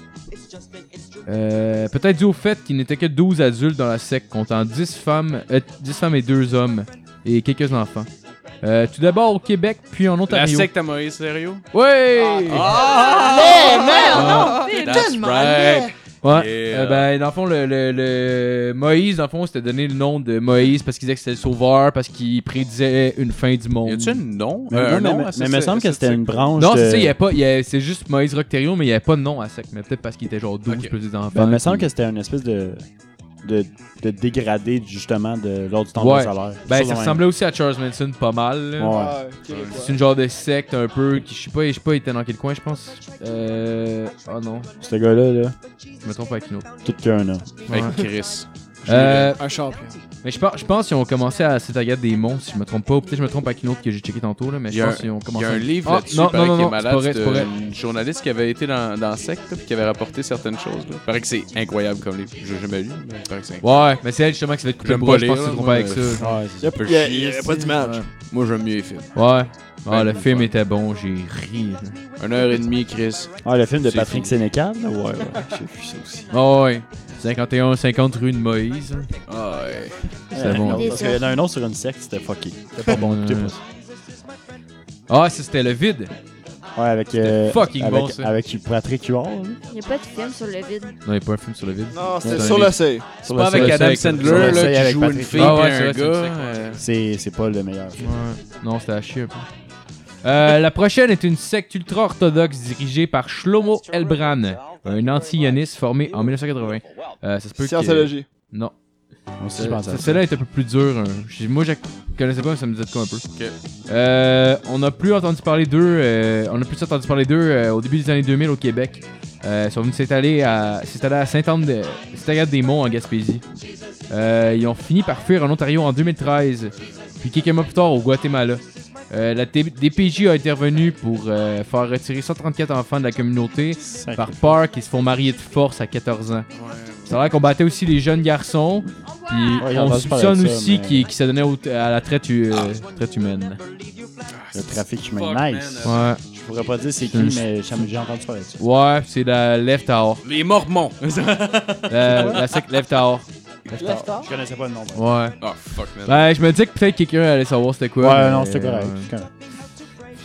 euh, Peut-être dû au fait qu'il n'était que 12 adultes dans la secte, comptant 10 femmes, euh, 10 femmes et 2 hommes et quelques enfants. Euh, tout d'abord au Québec, puis en
La
Ontario.
secte à Maurice Sérieux?
Ouais!
Ah,
Ah,
Hey, man!
Ah, non,
That's
Tellement
right.
laid.
Ouais.
Yeah.
Euh, ben, dans le fond, le, le- le- Moïse, dans le fond, c'était donné le nom de Moïse parce qu'il disait que c'était le sauveur, parce qu'il prédisait une fin du monde.
Y a-tu un nom?
Mais,
Euh, un
non,
nom
mais,
à
mais
cette-
me semble que
cette
c'était une branche.
Non, c'est
de-
ça, il y a pas, il y a- c'est juste Moïse Rocterio, mais il n'y avait pas de nom à sec. Mais peut-être parce qu'il était genre 12
Ok.
plus des
Ben,
enfants.
il me semble
puis-
que c'était une espèce de, de, de dégradé, justement, de l'ordre du temple
Ouais.
solaire.
Ben,
Chose de
ça
même.
ressemblait aussi à Charles Manson pas mal. là.
Ouais.
Ah, Québécois.
C'est une genre de secte un peu qui, je sais pas, je sais pas, il était dans quel coin, je pense. Euh. Oh non,
Ce gars-là, là,
je me trompe avec nous.
tout qu'un, là.
Avec Chris.
Euh,
Un champion.
mais je pense, je pense qu'ils ont commencé à s'étaguer des monstres, si je me trompe pas. Ou peut-être je me trompe avec une autre que j'ai checké tantôt, là, mais
Il y
je
a
pense
un-
qu'ils ont
Il
commencé.
y a un livre
Ah,
là-dessus,
non,
pareil,
non, non,
qui est
non, c'est pas
malade,
vrai,
c'est
c'est pas vrai.
une journaliste qui avait été dans, dans la secte, là, puis qui avait rapporté certaines choses. Là. Paraît que c'est incroyable comme livre. Je l'ai jamais lu, mais paraît que c'est incroyable.
Ouais, mais c'est elle justement qui se fait couper le
J'aime
bras,
pas
je pense
lire,
que c'est trop
là,
avec
moi,
ça.
euh,
Ouais, c'est
Un
ça.
peu
Il y a-
chier,
il y avait pas
c'est-
d'image.
Moi, j'aime mieux les films.
Ouais. Ah,
Ben,
le
c'est
film
fun.
était bon, j'ai ri. là.
Une heure et demie, Chris.
Ah, le film de
C'est
Patrick
fou.
Sénécal, là, ouais, ouais, j'ai vu ça aussi.
Ah ouais. 51-50 rue de Moïse.
Ah, ouais.
C'était
Ouais,
bon.
non, Parce qu'il y en a un autre sur une secte, c'était fucké. C'était pas
bon,
bon,
écoutez pas Euh, Ah, ça, c'était le vide.
Ouais, avec. euh,
fucking
avec,
bon, ça.
Avec Patrick Huard, là.
Il n'y a pas de film sur le vide.
Non, il n'y a pas un film sur le vide.
Non,
Ouais.
c'est sur le seuil.
Sur
Pas
le
avec
seul,
sol.
Adam
avec-
sur
Sandler,
le seul,
là, qui
avec
joue
Patrick.
une fille et
Ah ouais, c'est
un
vrai, c'est
gars.
une secte, ouais.
euh,
C'est c'est pas le meilleur.
Ouais. Non, c'était à chier un peu. Euh, la prochaine est une secte ultra-orthodoxe dirigée par Shlomo Elbran, un anti-ioniste formé en 1980. Euh, ça se peut que...
Scientologie.
Non.
On se
Euh,
pense à
ce-
ça.
Celle-là est un peu plus dure. hein. J'ai- Moi, je connaissais pas, mais ça me disait de quoi un peu. Euh, on a plus entendu parler d'eux. euh, on a plus entendu parler d'eux euh, au début des années 2000 au Québec. Euh, ils sont venus s'installer à, s'installer à Saint-Anne-des-Monts en Gaspésie. Euh, ils ont fini par fuir en Ontario en 2013, puis quelques mois plus tard au Guatemala. Euh, la T- DPJ a intervenu pour euh, faire retirer 134 enfants de la communauté
Sacré-
par peur qu'ils se font marier de force à 14 ans. Ça a l'air qu'on battait aussi les jeunes garçons. Puis
Ouais, on
on
va se parler de
soupçonne
ça,
aussi
mais-
qui, qui se donnait au- à la traite, hu- euh, traite humaine.
Le trafic
Fuck,
humain,
man,
nice.
euh,
Ouais,
Je pourrais pas dire c'est qui,
Hum.
mais j'ai j'ai entendu parler de ça.
ouais c'est la lève tahor.
Les Mormons.
La, la sec lève tahor.
Je connaissais pas le nom. Ouais,
Ouais.
oh, fuck, man.
Ben, je me disais que peut-être quelqu'un allait savoir c'était quoi. mais,
non, c'était correct.
euh,
c'est correct.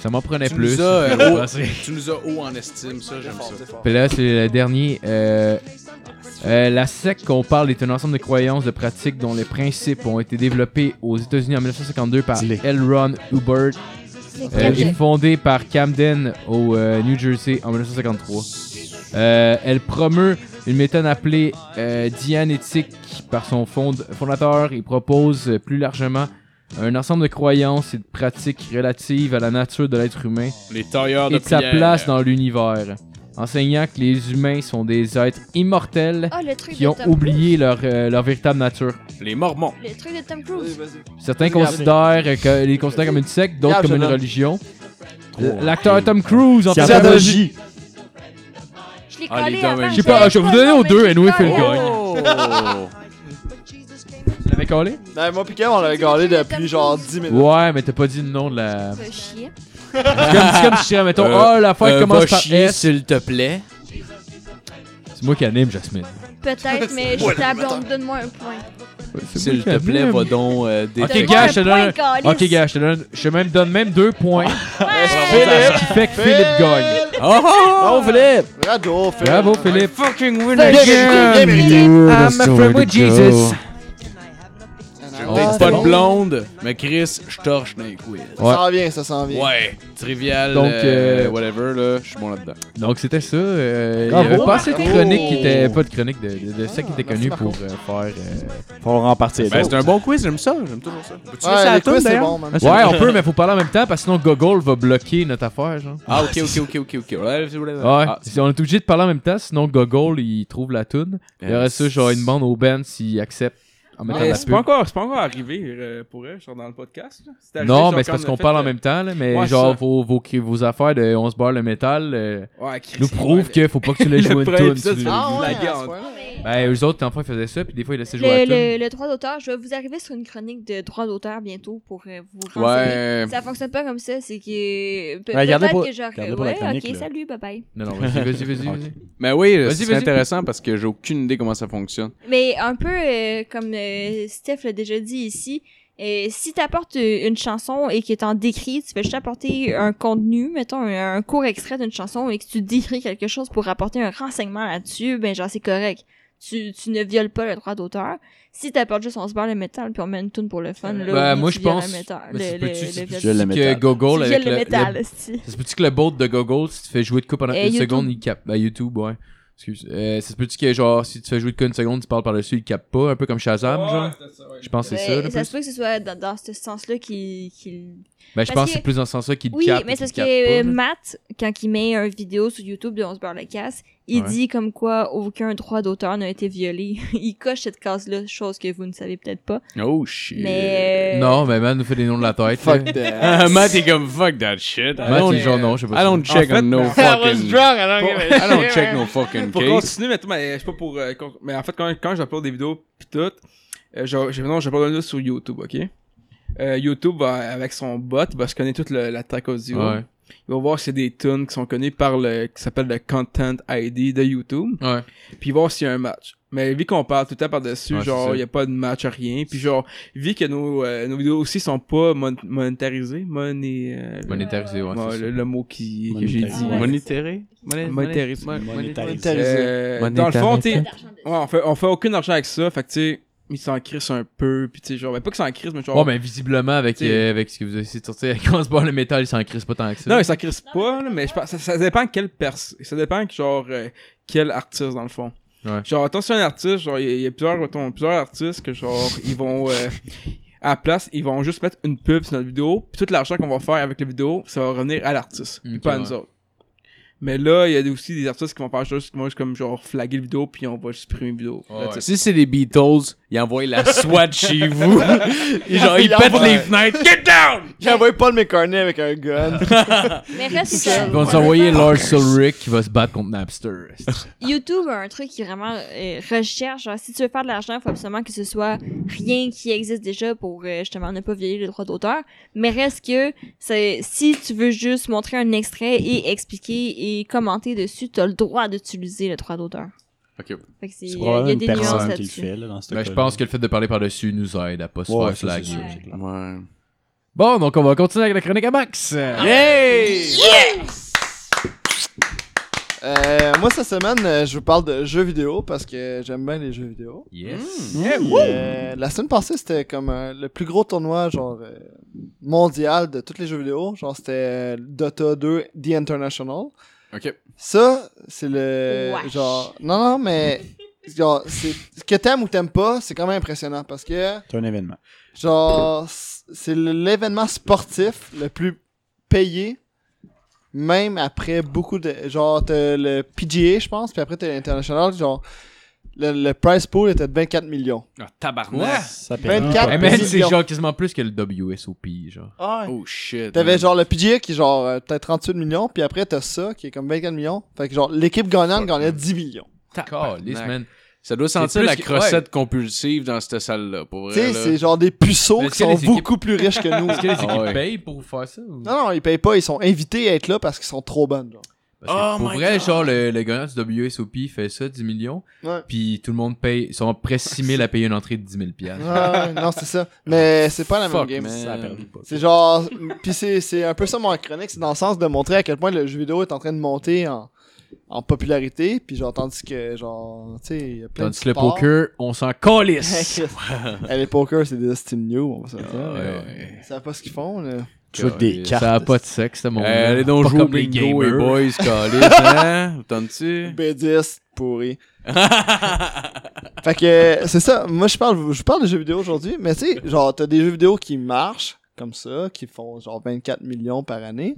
ça m'en prenait
Tu
plus.
nous as, euh,
Je vais
haut-
passer.
tu nous as haut en estime, ça, j'aime ça.
Puis là, c'est le dernier. euh, euh, la secte qu'on parle est un ensemble de croyances, de pratiques dont les principes ont été développés aux États-Unis en 1952 par
Dis-les.
L. Ron Hubbard Euh, et fondée par Camden au euh, New Jersey en 1953. Euh, elle promeut une méthode appelée euh, Dianétique par son fond- fondateur et propose euh, plus largement un ensemble de croyances et de pratiques relatives à la nature de l'être humain
Les tailleurs de
et de sa
prière. euh,
place dans l'univers, enseignant que les humains sont des êtres immortels
Ah, le truc
qui
de
ont
Tom
oublié leur, euh, leur véritable nature.
Les Mormons.
Cruise. Le truc de Tom
Oui,
Cruise.
vas-y.
Certains
Regarde.
considèrent, euh, que, les considèrent comme une secte, d'autres
Regarde,
comme une
jeune homme.
religion. L'acteur Tom Cruise en fait
Scientologie.
Je l'ai
Ah, les
collé
deux en
avant.
même
Je sais pas, je vais vous donner aux deux, Anoué fait le gagne.
Oh.
Tu l'avais collé?
Non, Ben, moi pis Kev, on l'avait gardé depuis genre 10 minutes.
Ouais, mais t'as pas dit le nom de la.
Ça chier.
C'est comme, c'est comme si je dirais, mettons,
Euh,
oh, la fête
Euh,
commence
va
par
chier,
S.
s'il te plaît.
C'est moi qui anime, Jasmine.
Peut-être, mais je suis à blonde, donne-moi un point.
S'il te plaît, va donc euh,
Ok,
détruire.
gars,
Donne-moi
je te
un
donne-
point, Calis.
Ok, gars, je te donne. Je te même donne même deux points.
Ben, Philippe!
Ce qui fait que Philippe gagne.
Oh, oh, Philippe!
Bravo, Phil.
Bravo, Philippe.
Fucking winner!
Thank
Bien
you.
mérité, bien mérité.
I'm a Ah, friend with Jesus.
Ah,
Ouais,
c'est
Pas
bon.
de blonde, mais Chris, je torche dans les quiz.
Ça s'en vient, ça s'en vient.
Ouais, trivial,
Donc,
Donc,
euh,
whatever, là, je suis bon là-dedans.
Donc, c'était ça. euh, Il y
Bravo,
avait pas assez de
Marco.
chroniques qui étaient. Pas de chroniques de, de, de ça qui était connu
merci, Marco.
pour euh, faire. euh,
Faut en partir.
Ben, c'est un bon quiz, j'aime ça, j'aime toujours ça. Peux-tu
Ouais,
laisser
le
la
quiz,
toune,
c'est
d'ailleurs?
bon, man.
Ouais, on peut, mais faut parler en même temps parce que sinon Gogol va bloquer notre affaire, genre.
Ah, ok, ok, ok, ok, ok. Ouais,
Ouais,
ah,
si on est obligé de parler en même temps, sinon Gogol il trouve la toune. Il reste ça, genre il demande au band s'il accepte en mettant
Mais
la
c'est pas
pub.
encore, c'est pas encore arrivé euh, pour elle, genre dans le podcast. là. C'est arrivé,
Non,
genre,
mais c'est
quand
parce
on a
qu'on
fait,
parle en
euh,
même temps, là, mais
Ouais,
genre
ça.
vos, vos, cri- vos affaires de 11 barres le métal euh,
Ouais, Chris,
nous prouvent que faut pas que tu laisses
Le
jouer une
premier
toune.
épisode,
tu-
c'est-
Ah ouais,
La
à ce
garde.
point-là.
Ben eux autres, enfin ils faisaient ça, puis des fois ils laissaient jouer
Le,
la toune.
le, le droit d'auteur, je vais vous arriver sur une chronique de droit d'auteur bientôt pour euh, vous renseigner.
Ouais.
Ça fonctionne pas comme ça, c'est que. Pe
Ouais, gardez
Peut-être
pas-
que j'aurais.
gardez pas la
Ouais,
chronique,
ok,
là.
salut, bye bye.
Non, non, vas-y, vas-y, vas-y. vas-y.
Mais oui,
Vas-y,
c'est
vas-y.
intéressant parce que j'ai aucune idée comment ça fonctionne.
Mais un peu euh, comme euh, Steph l'a déjà dit ici, euh, si t'apportes euh, une chanson et qui est en décrit, tu fais juste apporter un contenu, mettons un, un court extrait d'une chanson et que tu décris quelque chose pour apporter un renseignement là-dessus, ben genre c'est correct. Tu, tu ne violes pas le droit d'auteur. Si t'apportes juste on se barre le métal puis on met une tune pour le fun, là,
Ben,
oui,
moi,
tu
je
violes
pense-
le métal,
mais
le-
c'est
le-
peux-tu-
le
c'est-
viol-
Je le
que
métal.
Gogol
tu
avec
violes le
le,
métal,
le-
esti.
Ça se peut-tu que le bolt de Gogol, si tu fais jouer de quoi pendant
Eh,
une
YouTube.
seconde, il capte. Ben, YouTube, ouais. Excuse. Euh, ça se peut-tu que, genre, si tu fais jouer de quoi une seconde, tu parles par-dessus, il capte pas, un peu comme Shazam, genre. Je pense que c'est ça,
Ben,
le
ça
plus.
se peut que ce soit dans, dans ce sens-là qu'il qu'il
Ben, je
parce
pense que
que-
c'est plus dans ce sens-là qu'il
Oui,
capte.
mais
et
c'est parce
qu'il
que euh,
capte pas, là.
Matt, quand il met une vidéo sur YouTube de On se barre le casse, il
Ouais.
dit comme quoi aucun droit d'auteur n'a été violé. il coche cette case-là, chose que vous ne savez peut-être pas.
Oh shit.
Mais. euh,
Non, mais Matt nous fait des noms de la tête. là.
Fuck that.
Ah, Matt est comme fuck that shit. I
Matt, il
don't,
est genre non, je sais pas.
I don't
si-
check
En fait,
on no
I was
fucking.
Pour-
I don't check no fucking
Pour
case.
continuer, mais, mais je sais pas pour. euh, con- mais en fait, quand, quand j'upload des vidéos pis tout, euh, genre, j'ai- non, j'upload une vidéo sur YouTube, ok? Euh, YouTube, va, avec son bot, va se connaître toute le- la track audio.
Ouais.
Il va voir s'il y a des tunes qui sont connues par le. qui s'appelle le Content ID de YouTube.
Ouais.
Puis voir s'il y a un match. Mais vu qu'on parle tout le temps par-dessus,
Ouais, c'est
genre,
ça.
il n'y a pas de match à rien. Puis genre, vu que nos, euh, nos vidéos aussi sont pas mon- monétarisées, moné. euh,
Monétarisé, ouais.
bon,
c'est
le, le mot qui, que j'ai dit.
Monétarisé.
Ouais.
Monétarisé.
Monétarisé.
Monétarisé.
Euh, dans le fond, t'es. Ouais, on fait, on fait aucun argent avec ça, fait que tu sais, ils s'en crissent un peu, puis tu sais, genre, ben pas qu'ils s'en crissent, mais
ça.
genre.
Ouais, mais visiblement, avec,
T'sais-
euh, avec ce que vous avez essayé de sortir, quand on se barre le métal, il s'en crisse pas tant que ça.
Non, ils s'en crissent pas, là, mais je pense, ça, ça dépend quelle personne. Ça dépend, que, genre, euh, quel artiste dans le fond.
Ouais.
Genre, attends, c'est un artiste, genre, il y, a- il y a plusieurs, mettons, plusieurs artistes que, genre, ils vont, euh, à la place, ils vont juste mettre une pub sur notre vidéo, puis tout l'argent qu'on va faire avec la vidéo, ça va revenir à l'artiste, puis
Ok,
pas à
ouais.
nous autres. Mais là, il y a aussi des artistes qui vont faire juste, qui vont juste comme, genre, flaguer la vidéo, puis on va supprimer la vidéo.
Oh,
That's it.
Si c'est les Beatles, ils envoient la SWAT chez vous. Et genre, ils
Ils
pètent
envoient-
les fenêtres. Get down!
J'ai envoyé Paul McCartney avec un gun.
Mais reste que
Ils vont nous envoyer Lars Ulrich qui va se battre contre Napster. Ben,
YouTube a un truc qui vraiment euh, recherche. genre, si tu veux faire de l'argent, il faut absolument que ce soit rien qui existe déjà pour euh, justement ne pas violer les droits d'auteur. Mais reste que c'est- si tu veux juste montrer un extrait et expliquer et commenter dessus, tu as le droit d'utiliser le droit d'auteur.
Ok.
Fait que
C'est
c'est- euh, Il y a
probablement une
des nuances
personne qui le
là-dessus.
fait, là, dans ce
Ben, je pense que le fait de parler par-dessus nous aide à pas se faire flaguer.
Ouais.
Bon, donc on va continuer avec la chronique à Max.
Euh, moi, cette semaine, euh, je vous parle de jeux vidéo parce que j'aime bien les jeux vidéo.
Yes.
Mm.
Hmm.
Euh, la semaine passée, c'était comme euh, le plus gros tournoi genre euh, mondial de tous les jeux vidéo. Genre, c'était euh, Dota 2 The International.
Ok.
Ça, c'est le
Wesh.
genre non non mais genre c'est ce que t'aimes ou t'aimes pas, c'est quand même impressionnant parce que
C'est un événement.
genre c- c'est l'événement sportif le plus payé même après beaucoup de genre t'as le PGA je pense puis après t'as l'international genre le, le price pool était de 24 millions.
Ah, tabarnak.
Ça paye.
24
Hey, man, c'est
millions.
genre quasiment plus que le WSOP, genre.
Oh shit.
T'avais
Mm.
man.
genre le PGA qui est genre euh, peut-être 38 millions puis après t'as ça qui est comme 24 millions. Fait que genre l'équipe gagnante gagnait 10 millions.
Ah,
Calisse, man.
Ça doit sentir
plus
la
que-
crossette compulsive dans cette salle-là, pour
Tu
vrai.
sais,
là.
c'est genre des puceaux
Est-ce
qui
que
sont
les équipes-
beaucoup plus riches que nous.
Est-ce que les équipes
Ah ouais.
payent pour faire ça? Ou...
Non, non, ils payent pas, ils sont invités à être là parce qu'ils sont trop bonnes. Genre.
Parce que
Oh
pour
my
vrai,
God.
genre, le, le gagnant du WSOP fait ça, 10 millions.
Ouais.
Puis tout le monde paye, ils sont près 6 000 à payer une entrée de 10 000 piastres.
Ouais, non, c'est ça. Mais c'est pas la
Fuck,
même game.
man.
Ça perd pas.
C'est genre. Puis c'est c'est un peu ça mon chronique, c'est dans le sens de montrer à quel point le jeu vidéo est en train de monter en, en popularité. Puis genre, tandis que, genre, tu sais, il y a plein
Tandis
de.
que le
sports.
poker, on s'en calisse.
Eh, les poker, c'est des Steam New, on va se le dire.
Ah,
euh,
Ouais.
Ils savent pas ce qu'ils font, là.
Tu joues des
Ça
cartes.
Ça a pas de sexe, ce
Eh,
monde.
allez donc jouer au bingo, les boys, calé, hein? Entends-tu?
B10, pourri. fait que, c'est ça. Moi, je parle, je parle de jeux vidéo aujourd'hui, mais tu sais, genre, t'as des jeux vidéo qui marchent, comme ça, qui font genre 24 millions par année,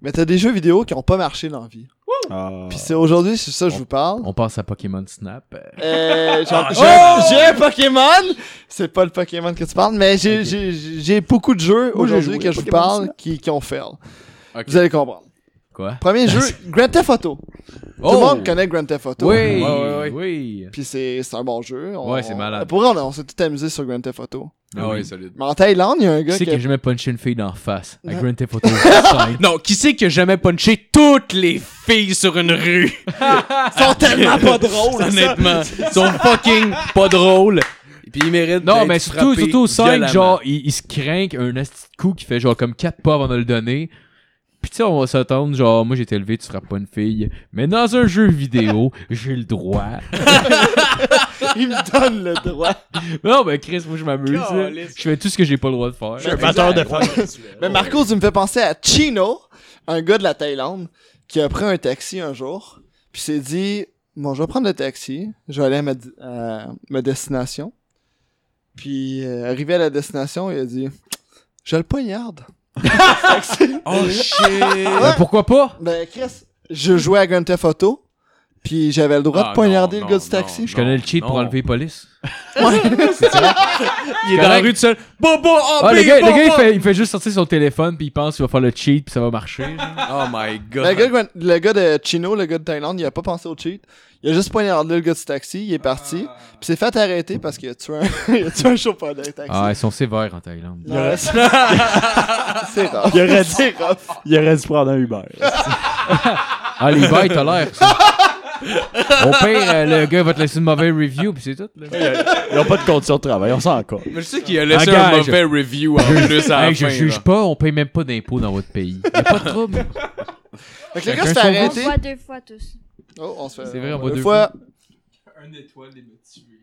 mais t'as des jeux vidéo qui ont pas marché dans la vie.
Ah.
Puis c'est aujourd'hui, c'est ça que je vous parle.
On passe à Pokémon Snap. Euh,
Euh, genre, j'ai, j'ai un Pokémon! C'est pas le Pokémon que tu parles, mais j'ai, j'ai, j'ai beaucoup de jeux
Moi, j'ai
aujourd'hui
joué
que je vous
Pokémon
parle
Snap.
qui, qui ont fail.
Ok.
Vous allez comprendre.
Quoi?
Premier jeu, Grand Theft Auto. Tout le monde connaît Grand Theft Auto.
Oui,
Ouais, ouais, ouais.
oui.
Puis c'est c'est un bon jeu. On-
Ouais, c'est malade.
Pour vrai, on, on s'est tout amusé sur Grand Theft Auto.
Ah ouais, solide.
Mais en Thaïlande, il y a un
Qui
gars
c'est
qui.
qui a jamais punché une fille d'en face? À
Non.
Grand Theft Auto 5.
Non, qui c'est qui a jamais punché toutes les filles sur une rue?
Ils sont tellement pas drôles, ça.
Honnêtement, ils sont fucking pas drôles. Et puis ils méritent
Non,
d'être
mais surtout,
frappés
surtout au 5,
violemment.
genre, il, il se craint un asti de coup qui fait genre comme 4 pas avant de le donner. Puis tu sais, on va s'attendre, genre, moi j'ai été élevé, tu frappes pas une fille. Mais dans un jeu vidéo, j'ai le droit.
Ils me donnent le droit.
Non, mais Chris, moi je m'amuse. là.
Caliste.
Je fais tout ce que j'ai pas le droit de faire.
Je suis un batteur de femmes.
Mais Marco, tu me fais penser à Chino, un gars de la Thaïlande, qui a pris un taxi un jour, puis s'est dit Bon, je vais prendre le taxi, je vais aller à ma, di- à ma destination. Puis, euh, arrivé à la destination, il a dit Je le poignarde.
Oh shit!
Ben, pourquoi pas?
Ben, Chris, je jouais à Grand Theft Auto, puis j'avais le droit
Ah,
de poignarder
non,
le gars
non,
du taxi.
non.
Je connais le cheat pour
non.
enlever police.
Il est dans la
correct.
rue tout seul. Bobo, oh,
Ah, le
big
gars, le
Bobo!
gars, il, fait, il fait juste sortir son téléphone puis il pense qu'il va faire le cheat puis ça va marcher. genre.
Oh my
Le gars,
god.
de Gran- le gars de Chino, le gars de Thaïlande, il a pas pensé au cheat. Il a juste poignardé le gars du taxi, il est parti. Puis s'est fait arrêter parce qu'il a tué un, il a tué un chauffeur de taxi.
Ah, ils sont sévères en Thaïlande.
Non, c'est c'est rare.
Il aurait dû,
C'est rough.
il aurait dû prendre un Uber.
Ah, les gars, ils tolèrent ça. Au pire, euh, le gars va te laisser une mauvaise review puis c'est tout. là.
Ils ont pas de conditions de travail, on s'en encore.
Mais je sais qu'il a laissé un
Engage.
mauvais review en plus à la
Hey, je
fin,
juge
là.
pas, on paye même pas d'impôts dans votre pays. Y a pas de trouble.
Fait que le
Chacun
gars s'est
son
On
arrêté.
voit deux fois tous.
Oh, on se fait.
C'est vrai,
on
on
va
voit
deux
deux
fois.
Un étoile les motivés.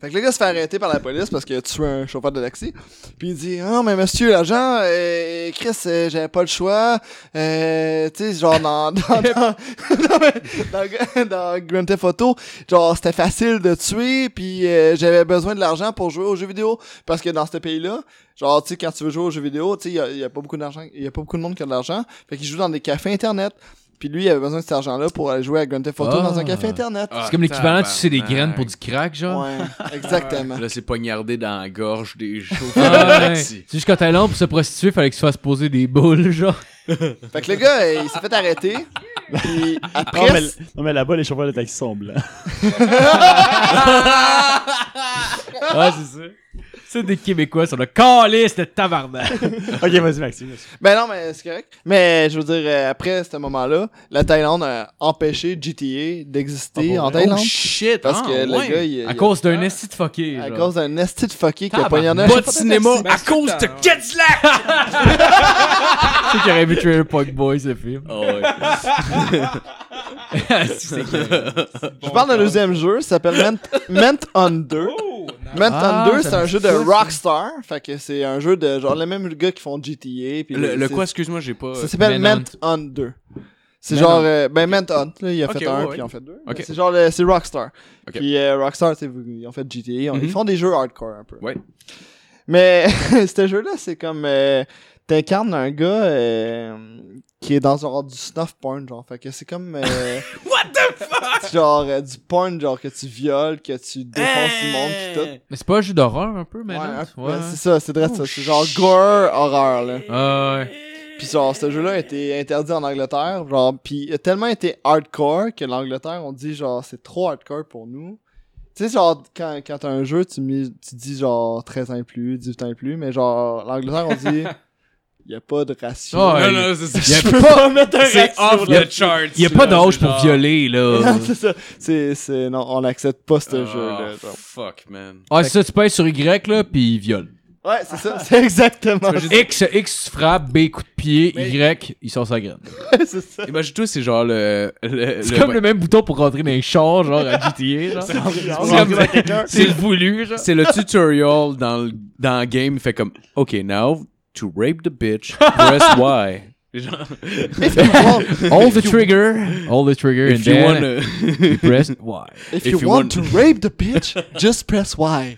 Fait que le gars se fait arrêter par la police parce qu'il a tué un chauffeur de taxi. Puis il dit Ah non, mais monsieur l'agent, euh, Chris, euh, j'avais pas le choix. Euh, tu sais, genre dans, dans, dans, dans, dans- dans Grand Theft Auto, genre c'était facile de tuer, puis euh, j'avais besoin de l'argent pour jouer aux jeux vidéo. Parce que dans ce pays-là, genre, tu sais, quand tu veux jouer aux jeux vidéo, tu sais, il y a, il y a pas beaucoup d'argent, il y a pas beaucoup de monde qui a de l'argent. Fait qu'il joue dans des cafés internet. Puis lui, il avait besoin de cet argent-là pour aller jouer à Grand Theft Auto
Ah.
dans un café internet.
C'est comme l'équivalent de sucer
Ah,
des graines pour du crack, genre.
Ouais, exactement.
Là, c'est poignardé dans la gorge des chauffeurs de
Ah, ouais.
taxi.
C'est juste quand t'es long pour se prostituer, fallait qu'il se fasse poser des boules, genre.
Fait que le gars, euh, il s'est fait arrêter. Puis
Ah,
Non,
après,
mais, non, mais là-bas, les chauffeurs de taxi sont blancs.
Ah, c'est ça. C'est des Québécois sur le calice de tabarnak.
ok, vas-y, Maxime.
ben non, mais c'est correct. Mais je veux dire, euh, après ce moment-là, la Thaïlande a empêché GTA d'exister en Thaïlande.
Oh shit!
parce
ah,
que le
ouais.
gars, il,
À
il-
cause d'un esti de fucké,
à
genre.
cause d'un esti de fucké qui a poignardé un
Pas de
chauffeur
cinéma
taxi.
à cause de
Ben,
Cadillac!
C'est qui aurait vu Trailer Park Boy, ce film.
Ah ouais.
c'est
Je parle d'un deuxième jeu, ça s'appelle Ment, Ment on 2.
Oh, nice.
Ment
Ah,
on 2, c'est
ça
un
me
jeu de
dit ça, ça.
Rockstar. Fait que c'est un jeu de genre les mêmes gars qui font GTA. Puis
Le, le
c'est-
quoi, excuse-moi, j'ai pas. euh,
Ça s'appelle
Manhunt.
Ment on 2. C'est
Manhunt.
genre, euh, ben Ment Hunt, là, il a
Ok,
fait
ouais,
un,
ouais.
puis ils ont fait deux.
Ok.
Mais C'est genre, le- c'est Rockstar.
Ok.
Puis euh, Rockstar, c'est- ils ont fait GTA, ils ont-
Mhm.
ils font des jeux hardcore un peu.
Ouais.
Mais ce jeu-là, c'est comme, euh, t'incarnes un gars euh, qui est dans genre du snuff porn, genre. Fait que c'est comme... euh, genre euh, du porn, genre que tu violes, que tu défonces le monde, pis tout.
Mais c'est pas un jeu d'horreur, un peu, mais
Ouais,
là,
un-
tu vois.
ben, c'est ça, c'est vrai
Oh,
ça. C'est genre gore horreur, là.
Ah, ouais.
Puis genre, ce jeu-là a été interdit en Angleterre, genre, puis il a tellement été hardcore que l'Angleterre, on dit genre, c'est trop hardcore pour nous. Tu sais, genre, quand, quand t'as un jeu, tu, mis- tu dis genre 13 ans et plus, 18 ans et plus, mais genre, l'Angleterre, on dit, il a pas de ratio.
Ah, ouais.
Non, non, c'est ça.
Je
je peux
pas mettre un
C'est off
là.
the charts.
Il y a pas
là,
d'âge
c'est
pour
genre-
violer, là.
Non, c'est ça. C'est, c'est, non, on accepte pas ce jeu-là.
Euh. Ah,
genre.
Fuck, man.
Ah, c'est ça, tu payes sur Y, là, pis il viole.
Ouais, c'est ça, c'est exactement ça.
X, X frappe, B coup de pied, Y, il sort sa graine.
c'est ça.
Imagine-toi, c'est genre le. le-
C'est
le-
comme le même bouton pour rentrer dans les chars, genre à GTA, genre.
C'est comme-
C'est le voulu, genre.
C'est le tutorial dans le, dans le game. Il fait comme, OK, now, to rape the bitch, press Y. Genre,
If you want,
All the trigger, all the trigger, and
if you
then
wanna...
you press Y.
if you
you
want
want-
to rape the bitch, just press Y.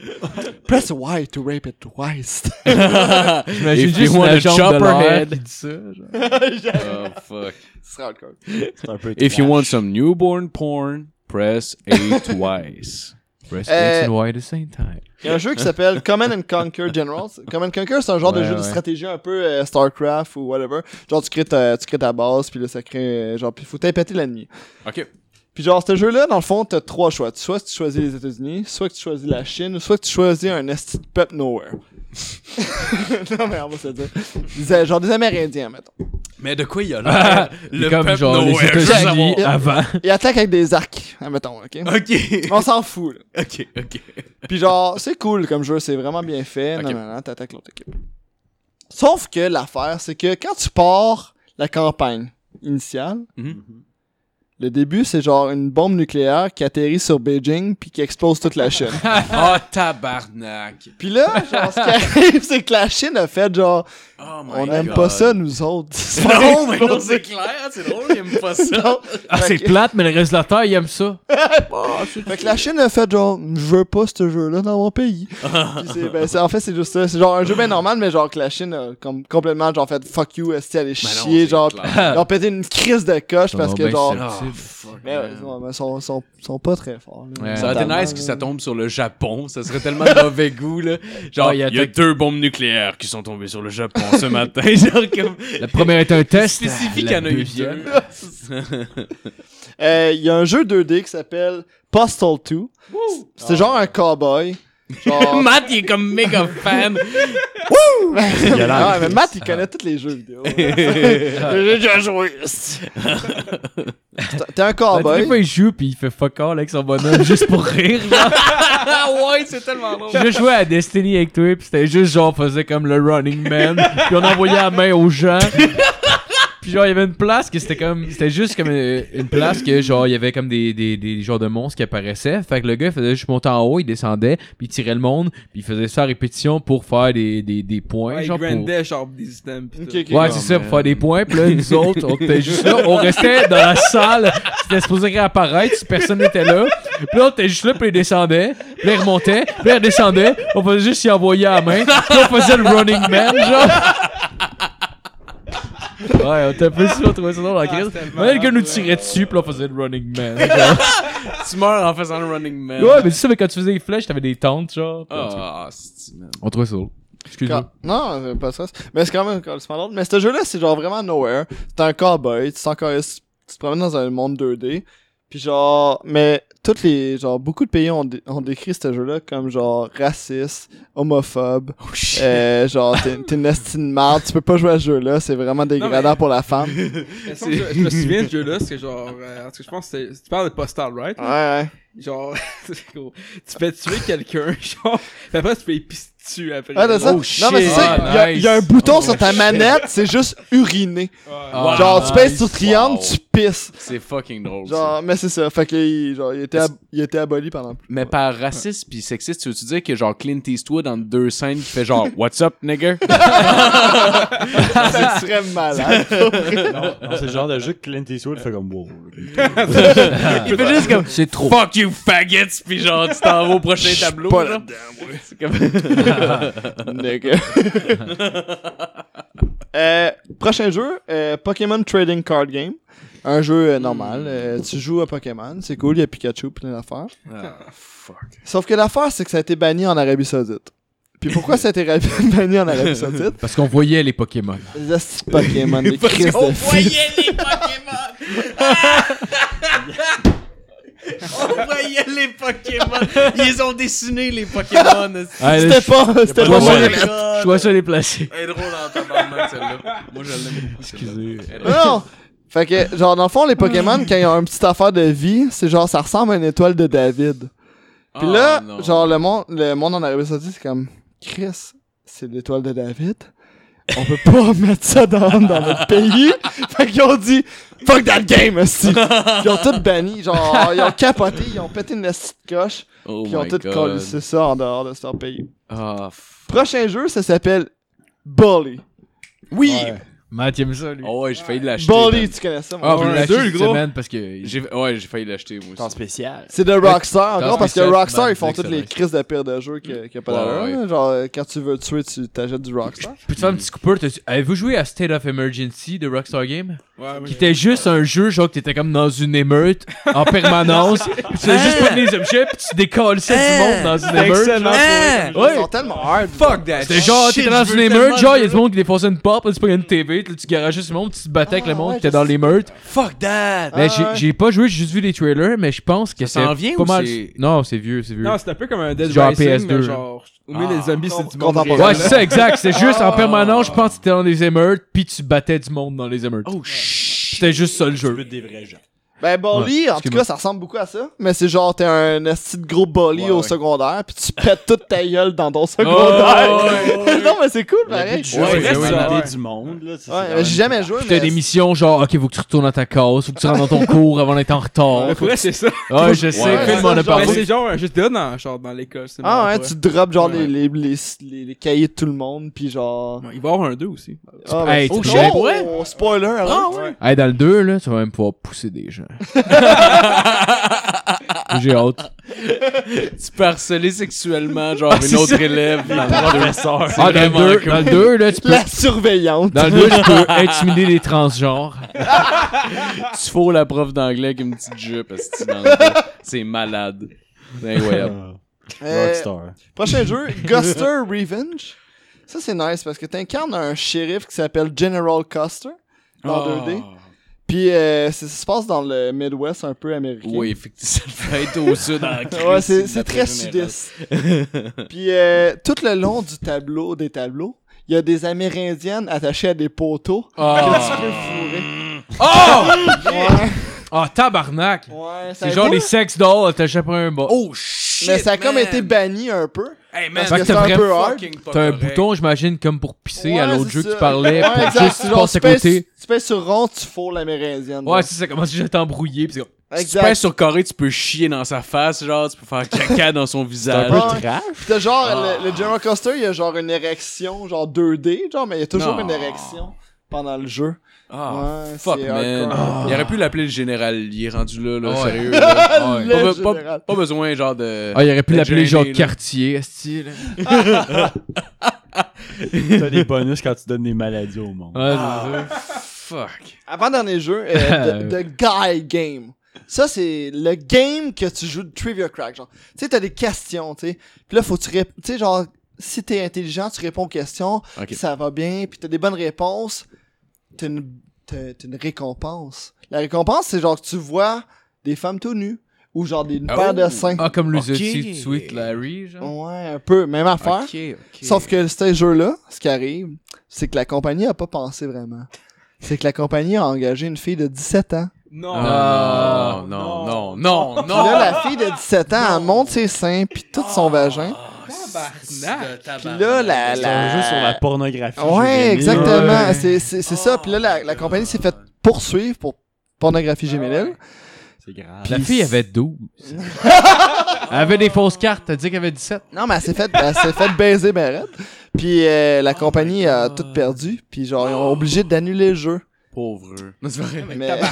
Press Y to rape it twice.
J'imagine
If
juste
you
une
wanna
agente
chop
de
her
l'air
head.
qui dit ça, genre.
oh, fuck.
Ce serait hardcore.
C'est un peu
If you want some newborn porn, press A twice.
Press
Euh,
X and Y at the same time.
Il y a un jeu qui s'appelle Command and Conquer Generals. Command and Conquer, c'est un genre de
Ouais,
jeu de
ouais.
stratégie un peu euh, StarCraft ou whatever. Genre, tu crées ta, tu crées ta base, puis là, ça crée. euh, genre, puis faut péter l'ennemi.
OK.
Puis genre, ce jeu-là, dans le fond, t'as trois choix. Soit tu choisis les États-Unis, soit que tu choisis la Chine, ou soit que tu choisis un esti de peuple nowhere. non, mais on va se le dire. Des- euh, genre des Amérindiens, mettons.
Mais de quoi il y a là?
Ah, C'est comme genre les
je veux
États-Unis
savoir.
avant.
Ils attaquent avec des arcs, mettons, ok?
Oh, OK.
On s'en fout, là.
OK, OK.
Puis genre, c'est cool comme jeu, c'est vraiment bien fait.
Ok.
Non, non, non, t'attaques l'autre équipe. Sauf que l'affaire, c'est que quand tu pars la campagne initiale,
Mhm.
le début, c'est genre une bombe nucléaire qui atterrit sur Beijing puis qui explose toute la Chine.
Oh, tabarnak.
puis là, genre, ce qui arrive, c'est que la Chine a fait genre,
Oh, my
on
God.
n'aime pas ça, nous autres.
Non, mais non, c'est clair. C'est drôle, il aime pas ça.
Non.
Ah,
Fait
c'est
que-
plate, mais le reste de la Terre, il aime ça.
Fait que la Chine a fait genre, je veux pas ce jeu-là dans mon pays. Puis c'est- ben, c'est- en fait, c'est juste ça. C'est genre un jeu bien normal, mais genre que la Chine a comme, complètement genre fait fuck you, est aller
Ben non,
chier,
c'est
genre,
clair.
ils ont pété une crise de coche parce
Oh,
que
ben,
genre.
c'est-
Ah, fuck,
Mais ouais,
man.
ouais, mais sont, sont, sont pas très forts. là.
Ouais.
Ça aurait été
Totalement,
nice que ça
là.
tombe sur le Japon. Ça serait tellement de mauvais goût, là. Genre,
Ah,
il
il y
y
a
a,
tec-
deux bombes nucléaires qui sont tombées sur le Japon ce matin. Genre, comme.
La première est un test.
spécifique, hein. il y
la
en a eu
deuxième.
deux.
Euh, Il y a un jeu 2D qui s'appelle Postal 2. C'est genre un cowboy. Genre...
Matt, il est comme méga fan.
a l'air
Ah ouais, mais Matt, il connaît tous les jeux vidéo. J'ai déjà joué. T'es- T'es
Bah,
un
des
cowboy.
fois, il joue puis il fait fuck all avec son bonhomme juste pour rire. Genre.
ah ouais, c'est tellement drôle.
Je jouais à Destiny avec toi puis c'était juste genre, on faisait comme le running man puis on envoyait la main aux gens. Puis genre, il y avait une place que c'était comme. C'était juste comme une, une place que genre, il y avait comme des, des, des genres de monstres qui apparaissaient. Fait que le gars, il faisait juste monter en haut, il descendait, puis il tirait le monde, puis il faisait ça à répétition pour faire des, des, des points.
Ouais,
genre, pour-
grandais, genre, des items. pis
Ok,
tout.
ok.
Ouais,
Oh,
c'est ça,
man.
pour faire des points. Puis là, nous autres, on était juste là. On restait dans la salle. C'était supposé réapparaître si personne n'était là. Puis là, on était juste là, puis il descendait. Puis là, il remontait. Puis là, il descendait. On faisait juste s'y envoyer à la main. Puis là, on faisait le running man, genre. Ouais, on était un peu sûr, on trouvait ça drôle en crise.
c'était
Mais Ah, là, le gars nous
malade.
tirait dessus, puis là, on faisait le running man. genre.
tu meurs en faisant le running man.
Ouais, mais c'est ça, mais quand tu faisais les flèches, t'avais des tentes, genre. Puis en tout cas,
Ah, c'est man.
On trouvait ça drôle. Excuse-moi.
Quand- Non, euh, pas ça. Mais c'est quand même complètement l'autre. Mais ce jeu-là, c'est genre vraiment nowhere. T'es un cowboy, tu, t'en calisse, tu te promènes dans un monde 2D. Puis genre, mais toutes les, genre, beaucoup de pays ont, dé- ont décrit ce jeu-là comme genre raciste, homophobe.
Oh,
euh, genre, t'es t'es une esti de merde, tu peux pas jouer à ce jeu-là, c'est vraiment dégradant pour la femme. Ouais,
Mais ça, Je je me souviens de ce jeu-là, c'est genre. euh, en tout cas, je pense que c'est- tu parles de Postal, right?
ouais.
Genre, c'est gros. tu fais tuer quelqu'un, genre, pis après tu fais pisser dessus après.
Ouais, Ah, c'est ça.
Ouais.
non, mais c'est ça,
Ah,
il y a- il y, a un
nice.
bouton sur ta manette, c'est juste uriner.
Ah,
genre, tu pèses
nice.
sur triangle,
Wow.
tu pisses.
C'est fucking drôle. ça.
Genre, mais c'est ça. Fait que, il- genre, il était, ab- il était aboli pendant plus.
Mais par raciste pis sexiste, tu veux-tu dire que genre Clint Eastwood dans deux scènes qui fait genre What's up, nigger?
ça serait malade.
Non, c'est le genre de jeu que Clint Eastwood fait comme wow.
Il fait juste comme
C'est trop.
Fuck you faggots pis genre tu t'en vas au prochain tableau.
pas
genre. C'est comme-
Nigga. Euh, prochain jeu, euh, Pokémon Trading Card Game. Un jeu euh,
Hmm.
normal. Euh, tu joues à Pokémon, c'est cool, il y a Pikachu, plein d'affaires.
Ah, fuck.
Sauf que l'affaire, c'est que ça a été banni en Arabie Saoudite. Puis pourquoi ça a été ra- banni en Arabie Saoudite?
Parce qu'on voyait les Pokémon.
Les hosties de Pokémon, les
Parce
crises
qu'on
de filles.
les Pokémon! On voyait les Pokémon! Ils ont dessiné les Pokémon!
C'était pas, c'était
pas
pas
de
moi.
moyen.
les-
Je vois ça déplacé.
Elle est drôle en tabarnak, celle-là. Moi, je l'aime beaucoup.
Excusez.
Non, non. Fait que, genre, dans le fond, les Pokémon, quand ils ont une petite affaire de vie, c'est genre, ça ressemble à une étoile de David. Puis
Ah,
là,
Oh,
genre, le monde, le monde en Arabie Saoudite, c'est comme Chris, c'est l'étoile de David. On peut pas mettre ça dans, dans notre pays. Fait qu'ils ont dit Fuck that game, aussi. Ils ont tout banni. Genre, ils ont capoté, ils ont pété une petite coche.
oh
Puis ils ont
my
tout
God.
collé ça en dehors de leur pays.
Ah, f-
Prochain jeu, ça s'appelle Bully.
Oui!
Matt, il aime ça, lui.
Oh ouais, j'ai failli l'acheter. man.
Bully, tu connais ça,
Ah,
moi.
vous
Ouais,
l'avez
deux,
acheté cette
gros.
semaine parce que.
J'ai- Ouais, j'ai failli l'acheter, moi aussi.
spécial.
C'est de Rockstar, encore,
Dans
parce que
Spécial,
Rockstar,
man,
ils font
c'est
toutes les
vrai.
crises de pire de jeu qu'il n'y a pas
Ouais,
d'allure.
ouais.
là. Genre, euh, quand tu veux tuer, tu t'achètes du Rockstar.
Peux-tu faire un petit coupeur? t'as- Avez-vous joué à State of Emergency de Rockstar Game?
Ouais, mais-
Qui était juste un jeu, genre que t'étais comme dans une émeute en permanence. pis tu faisais juste prendre les objets pis tu décolles ça du monde dans une émeute. genre.
Ils
Ouais!
sont tellement hard.
Fuck that!
C'était genre,
shit,
t'étais dans
je
une
veux
émeute,
tellement
genre, il y a
le
du monde qui défonçait une porte, là, tu prenais une TV, là, tu garageais sur le monde, tu te battais avec
Ah,
le monde,
ouais,
t'étais
je
dans
sais.
l'émeute.
jeu. Fuck that!
Ah,
Mais j'ai
ouais.
j'ai pas joué, j'ai juste vu les trailers, mais je pense que c'est.
Ça s'en vient
pas
ou
mal.
c'est-
Non, c'est vieux, c'est vieux.
Non, c'est un peu comme un Dead
Genre
Rising,
PS2,
mais genre, au milieu
Ah.
des zombies, c'est du monde
Contemporain.
réel.
Ouais, c'est ça, exact. C'était juste en
Ah.
permanence, je pense que t'étais dans des émeutes, puis tu battais du monde dans les émeutes.
Oh shit!
C'était juste ça le
Tu veux
jeu.
des vrais gens.
Ben, Bolly,
Ouais,
en tout
excuse-moi.
cas, ça ressemble beaucoup à ça. Mais c'est genre, t'es un esti de gros Bolly
Ouais,
au
ouais.
secondaire, puis tu pètes toute ta gueule dans ton
Oh,
secondaire.
ouais,
non, mais c'est cool,
Le
pareil.
but
Ouais,
du jeu,
Ouais,
c'est
ouais,
de
ouais.
demander
Ouais.
du monde. Là, ça, c'est
mais
quand
j'ai
même-
jamais joué,
C'était
mais.
des missions genre, ok, faut que tu retournes à ta case, faut que tu rentres dans ton cours avant d'être en
Mais
retard.
pour vrai, c'est ça.
Ouais, je sais,
Ouais.
Phil m'en a
Genre,
Mais
ouais.
parlé.
c'est genre, j'étais là dans, genre, dans l'école. c'est
Ah
marrant,
ouais,
pour
tu drops genre
Ouais.
les, les, les, les, les cahiers de tout le monde, puis genre.
vrai. Il va y avoir un 2 aussi.
Ah,
Hey,
ben,
tu
c'est-
sais-
oh, spoiler, hein?
ouais.
Hey, dans le 2, là, tu vas même pouvoir pousser des gens. J'ai hâte.
Tu peux harceler sexuellement,
Ah,
genre,
c'est
une autre
ça.
élève. dans le
Professeur.
Ah, dans
vraiment
le 2,
cool.
dans le 2, là, tu peux.
La surveillante.
Dans le 2, tu peux intimider les transgenres.
Tu fous la prof d'anglais avec une petite jupe, parce que dans le dos. c'est malade. C'est incroyable.
Euh,
Rockstar.
Prochain jeu, Guster Revenge. Ça, c'est nice parce que t'incarnes un shérif qui s'appelle General Custer
Ah.
dans 2D. Puis euh, c'est- ça se passe dans le Midwest un peu américain.
Oui, effectivement, ça devait être au sud en Christ,
Ouais, c'est,
de
c'est
la
très
générale.
sudiste. Puis euh, tout le long du tableau, des tableaux, il y a des Amérindiennes attachées à des poteaux
Ah.
que tu peux fourrer.
Oh!
Ouais,
Ah, tabarnak!
ouais, ça
C'est
a
genre
été-
les sex dolls attachés après un bas.
Oh shit!
Mais ça a comme
man.
été banni un peu.
Hey man,
Fait que
c'est
t'as
un
vraiment
peu hard.
fucking pas
T'as un
correct.
bouton, j'imagine, comme pour pisser à
Ouais,
l'autre
c'est
jeu que
ça.
tu parlais,
Ouais,
pour
exact.
juste
Genre,
passer à
tu pèses-
côté.
Tu pèses sur rond, tu fourres l'amérindienne.
Ouais,
là.
c'est ça, comment si j'étais embrouillé, pis c'est comme-
Si tu
exact.
passes sur carré, tu peux chier dans sa face, genre, tu peux faire caca dans son
C'est un
visage.
peu
Ah ouais.
trash.
Puis t'as genre,
Ah.
le, le General Custer, il y a genre une érection, genre 2D, genre, mais il y a toujours
Non.
une érection pendant le jeu.
Ah,
Ouais,
fuck,
c'est
man.
hardcore.
Il aurait pu l'appeler le général, il est rendu là, là,
Ouais.
sérieux. là.
Le
Pas, be- pas-
général.
pas besoin, genre, de...
Ah, il aurait pu
T'es
l'appeler
gêné,
genre
là.
quartier, style.
T'as des bonus quand tu donnes des maladies au monde.
Ouais,
Fuck.
Avant-dernier jeu, euh, the, The Guy Game. Ça, c'est le game que tu joues de Trivia Crack. Genre, tu sais, t'as des questions, tu sais. Puis là, faut que tu rép- Tu sais, genre, si t'es intelligent, tu réponds aux questions,
Ok.
ça va bien, puis t'as des bonnes réponses, t'as une, t'as- t'as une récompense. La récompense, c'est genre que tu vois des femmes tout nues, ou genre des, une
Oh.
paire de seins.
Ah, comme
Ok.
l'usatie de Sweet Larry, genre.
Ouais, un peu, même affaire.
ok.
Sauf que ce jeu-là, ce qui arrive, c'est que la compagnie a pas pensé vraiment. C'est que la compagnie a engagé une fille de 17 ans.
Non.
Ah, non, non, non, non,
Puis là, la fille de 17 ans, elle monte ses seins, puis tout son vagin.
Tabarnak.
Puis
ah,
Ah là, la...
C'est un jeu ah, sur la
la...
pornographie.
Ouais,
juvénile.
exactement.
Ouais.
C'est, c'est, c'est ça. Puis là, la, la compagnie s'est faite poursuivre pour pornographie géminale.
C'est grave.
La fille avait 12. elle avait des fausses cartes, t'as dit qu'elle avait 17.
Non, mais elle s'est faite, elle s'est faite baiser Barrett. Puis euh, la compagnie a tout perdu. Puis genre, ils ont obligé d'annuler le jeu.
Pauvre. Non, c'est vrai.
Mais...
Rendu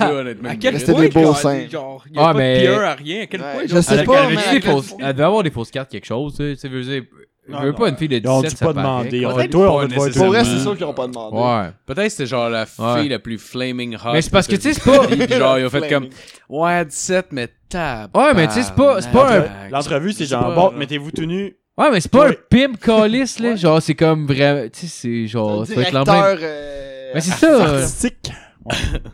là, honnêtement.
À quel
C'était
point,
des beaux
genre,
seins.
genre, il y a
Ah,
pas
mais-
de pire à rien. À quel
Ouais,
point,
je
genre,
sais
Elle,
pas,
avait-
mais
elle avait-tu des
à
fausses- elle devait avoir des fausses cartes, quelque chose, tu sais, tu sais. veux dire, Elle
Non,
veut
non,
pas une fille de 17
On dit
ça
pas
paraît,
demander. On
quoi.
dit, toi, on va te voir
nécessairement.
Pour vrai,
demain.
c'est sûr qu'ils ont pas demandé.
Ouais.
Peut-être c'était genre la fille
Ouais.
la plus flaming hot.
Mais c'est parce
de-
que, tu sais, c'est pas-
Puis genre, ils ont fait comme.
Flaming.
Ouais, 17, mais tab.
Ouais, mais tu sais, c'est pas- c'est pas
L'entre- Euh, L'entrevue, c'est genre,
euh,
bon, mettez-vous tout nu.
Ouais, mais c'est pas
Ouais.
un pimp calice, là. Genre, c'est comme vraiment. Tu sais, Oh, c'est genre. Ça peut être l'emmène.
directeur... euh,
Mais c'est ça.
Artistique.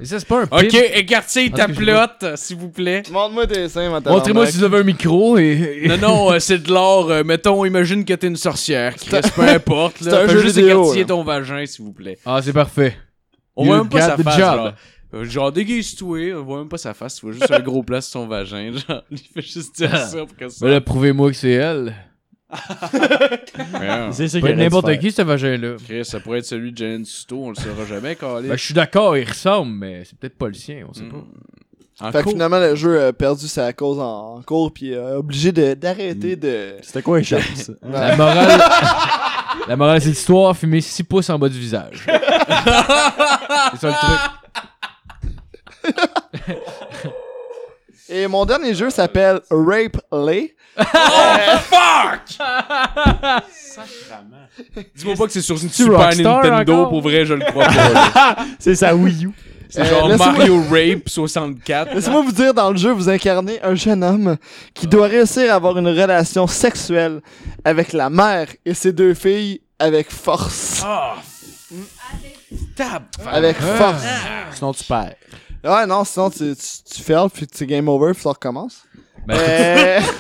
Mais ça, c'est pas un pimp.
Ok, écartez
Parce
ta
que je
plotte, s'il vous plaît.
Montre-moi tes seins, ma tabarnak.
Montrez-moi si vous avez un micro et.
Non, non, euh, c'est de l'or. euh, mettons, imagine que t'es une sorcière. Chris, peu importe.
C'est un
Là, fais
jeu
juste
vidéo,
écartiller
là.
ton vagin, s'il vous plaît.
Ah, c'est parfait.
On
You
voit même pas
got
sa
the
face.
job.
Genre, Euh, genre déguise-toi. On voit même pas sa face. Tu vois juste un gros plat sur son vagin. Genre, il fait juste dire
Ah.
ça pour que ça.
Mais là, prouvez-moi que c'est elle.
Ouais.
C'est ça
Pas
qu'il aurait dû
n'importe
faire.
qui, ce vagin-là.
Chris, ça pourrait être celui de Jalen Suto. On le saura jamais, Carlis.
Ben, je suis d'accord, il ressemble, mais c'est peut-être pas le sien, on sait pas.
En
Fait que
cours.
finalement, le jeu a perdu sa cause en, en cours, puis euh, obligé de- d'arrêter de.
C'était quoi, les chances?
Mm.
La morale. La morale, c'est l'histoire, fumer 6 pouces en bas du visage. c'est ça le truc.
Et mon dernier jeu s'appelle Rape Lay.
Dis-moi pas que c'est sur une
C'est-tu
Super
Rockstar
Nintendo,
encore?
pour vrai, je le crois pas. là.
C'est sa Wii U.
C'est
Euh,
genre
laissez-moi-
Mario Rape 64.
Laissez-moi vous dire, dans le jeu, vous incarnez un jeune homme qui doit réussir à avoir une relation sexuelle avec la mère et ses deux filles avec force.
Ah, tab. Ah!
Avec force.
Sinon, tu perds.
Ouais, non, sinon tu, tu, tu fails, puis tu game over, puis ça recommence.
Ben,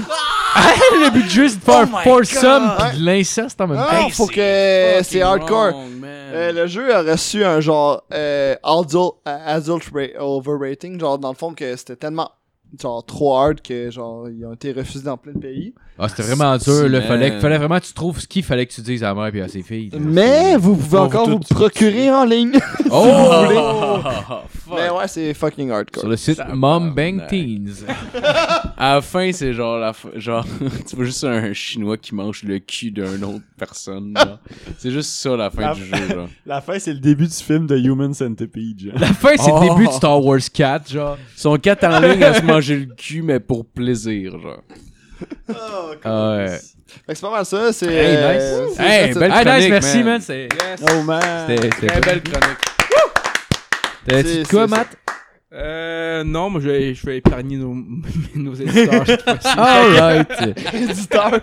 Euh,
le but du jeu, c'est de
Oh
faire
my
foursome
God.
pis de l'inceste en même temps.
non, Ah, faut que Eh, c'est hardcore. Euh, le jeu a reçu un genre euh, adult, euh, adult ra- overrating, genre dans le fond que c'était tellement genre trop hard que genre ils ont été refusés dans plein de pays.
Ah, c'était vraiment
C'est-
dur, là.
man.
Fallait, fallait vraiment que tu trouves ce qu'il fallait que tu dises à la mère puis à ses filles. là.
Mais vous pouvez
On va
encore
tout
vous
tout-
procurer en ligne.
Oh!
Mais ouais, c'est fucking
Sur
hardcore.
le site
Ça
Mom
va,
Bang
ouais.
Teens.
À la fin, c'est genre la fin- genre tu vois juste un chinois qui mange le cul d'une autre personne. genre. C'est juste ça la fin
La-
du jeu. Genre.
La fin, c'est le début du film de Human Centipede. genre.
La fin, c'est
Oh.
le début de Star Wars 4, genre.
Son 4 en ligne à se manger le cul mais pour plaisir genre.
Ah Ouais.
Fait que c'est pas mal ça, c'est.
Hey,
euh,
nice.
c'est-
Hey,
c'est-
belle
Ah, nice,
chronique,
merci,
man.
man. C'est.
Yes.
euh,
Oh
Ah
man.
C'était. c'était
Très
pas-
belle chronique.
T'avais
C'est-
dit de quoi,
c'est-
Matt?
Euh, non, moi, je vais, je vais épargner nos, nos éditeurs. cette fois-ci.
Alright!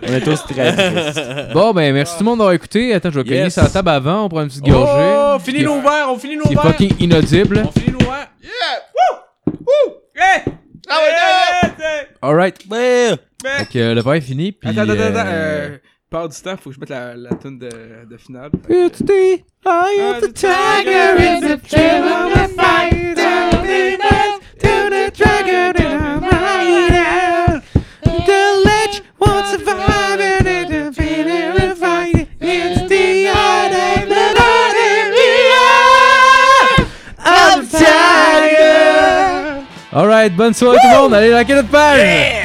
On est tous très tristes.
bon, ben, merci tout le monde d'avoir écouté. Attends, je vais
Yes.
cogner sur la table avant, on prend une petite gorgée.
Oh, finis
Qui-
nos verres, on finit nos
Qui est
verres.
fucking inaudible.
On finit nos verres.
Hey!
Ah ouais,
Hey!
Alright.
Mais-
Fait que euh, le verre est fini, puis.
Attends, attends, attends. attends,
euh,
Euh, part du temps, faut que je mette la, la tune de, de finale. Ah,
It's the eye of the tiger in the trail of the fight. Down the night, to the dragon in the night. The ledge won't survive it. right, bonne soirée tout le monde. Allez liker notre page.